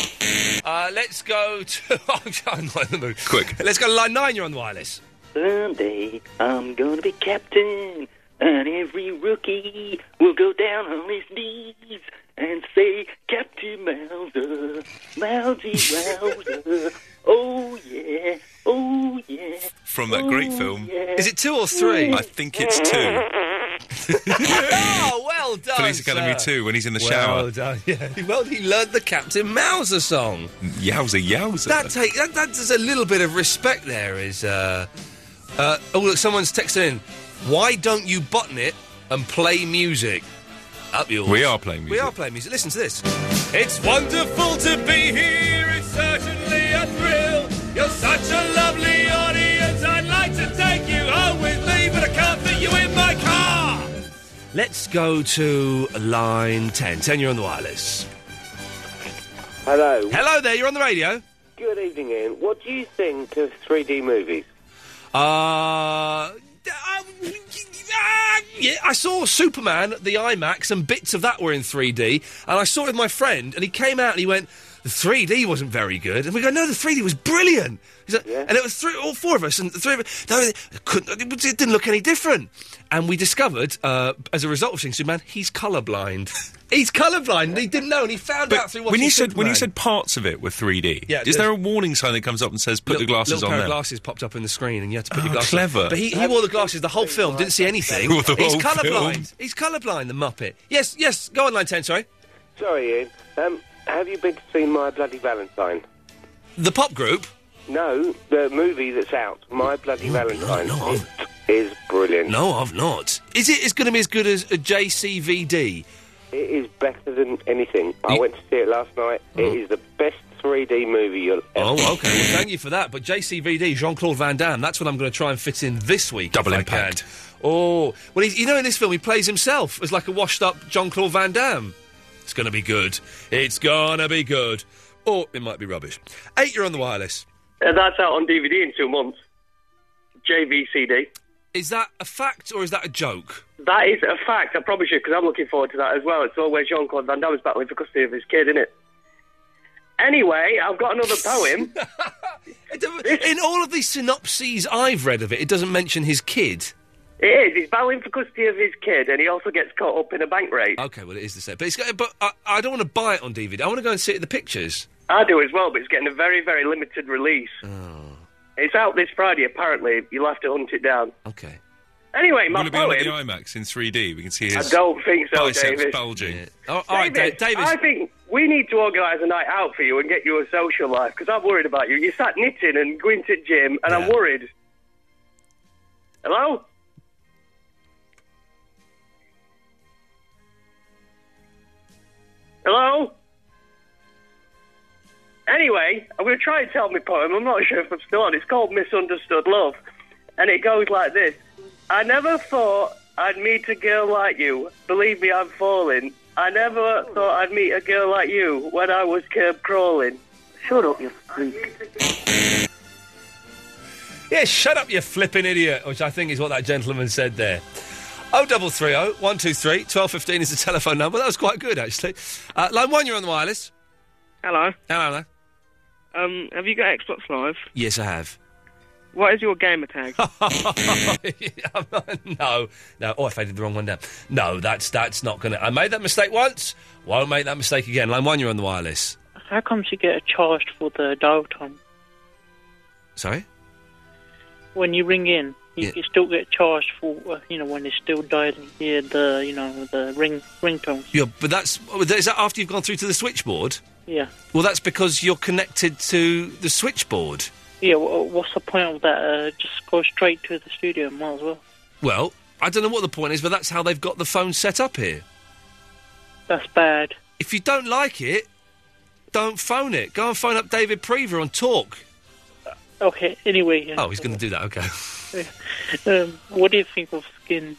Uh, let's go to. oh, I'm not in the mood. Quick. Let's go to line nine. You're on the wireless. Someday I'm gonna be captain, and every rookie will go down on his knees and say, Captain Mauser, Mousy Mauser, oh yeah, oh yeah. oh From that great film. Is it two or three? I think it's two. oh, well done. Police Academy sir. 2 when he's in the Well shower. done, yeah. Well, he learned the Captain Mauser song. Yowza, yowza. That take that, that there's a little bit of respect there is uh, uh oh look someone's texted in why don't you button it and play music up yours We are playing we music. are playing music listen to this it's wonderful to be here it's certainly a thrill you're such a lovely audience I'd like to take you home with me but I can't fit you in my car let's go to line 10 10 you're on the wireless Hello. hello there you're on the radio Good evening, Ian. What do you think of 3D movies? Uh, d- um, ah, yeah, I saw Superman at the IMAX, and bits of that were in 3D. And I saw it with my friend, and he came out and he went, "The 3D wasn't very good." And we go, "No, the 3D was brilliant." He's like, And it was three, all four of us, and the three of us. No, it, couldn't, it didn't look any different. And we discovered, uh, as a result of seeing Superman, he's colourblind. he's colourblind, and he didn't know, and he found out through watching when you said when you said Superman. parts of it were 3D, Yeah, is there a there's- warning sign that comes up and says put the Little- glasses little on pair now? of glasses popped up in the screen, and you had to put Oh, your glasses. clever. But he, he wore the glasses the whole film, didn't see anything. Wore the He's whole colourblind. film. He's colourblind. The Muppet. Yes, yes. Go on, line ten. Sorry, Sorry, Ian. Um, have you been to see My Bloody Valentine? the pop group. No, the movie that's out, My Bloody Valentine, is, is brilliant. No, I've not. Is it? Is going to be as good as uh, a JCVD? It is better than anything. I went to see it last night. Mm-hmm. It is the best 3D movie you'll ever. Oh, okay. Well, thank you for that. But JCVD, Jean Claude Van Damme. That's what I'm going to try and fit in this week. Double impact. Oh, well, he's, you know, in this film, he plays himself as like a washed-up John Claude Van Damme. It's going to be good. It's going to be good. Or it might be rubbish. Eight, you're on the wireless. Uh, that's out on DVD in two months. JVCD. Is that a fact or is that a joke? That is a fact, I promise you, because I'm looking forward to that as well. It's always Jean Claude Van Damme's battling for custody of his kid, isn't it? Anyway, I've got another poem. In all of the synopses I've read of it, it doesn't mention his kid. It is. He's battling for custody of his kid, and he also gets caught up in a bank raid. Okay, well, it is the same. But, it's, got- but I, I don't want to buy it on DVD. I want to go and see it in the pictures. I do as well, but it's getting a very, very limited release. It's out this Friday, apparently. You'll have to hunt it down. Okay. Anyway, my Will it be on poem. at the IMAX in 3D? We can see his I don't think so, biceps David. bulging. Oh, all right, David, Da- David. I think we need to organise a night out for you and get you a social life because I'm worried about you. You sat knitting and going to gym, and I'm worried. Hello? Hello? Anyway, I'm going to try and tell my poem. I'm not sure if I'm still on. It's called Misunderstood Love. And it goes like this I never thought I'd meet a girl like you. Believe me, I'm falling. I never thought I'd meet a girl like you when I was curb crawling. Shut up, you freak. Yeah, shut up, you flipping idiot, which I think is what that gentleman said there. Oh, 0330 123 1215 is the telephone number. That was quite good, actually. Uh, line one, you're on the wireless. Hello. Hello, hello. Um, have you got Xbox Live? Yes, I have. What is your gamer tag? no, no. Oh, I faded the wrong one down. No, that's that's not going to. I made that mistake once. Won't make that mistake again. Line one, you're on the wireless. uh, How comes you get charged for the dial tone Sorry? when you ring in? You, Yeah. you still get charged for uh, you know when it's still dialing here the you know the ring ringtones. Yeah, but that's. oh, Is that after you've gone through to the switchboard? Yeah, Well, that's because you're connected to the switchboard. yeah. wha- What's the point of that? Uh, just go straight to the studio, might as well. Well, I don't know what the point is, but that's how they've got the phone set up here. That's bad. If you don't like it, don't phone it. Go and phone up David Prever on Talk. Uh, Okay. Anyway, yeah. Oh, he's going to do that. Okay. um, what do you think of skin?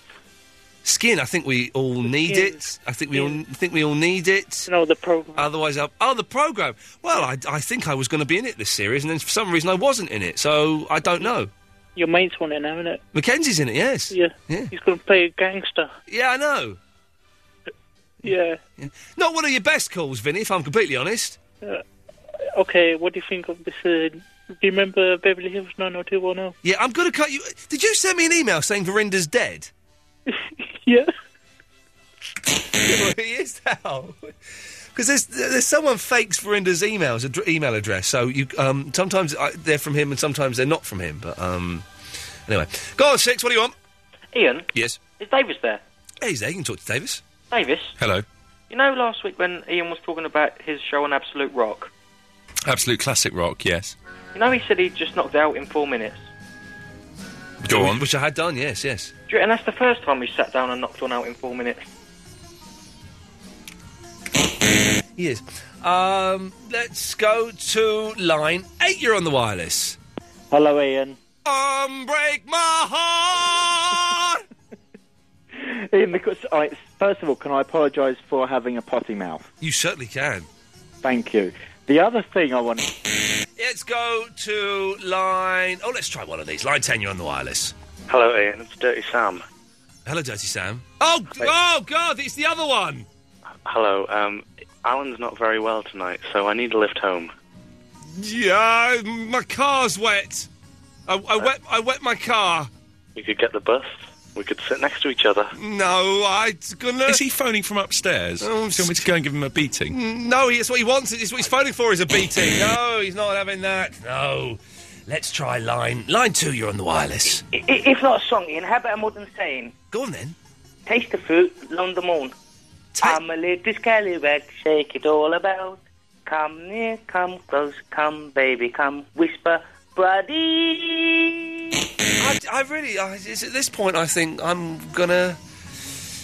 Skin. I think we all need Skin. it. I think we all I think we all need it. No, the program. Otherwise, I'll, oh, the program. Well, I, I think I was going to be in it this series, and then for some reason I wasn't in it. So I don't know. Your mate's on it now, isn't it? Mackenzie's in it. Yes. Yeah. Yeah. He's going to play a gangster. Yeah, I know. Yeah. Not one of your best calls, Vinny. If I'm completely honest. Uh, okay. What do you think of this? Uh, do you remember Beverly Hills 90210? Yeah, I'm going to cut you. Did you send me an email saying Verinda's dead? yeah. well, he is now. Because there's, there's someone fakes Verinda's emails ad- email address, so you um, sometimes I, they're from him and sometimes they're not from him. But um, anyway, go on six. What do you want? Ian, Yes, is Davis there? yeah, he's there. You can talk to Davis. Davis, Hello. you know last week when Ian was talking about his show on Absolute Rock? Absolute classic rock, yes. You know he said he just knocked it out in four minutes. Go on. Which I had done, yes, yes. Do you- And that's the first time he sat down and knocked one out in four minutes. He is. Um, let's go to line eight. You're on the wireless. Hello, Ian. Um, break my heart. Ian, because I, first of all, can I apologise for having a potty mouth? You certainly can. Thank you. The other thing I want to. Let's go to line. Oh, let's try one of these. Line ten. You're on the wireless. Hello, Ian. It's Dirty Sam. Hello, Dirty Sam. Oh, oh God! It's the other one. Hello. Um, Alan's not very well tonight, so I need a lift home. Yeah, my car's wet. I, I wet. I wet my car. We could Uh, get the bus. We could sit next to each other. No, I gonna. Is he phoning from upstairs? Do you want me to go and give him a beating? Mm, No, he- it's what he wants. It's what he's phoning for. Is a BT. No, he's not having that. No. Let's try line line two. You're on the wireless. I- i- If not a song, Ian, how about a modern saying? Go on then. Taste the fruit, loan the moon. I'm a little scallywag, shake it all about. Come near, come close, come baby, come whisper, buddy. I, I really, I, it's at this point, I think I'm gonna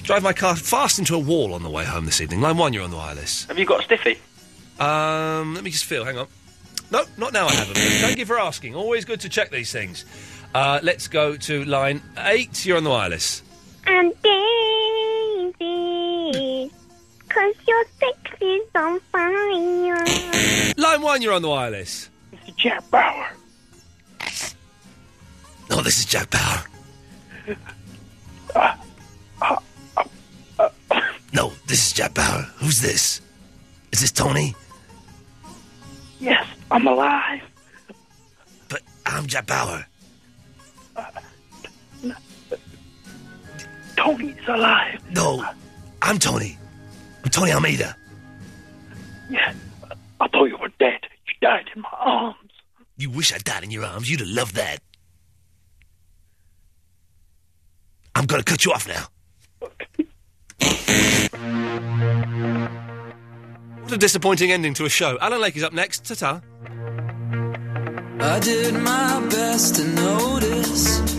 drive my car fast into a wall on the way home this evening. Line one, you're on the wireless. Have you got a stiffy? Um, let me just feel. Hang on. No, not now. I haven't. Thank you for asking. Always good to check these things. Uh, let's go to line eight. You're on the wireless. I'm Daisy, cause your sex is on fire. Line one. You're on the wireless. Mr. Jack Bauer. Oh, this is Jack Bauer. No, this is Jack Bauer. Who's this? Is this Tony? Yes, I'm alive. But I'm Jack Bauer. Tony's alive. No, I'm Tony. I'm Tony Almeida. Yeah, I thought you were dead. You died in my arms. You wish I died in your arms. You'd have loved that. I'm gonna cut you off now. What a disappointing ending to a show. Alan Lake is up next. Ta ta. I did my best to notice.